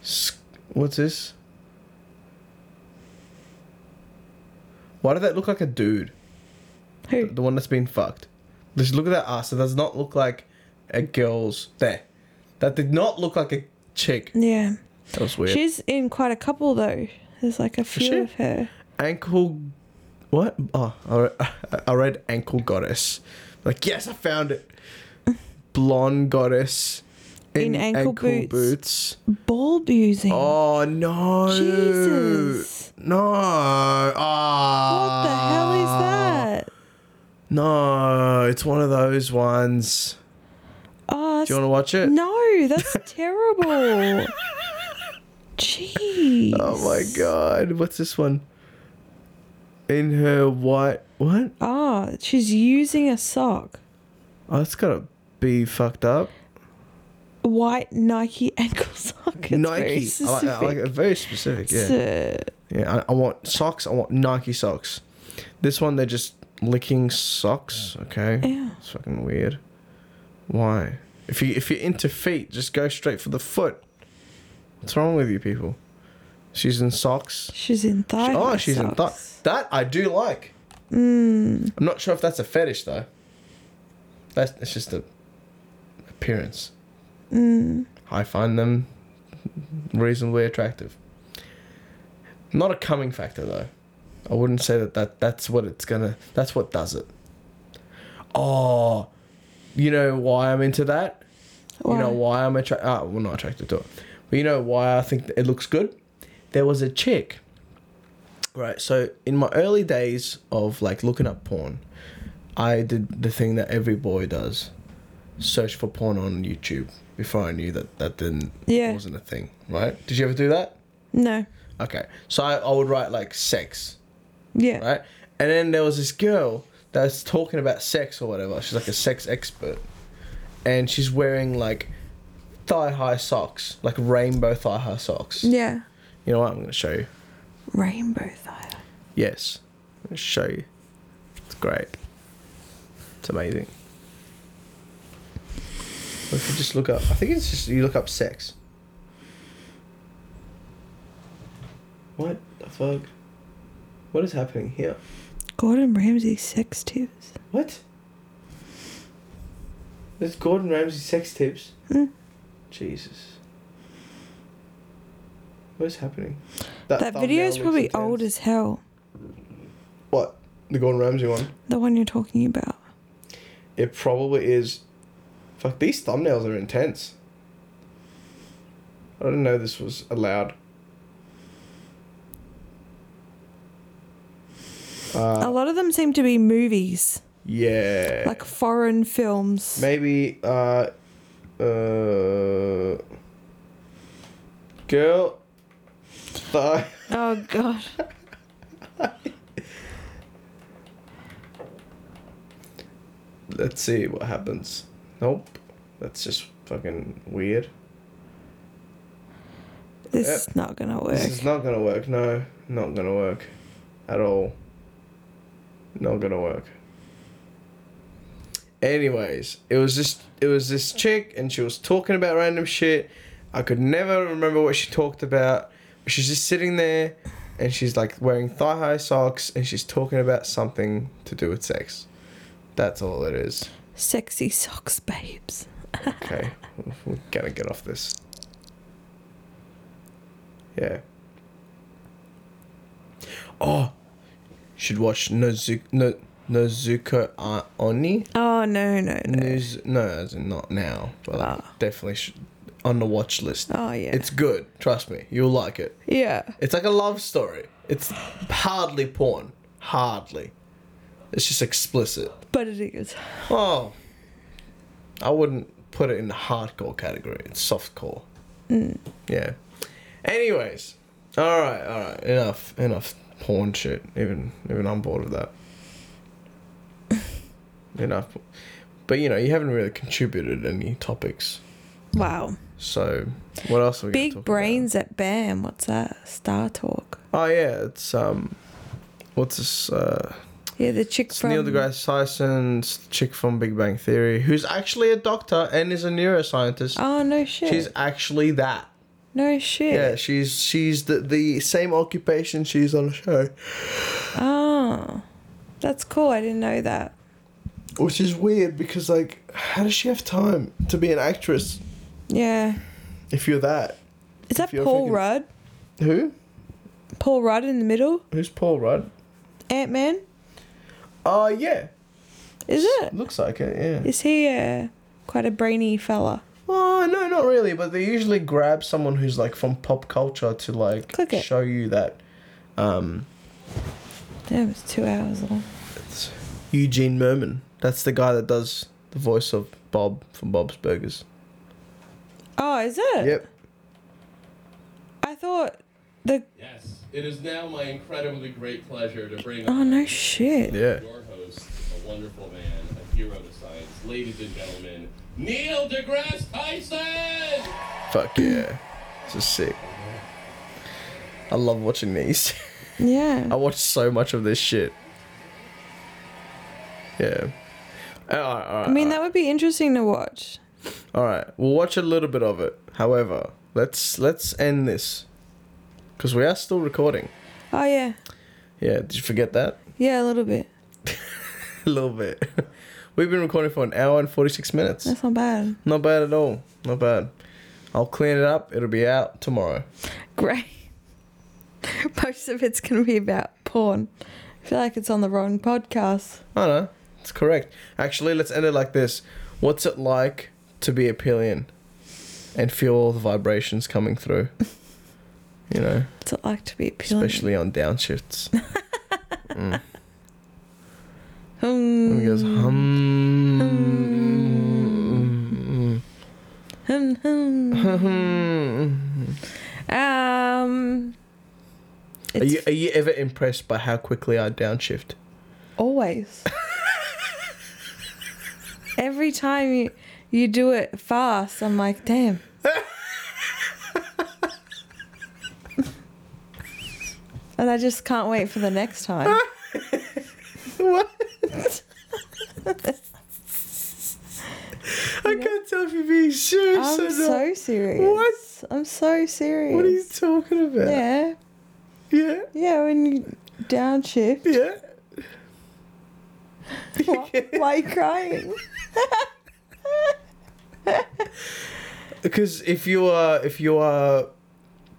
D: S- What's this? Why did that look like a dude?
C: who
D: The one that's been fucked. Just look at that ass. It does not look like a girl's. There. That did not look like a chick.
C: Yeah.
D: That was weird.
C: She's in quite a couple though. There's like a
D: she?
C: few of her.
D: ankle. What? Oh, I re- I read ankle goddess. Like, yes, I found it. Blonde goddess.
C: In ankle boots. Ball using.
D: Oh, no.
C: Jesus.
D: No. Ah.
C: What the hell is that?
D: No, it's one of those ones.
C: Oh,
D: Do you want to watch it?
C: that's- no, that's terrible. Jeez.
D: Oh my god, what's this one? In her white what?
C: Oh, she's using a sock.
D: Oh, it's gotta be fucked up.
C: White Nike ankle sock. It's Very
D: Nike. I like, that. I like it
C: specific.
D: very specific. Yeah,
C: It's, uh,
D: yeah. I, I want socks. I want Nike socks. This one they're just licking socks. Okay,
C: Yeah. Eh.
D: it's fucking weird. Why? If you if you're into feet, just go straight for the foot. What's wrong with you people? She's in socks.
C: she's in thigh.
D: oh,
C: high
D: she's in thigh.
C: socks.
D: That I do like. Mm. I'm not sure if that's a fetish though. That's it's just a appearance. Mm. I find them reasonably attractive. Not a coming factor though. I wouldn't say that, that that's what it's gonna. That's what does it. Oh, you know why I'm into that.
C: Why?
D: You know why I'm attracted. Uh, well, not attracted to it, but you know why I think it looks good. There was a chick. Right, so in my early days of like looking up porn, I did the thing that every boy does: search for porn on YouTube. Before I knew that that didn't
C: Yeah.
D: wasn't a thing, right? Did you ever do that?
C: No.
D: Okay, so I, I would write like sex,
C: Yeah.
D: right? And then there was this girl that's talking about sex or whatever. She's like a sex expert, and she's wearing like thigh high socks, like rainbow thigh high socks.
C: Yeah.
D: You know what? I'm gonna show you.
C: Rainbow thigh.
D: Yes. I'm gonna show you. It's great. It's amazing. Or if you just look up I think it's just you look up sex. What the fuck? What is happening here?
C: Gordon Ramsay sex tips.
D: What? There's Gordon Ramsay sex tips.
C: Hmm?
D: Jesus. What is happening?
C: That
D: thumbnail
C: video is
D: looks
C: probably
D: intense.
C: old as hell.
D: What? The Gordon Ramsay one?
C: The one you're talking about.
D: It probably is. Fuck, these thumbnails are intense. I didn't know this was allowed.
C: a lot of them seem to be movies,
D: Yeah.
C: like foreign films.
D: Maybe, uh. Uh. Girl. Thigh.
C: Oh god.
D: Let's see what happens. Nope. That's just fucking weird.
C: This
D: Yep.
C: is not gonna work.
D: This is not gonna work. No, not gonna work. At all. Not gonna work. Anyways, it was just it was this chick and she was talking about random shit. I could never remember what she talked about. She's just sitting there and she's like wearing thigh high socks and she's talking about something to do with sex. That's all it is.
C: Sexy socks, babes.
D: Okay, we're gonna get off this. Yeah. Oh, should watch Nozuko no, Nozuko uh, Oni.
C: Oh no no no.
D: News, no, as in not now, but
C: Ah.
D: definitely should, on the watch list.
C: Oh yeah.
D: It's good. Trust me, you'll like it.
C: yeah.
D: It's like a love story. It's hardly porn. Hardly. It's just explicit.
C: But it is.
D: Oh, I wouldn't put it in the hardcore category. It's softcore.
C: Mm.
D: Yeah. Anyways, all right, all right. Enough, enough porn shit. Even, even I'm bored of that. enough. But you know, you haven't really contributed any topics.
C: Wow.
D: So, what else? Are we gonna
C: Big
D: talk
C: brains at BAM. What's that? Star Talk.
D: About? Oh yeah, it's um, what's this? Uh,
C: Yeah, the chick
D: It's
C: from
D: Neil deGrasse Tyson's chick from Big Bang Theory, who's actually a doctor and is a neuroscientist.
C: Oh no shit.
D: She's actually that.
C: no shit.
D: Yeah, she's she's the the same occupation she's on the show,
C: Oh. That's cool. I didn't know that.
D: which is weird because like, how does she have time to be an actress
C: Yeah.
D: if you're that?
C: Is that
D: you're
C: Paul
D: thinking-
C: Rudd?
D: Who?
C: Paul Rudd in the middle?
D: Who's Paul Rudd?
C: Ant Man?
D: Oh yeah,
C: Is it?
D: looks like it. Yeah.
C: Is he uh, quite a brainy fella?
D: Oh no, not really. But they usually grab someone who's like from pop culture to like
C: Click it.
D: show you that. Um,
C: Damn, it's two hours long.
D: it's- Eugene Merman. That's the guy that does the voice of Bob from Bob's Burgers.
C: Oh, is it?
D: Yep.
C: I thought the.
G: Yes, it is now my incredibly great pleasure to bring
C: Oh,
G: on
C: no shit.
D: Yeah.
G: your host, a wonderful man, a hero to science, ladies and gentlemen, Neil deGrasse Tyson!
D: Fuck yeah. This is sick. I love watching these. I
C: Yeah.
D: watch so much of this shit. Yeah. Alright, alright.
C: I mean, that would be interesting to watch.
D: All right, we'll watch a little bit of it. However, let's let's end this because we are still recording.
C: Oh, yeah.
D: Yeah, did you forget that?
C: Yeah, a little bit.
D: a little bit. We've been recording for an hour and forty six minutes.
C: That's not bad.
D: Not bad at all. Not bad. I'll clean it up. It'll be out tomorrow.
C: Great. Most of it's going to be about porn. I feel like it's on the wrong podcast.
D: I know. It's correct. Actually, let's end it like this. What's it like to be a pillion and feel all the vibrations coming through? You know,
C: What's it like to be appealing?
D: especially on downshifts.
C: Hmm.
D: And he goes, "Hmm." hum.
C: Hmm, hmm. um,
D: Are
C: it's
D: you, are you ever impressed by how quickly I downshift?
C: always. Every time you, you do it fast, I'm like, damn. and I just can't wait for the next time.
D: What? I can't tell if you're being serious
C: I'm
D: or not.
C: so serious.
D: What?
C: I'm so serious.
D: What are you talking about?
C: Yeah.
D: Yeah.
C: Yeah, when you downshift.
D: Yeah.
C: Why, why are you crying?
D: Because if you are if you are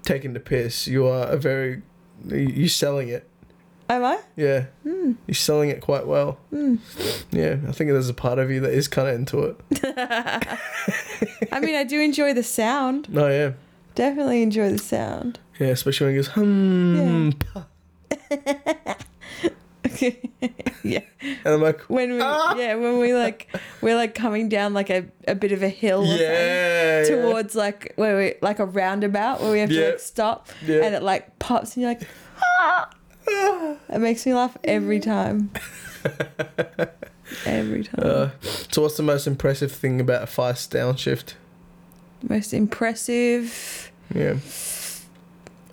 D: taking the piss, you are a very you're selling it.
C: Am I?
D: Yeah.
C: Hmm.
D: You're selling it quite well. Yeah, I think there's a part of you that is kind of into it.
C: I mean, I do enjoy the sound.
D: No, Oh, yeah.
C: Definitely enjoy the sound.
D: Yeah, especially when he goes, hmm. pa."
C: yeah.
D: And I'm like,
C: When we,
D: Ah!
C: yeah, when we like, we're like coming down like a, a bit of a hill. or something
D: yeah. yeah.
C: Towards like where we like a roundabout where we have to
D: Yeah.
C: like stop
D: Yeah.
C: and it like pops and you're like, ah! it makes me laugh every time. every time.
D: Uh, so, what's the most impressive thing about a fast downshift?
C: Most impressive.
D: Yeah.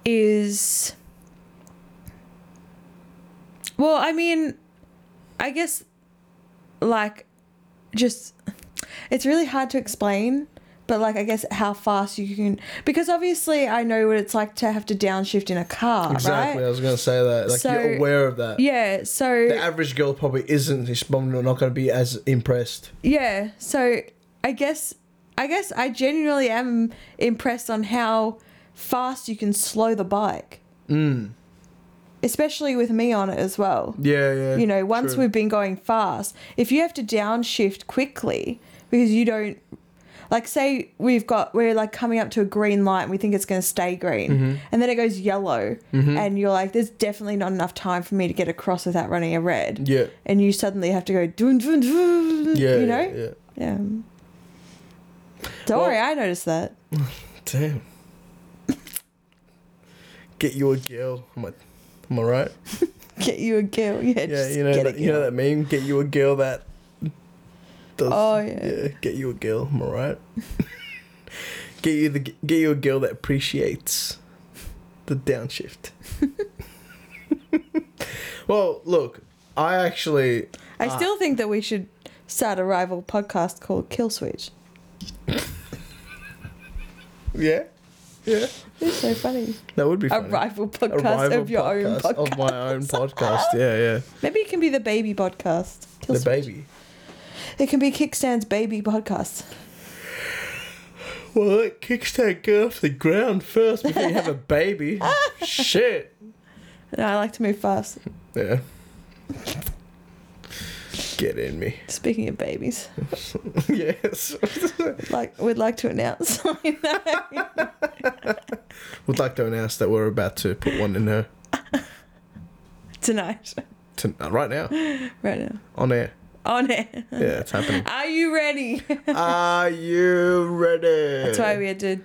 C: is well i mean i guess like just it's really hard to explain but like i guess how fast you can because obviously i know what it's like to have to downshift in a car
D: Exactly. I
C: right
D: was going to say that. Like,
C: So-
D: you're aware of that.
C: yeah
D: The
C: so
D: average girl probably isn't. She's probably not going to be as impressed.
C: yeah so i guess i guess i genuinely am impressed on how fast you can slow the bike
D: Hmm.
C: mm. especially with me on it as well
D: Yeah, yeah.
C: You know, once
D: True.
C: we've been going fast, if you have to downshift quickly because you don't like say we've got we're like coming up to a green light and we think it's going to stay green
D: Mm-hmm.
C: and then it goes yellow and you're like there's definitely not enough time for me to get across without running a red.
D: Yeah.
C: And you suddenly have to go dun dun dun
D: Yeah.
C: you
D: yeah,
C: know?
D: Yeah.
C: Yeah. Don't worry, I noticed that.
D: Damn. Get you a girl. I'm like, am I right?
C: Get you a girl. Yeah,
D: Yeah,
C: just
D: you know,
C: get a
D: that, you know
C: girl.
D: that meme. Get you a girl that. Does,
C: Oh, yeah.
D: Get you a girl. Am I right? get you the get you a girl that appreciates the downshift. well, look, I actually
C: I still
D: Ah.
C: think that we should start a rival podcast called Kill Switch.
D: yeah yeah
C: It's so funny.
D: that would be
C: a
D: funny.
C: rival
D: A
C: podcast
D: rival
C: of your own
D: podcast
C: podcast.
D: of my own podcast. Yeah, yeah.
C: Maybe it can be the baby podcast. Kill
D: The
C: switch.
D: baby.
C: It can be Kickstand's baby podcast.
D: Well, that kicks that girl off the ground first before you have a baby. Shit.
C: No, I like to move fast.
D: Yeah. Get in me.
C: Speaking of babies,
D: yes.
C: like we'd like to announce.
D: Would like to announce that we're about to put one in her.
C: tonight.
D: to, uh, right now
C: right now.
D: on air.
C: On it.
D: Yeah, it's happening.
C: Are you ready?
D: Are you ready?
C: That's why we had to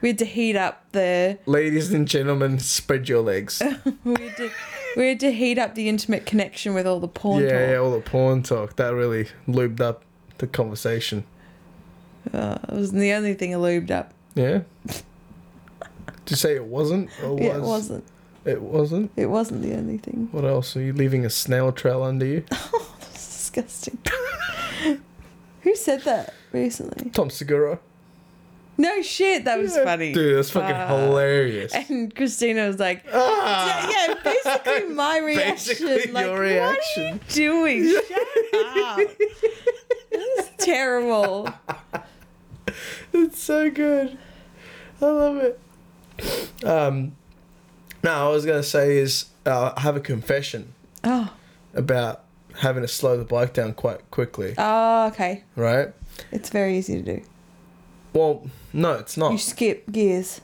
C: we had to heat up the
D: Ladies and gentlemen, spread your legs.
C: we had to, we had to heat up the intimate connection with all the porn
D: yeah, yeah,
C: talk.
D: all the porn talk. That really lubed up the conversation.
C: It was the only thing I lubed up.
D: Yeah? Did you say it wasn't? Or was?
C: Yeah, it wasn't.
D: It wasn't?
C: It wasn't the only thing.
D: What else? Are you leaving a snail trail under you?
C: It's disgusting. Who said that recently?
D: Tom Segura.
C: No shit, that was funny.
D: Dude, that's fucking
C: Fuck.
D: hilarious.
C: And Christina was like,
D: Ah!
C: yeah, yeah, basically my reaction.
D: Basically
C: like,
D: your
C: What are you
D: reaction.
C: doing? Shut up. That's terrible.
D: It's so good. I love it. Um, no, I was gonna say is uh, I have a confession
C: Oh,
D: about having to slow the bike down quite quickly,
C: oh okay.
D: right?
C: It's very easy to do.
D: Well, no, it's not.
C: You skip gears.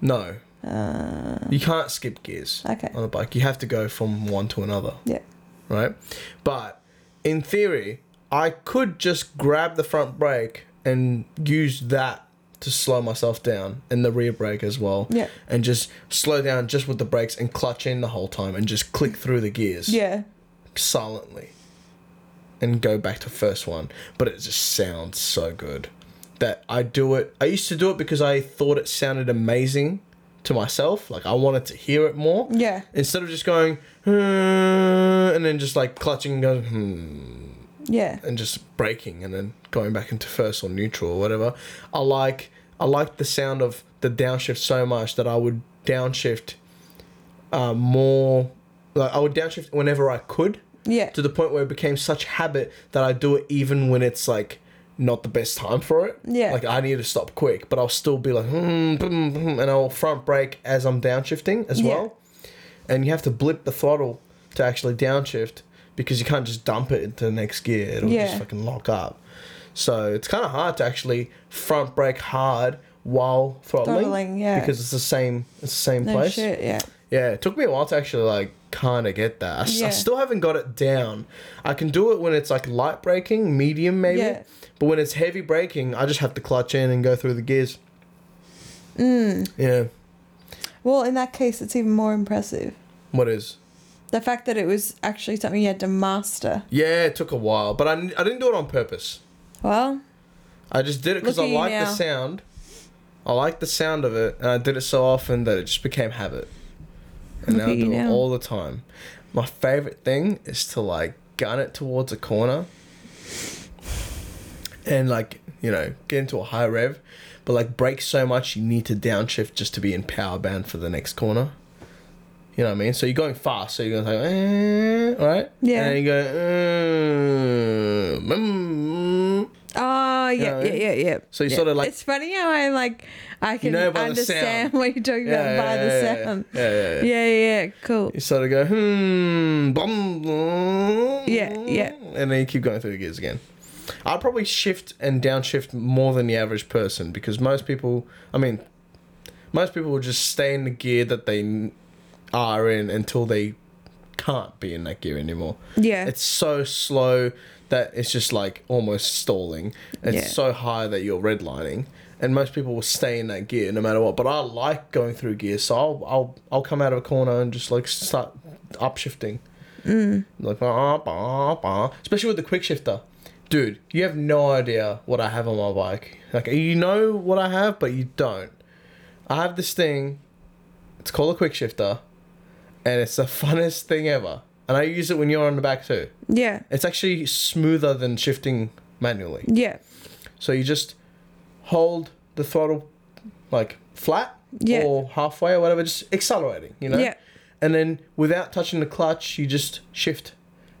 D: no,
C: Uh,
D: you can't skip gears
C: Okay.
D: on a bike. You have to go from one to another,
C: yeah.
D: right? But in theory, I could just grab the front brake and use that to slow myself down and the rear brake as well.
C: Yeah.
D: And just slow down just with the brakes and clutch in the whole time and just click through the gears
C: Yeah.
D: silently and go back to first one. But it just sounds so good that I do it. I used to do it because I thought it sounded amazing to myself. Like I wanted to hear it more.
C: Yeah.
D: Instead of just going "Hmm," and then just like clutching and going hmm,
C: Yeah.
D: and just braking and then going back into first or neutral or whatever. I like I like the sound of the downshift so much that I would downshift uh, more. Like I would downshift whenever I could
C: Yeah.
D: to the point where it became such habit that I do it even when it's like not the best time for it.
C: Yeah.
D: Like I need to stop quick, but I'll still be like, "Hmm, boom, boom," and I'll front brake as I'm downshifting as
C: Yeah.
D: well. And you have to blip the throttle to actually downshift because you can't just dump it into the next gear. It'll
C: Yeah.
D: just fucking lock up. So it's kind of hard to actually front brake hard while throttling,
C: Throttling, yeah.
D: because it's the same it's the same
C: No
D: place.
C: shit. Yeah.
D: Yeah, it took me a while to actually like kind of get that. I, s- I
C: Yeah.
D: still haven't got it down. I can do it when it's like light braking, medium maybe,
C: Yeah.
D: but when it's heavy braking, I just have to clutch in and go through the gears. Mm. Yeah,
C: Well, in that case, it's even more impressive.
D: what is?
C: The fact that it was actually something you had to master.
D: Yeah, it took a while, but I, n- I didn't do it on purpose.
C: Well,
D: I just did it because
C: Look
D: I
C: at you
D: like
C: now.
D: the sound. I like the sound of it, and I did it so often that it just became habit.
C: Look
D: And now
C: at
D: I
C: you
D: do it
C: now.
D: all the time. My favorite thing is to like gun it towards a corner, and like you know get into a high rev, but like brake so much you need to downshift just to be in power bound for the next corner. You know what I mean? So you're going fast, so you're going like, eh, right?
C: Yeah.
D: And then you go, eh, mm, mm,
C: oh yeah,
D: know,
C: yeah, yeah, yeah.
D: so you
C: yeah.
D: sorta like-
C: It's funny how I like I can
D: know by the
C: understand
D: sound.
C: what you're talking about by the
D: yeah,
C: sound.
D: Yeah, yeah, yeah.
C: Yeah, yeah, yeah, cool.
D: You sort of go, hmm, bum, bum,
C: Yeah, yeah.
D: And then you keep going through the gears again. I'd probably shift and downshift more than the average person because most people, I mean, most people will just stay in the gear that they are in until they can't be in that gear anymore.
C: Yeah.
D: It's so slow that it's just like almost stalling. It's
C: Yeah.
D: so high that you're redlining. And most people will stay in that gear no matter what. But I like going through gear, so I'll I'll, I'll come out of a corner and just like start upshifting. Like bah, bah, bah. especially with the quick shifter. Dude, you have no idea what I have on my bike. Like you know what I have, but you don't. I have this thing. It's called a quick shifter, and it's the funnest thing ever. And I use it when you're on the back too.
C: yeah.
D: It's actually smoother than shifting manually.
C: Yeah.
D: So you just hold the throttle like flat
C: Yeah.
D: or halfway or whatever, just accelerating, you know?
C: Yeah.
D: And then without touching the clutch, you just shift.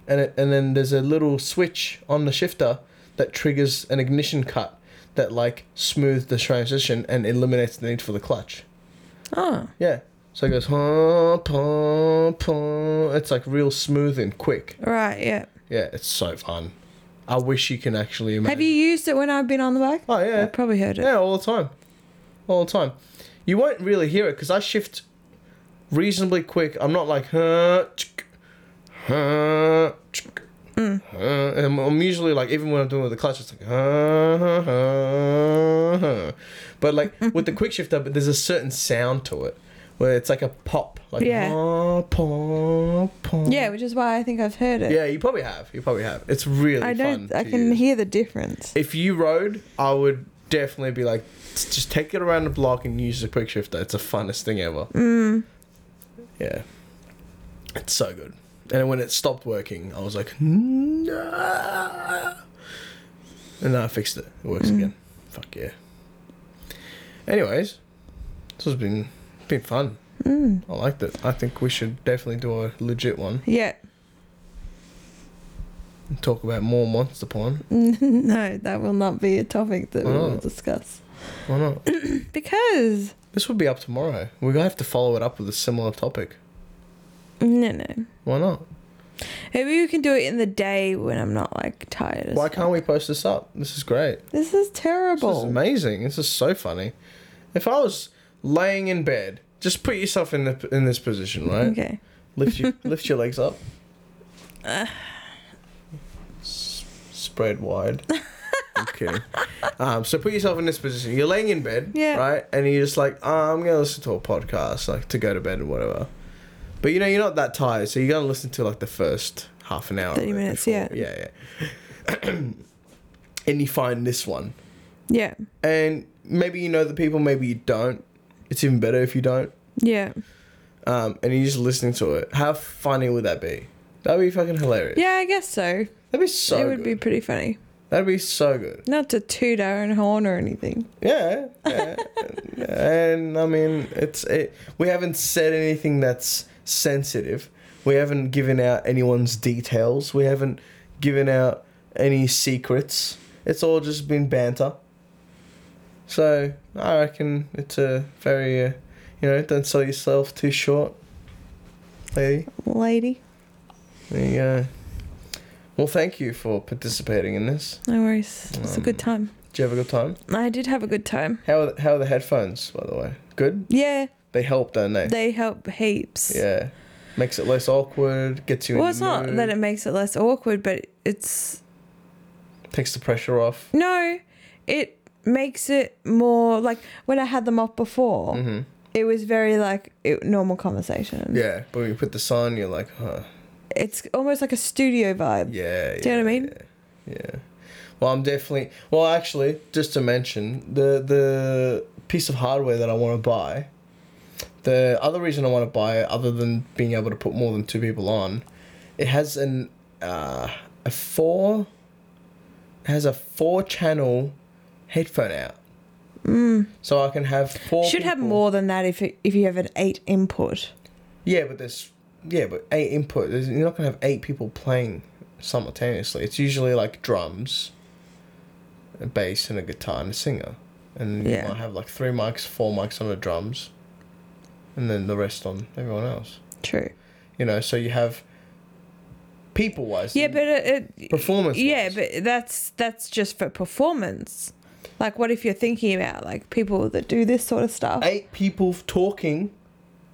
D: And, it, and then there's a little switch on the shifter that triggers an ignition cut that like smooths the transition and eliminates the need for the clutch.
C: Oh.
D: Yeah. So it goes, huh, pum, pum. it's like real smooth and quick.
C: Right, yeah.
D: Yeah, it's so fun. I wish you can actually imagine.
C: Have you used it when I've been on the bike?
D: Oh, yeah.
C: I probably heard it.
D: Yeah, all the time. All the time. You won't really hear it because I shift reasonably quick. I'm not like, huh, tsk, huh,
C: Mm.
D: huh, and I'm usually like even when I'm doing with the clutch, it's like huh, huh, huh, huh. but like with the quick shifter, but there's a certain sound to it where it's like a pop, like
C: Yeah.
D: "Huh, pom, pom."
C: Yeah, which is why I think I've heard it.
D: yeah, you probably have, you probably have. It's really
C: I
D: fun.
C: don't. I
D: to
C: can
D: use.
C: hear the difference.
D: If you rode, I would definitely be like, just take it around the block and use the quick shifter. It's the funnest thing ever. Yeah. It's so good. And when it stopped working, I was like, nah. And then I fixed it. It works again. Fuck yeah. Anyways, this has been been fun. I liked it. I think we should definitely do a legit one
C: Yeah.
D: and talk about more Monster Porn.
C: no, that will not be a topic that we
D: Why
C: will
D: not?
C: discuss.
D: Why not?
C: Because
D: This would be up tomorrow. We're gonna have to follow it up with a similar topic.
C: no, no.
D: Why not?
C: Maybe we can do it in the day when I'm not like tired. as
D: Why
C: fuck.
D: can't we post this up? This is great.
C: This is terrible.
D: This is amazing. This is so funny. If I was laying in bed, just put yourself in the in this position, right?
C: Okay.
D: Lift your lift your legs up.
C: Uh.
D: S- spread wide. okay. Um, so put yourself in this position. You're laying in bed,
C: Yeah.
D: right? And you're just like, oh, I'm gonna listen to a podcast, like to go to bed or whatever. But you know, you're not that tired, so you gotta listen to like the first half an hour. of
C: 30
D: it
C: minutes,
D: before-
C: yeah.
D: Yeah, yeah. and you find this one,
C: Yeah.
D: and maybe you know the people, maybe you don't. It's even better if you don't.
C: Yeah.
D: Um, and you're just listening to it. How funny would that be? That'd be fucking hilarious.
C: Yeah, I guess so.
D: That'd be so.
C: it would be
D: good.
C: pretty funny.
D: That'd be so good.
C: Not to toot our own horn or anything.
D: Yeah. yeah. and I mean, it's it. We haven't said anything that's sensitive. We haven't given out anyone's details. We haven't given out any secrets. It's all just been banter. So I reckon it's a very, uh, you know, don't sell yourself too short, lady.
C: Lady.
D: There you go. Well, thank you for participating in this.
C: No worries. It's a
D: Mm.
C: good time.
D: Did you have a good time?
C: I did have a good time.
D: How are the, how are the headphones, by the way? Good?
C: Yeah.
D: They help, don't they?
C: They help heaps.
D: yeah. Makes it less awkward, gets you
C: Well,
D: in
C: it's
D: the
C: not
D: mood,
C: that it makes it less awkward, but it's
D: takes the pressure off.
C: no, it makes it more like when I had them off before. It was very like it, normal conversation.
D: Mm-hmm. Yeah, but when you put this on, you're like, huh.
C: It's almost like a studio vibe.
D: Yeah.
C: Do you know what I
D: yeah,
C: mean?
D: Yeah. yeah. Well, I'm definitely. Well, actually, just to mention the the piece of hardware that I want to buy. The other reason I want to buy it, other than being able to put more than two people on, it has an uh, a four. It has a four channel headphone out. Mm. So I can have four.
C: Should have
D: people-
C: more than that if it, if you have an eight input.
D: yeah, but there's yeah, but eight input. There's, you're not gonna have eight people playing simultaneously. It's usually like drums, a bass, and a guitar and a singer, and
C: Yeah.
D: you might have like three mics, four mics on the drums, and then the rest on everyone else.
C: True.
D: You know, so you have people wise.
C: Yeah, but it, it
D: Performance-wise.
C: Yeah, but that's that's just for performance. Like, what if you're thinking about like people that do this sort of stuff?
D: eight people f- talking.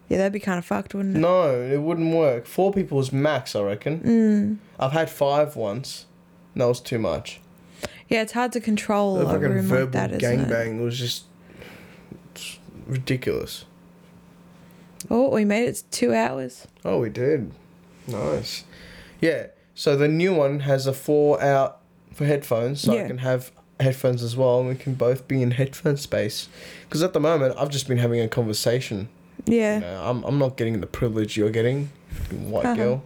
C: Yeah, that'd be kind of fucked, wouldn't it?
D: No, it wouldn't work. Four people is max, I reckon.
C: Mm.
D: I've had five once. and That was too much.
C: Yeah, it's hard to control
D: The
C: a
D: fucking
C: room
D: verbal
C: like that, isn't it?
D: gangbang was just it's ridiculous.
C: Oh, we made it to two hours.
D: Oh, we did. Nice. Yeah. So the new one has a four out for headphones, so I
C: Yeah.
D: can have headphones as well, and we can both be in headphone space. Because at the moment, I've just been having a conversation.
C: Yeah.
D: You know, I'm I'm not getting the privilege you're getting, fucking white
C: Uh-huh.
D: girl.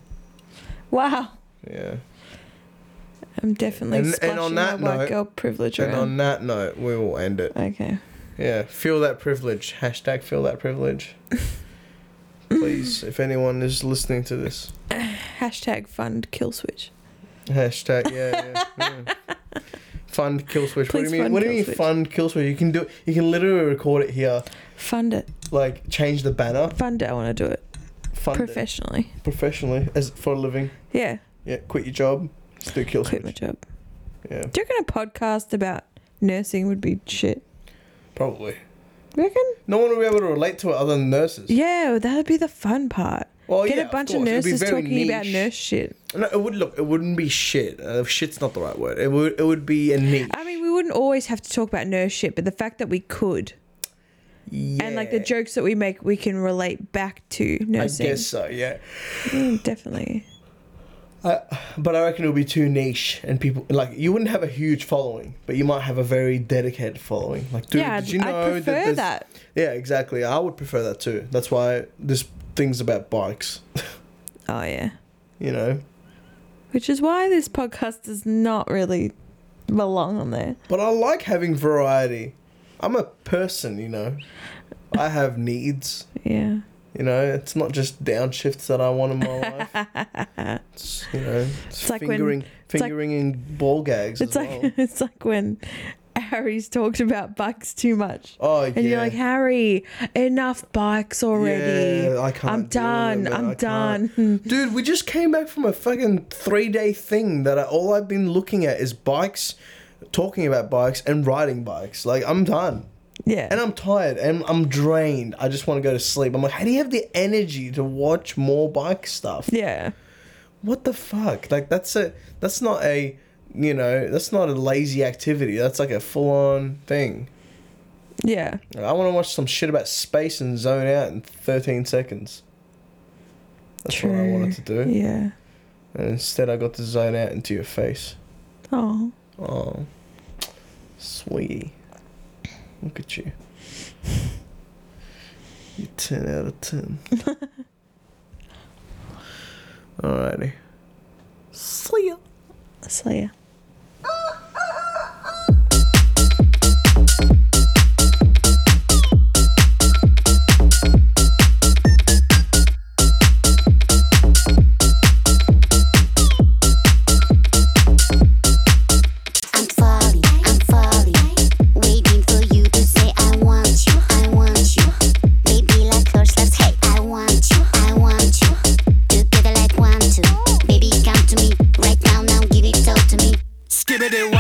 C: Wow.
D: Yeah.
C: I'm definitely
D: And- and
C: splashing
D: on that
C: my white
D: note-
C: girl privilege
D: And
C: around.
D: on that note, we will end it.
C: okay.
D: Yeah, feel that privilege. Hashtag feel that privilege. Please, if anyone is listening to this,
C: Hashtag fund kill switch.
D: hashtag yeah, yeah, yeah. fund kill switch. What do
C: Please
D: you mean?
C: fund
D: What do you
C: kill
D: mean
C: switch.
D: fund kill switch? You can do. You can literally record it here.
C: Fund it.
D: Like change the banner.
C: Fund it. I want to do it
D: Fund it
C: professionally.
D: professionally as for a living.
C: Yeah.
D: Yeah, quit your job. Just do kill
C: Quit my
D: switch.
C: job.
D: Yeah,
C: Do you reckon a podcast about nursing would be shit?
D: probably.
C: You reckon?
D: No one will be able to relate to it other than nurses.
C: Yeah, that would be the fun part.
D: Well,
C: Get
D: yeah,
C: a
D: of
C: bunch of,
D: course. It'd be
C: nurses
D: very
C: talking about
D: niche.
C: nurse shit.
D: No, it would look. It wouldn't be shit. Uh, shit's not the right word. It would. It would be a niche.
C: I mean, we wouldn't always have to talk about nurse shit, but the fact that we could
D: yeah,
C: and like the jokes that we make, we can relate back to
D: I
C: nursing.
D: guess so. Yeah,
C: Mm, definitely.
D: but I reckon it would be too niche, and people like you wouldn't have a huge following, but you might have a very dedicated following. Like, dude,
C: yeah,
D: did you
C: I'd-
D: know
C: I'd prefer
D: there's-
C: that.
D: Yeah, exactly. I would prefer that too. That's why there's things about bikes.
C: Oh yeah,
D: you know,
C: which is why this podcast does not really belong on there.
D: But I like having variety. I'm a person, you know. I have needs.
C: Yeah.
D: You know, it's not just downshifts that I want in my life. It's, you know, it's,
C: It's like when-
D: fingering,
C: like-
D: fingering in ball gags.
C: It's
D: as
C: like
D: well.
C: it's like when Harry's talked about bikes too much.
D: oh
C: And you're like, Harry, enough bikes already.
D: Yeah, I can't
C: I'm
D: deal with it,
C: done.
D: man.
C: I'm
D: I
C: done.
D: can't. Dude, we just came back from a fucking three day thing that I, all I've been looking at is bikes, talking about bikes, and riding bikes. Like, I'm done.
C: Yeah.
D: And I'm tired and I'm drained. I just want to go to sleep. I'm like, how do you have the energy to watch more bike stuff?
C: yeah.
D: What the fuck? Like that's a that's not a you know, that's not a lazy activity. That's like a full on thing.
C: Yeah.
D: Like, I want to watch some shit about space and zone out in 13 seconds. That's what I wanted to do.
C: Yeah.
D: And instead I got to zone out into your face.
C: Oh.
D: Oh. Sweetie. Look at you. You're 10 out of 10. Alrighty.
C: See ya. See ya.
H: I'm falling, I'm falling, waiting for you to say I want you, I want you. Baby like horse loves hey, I want you, I want you. Together like one two, baby come to me right now, now give it all to me.
I: Skibbity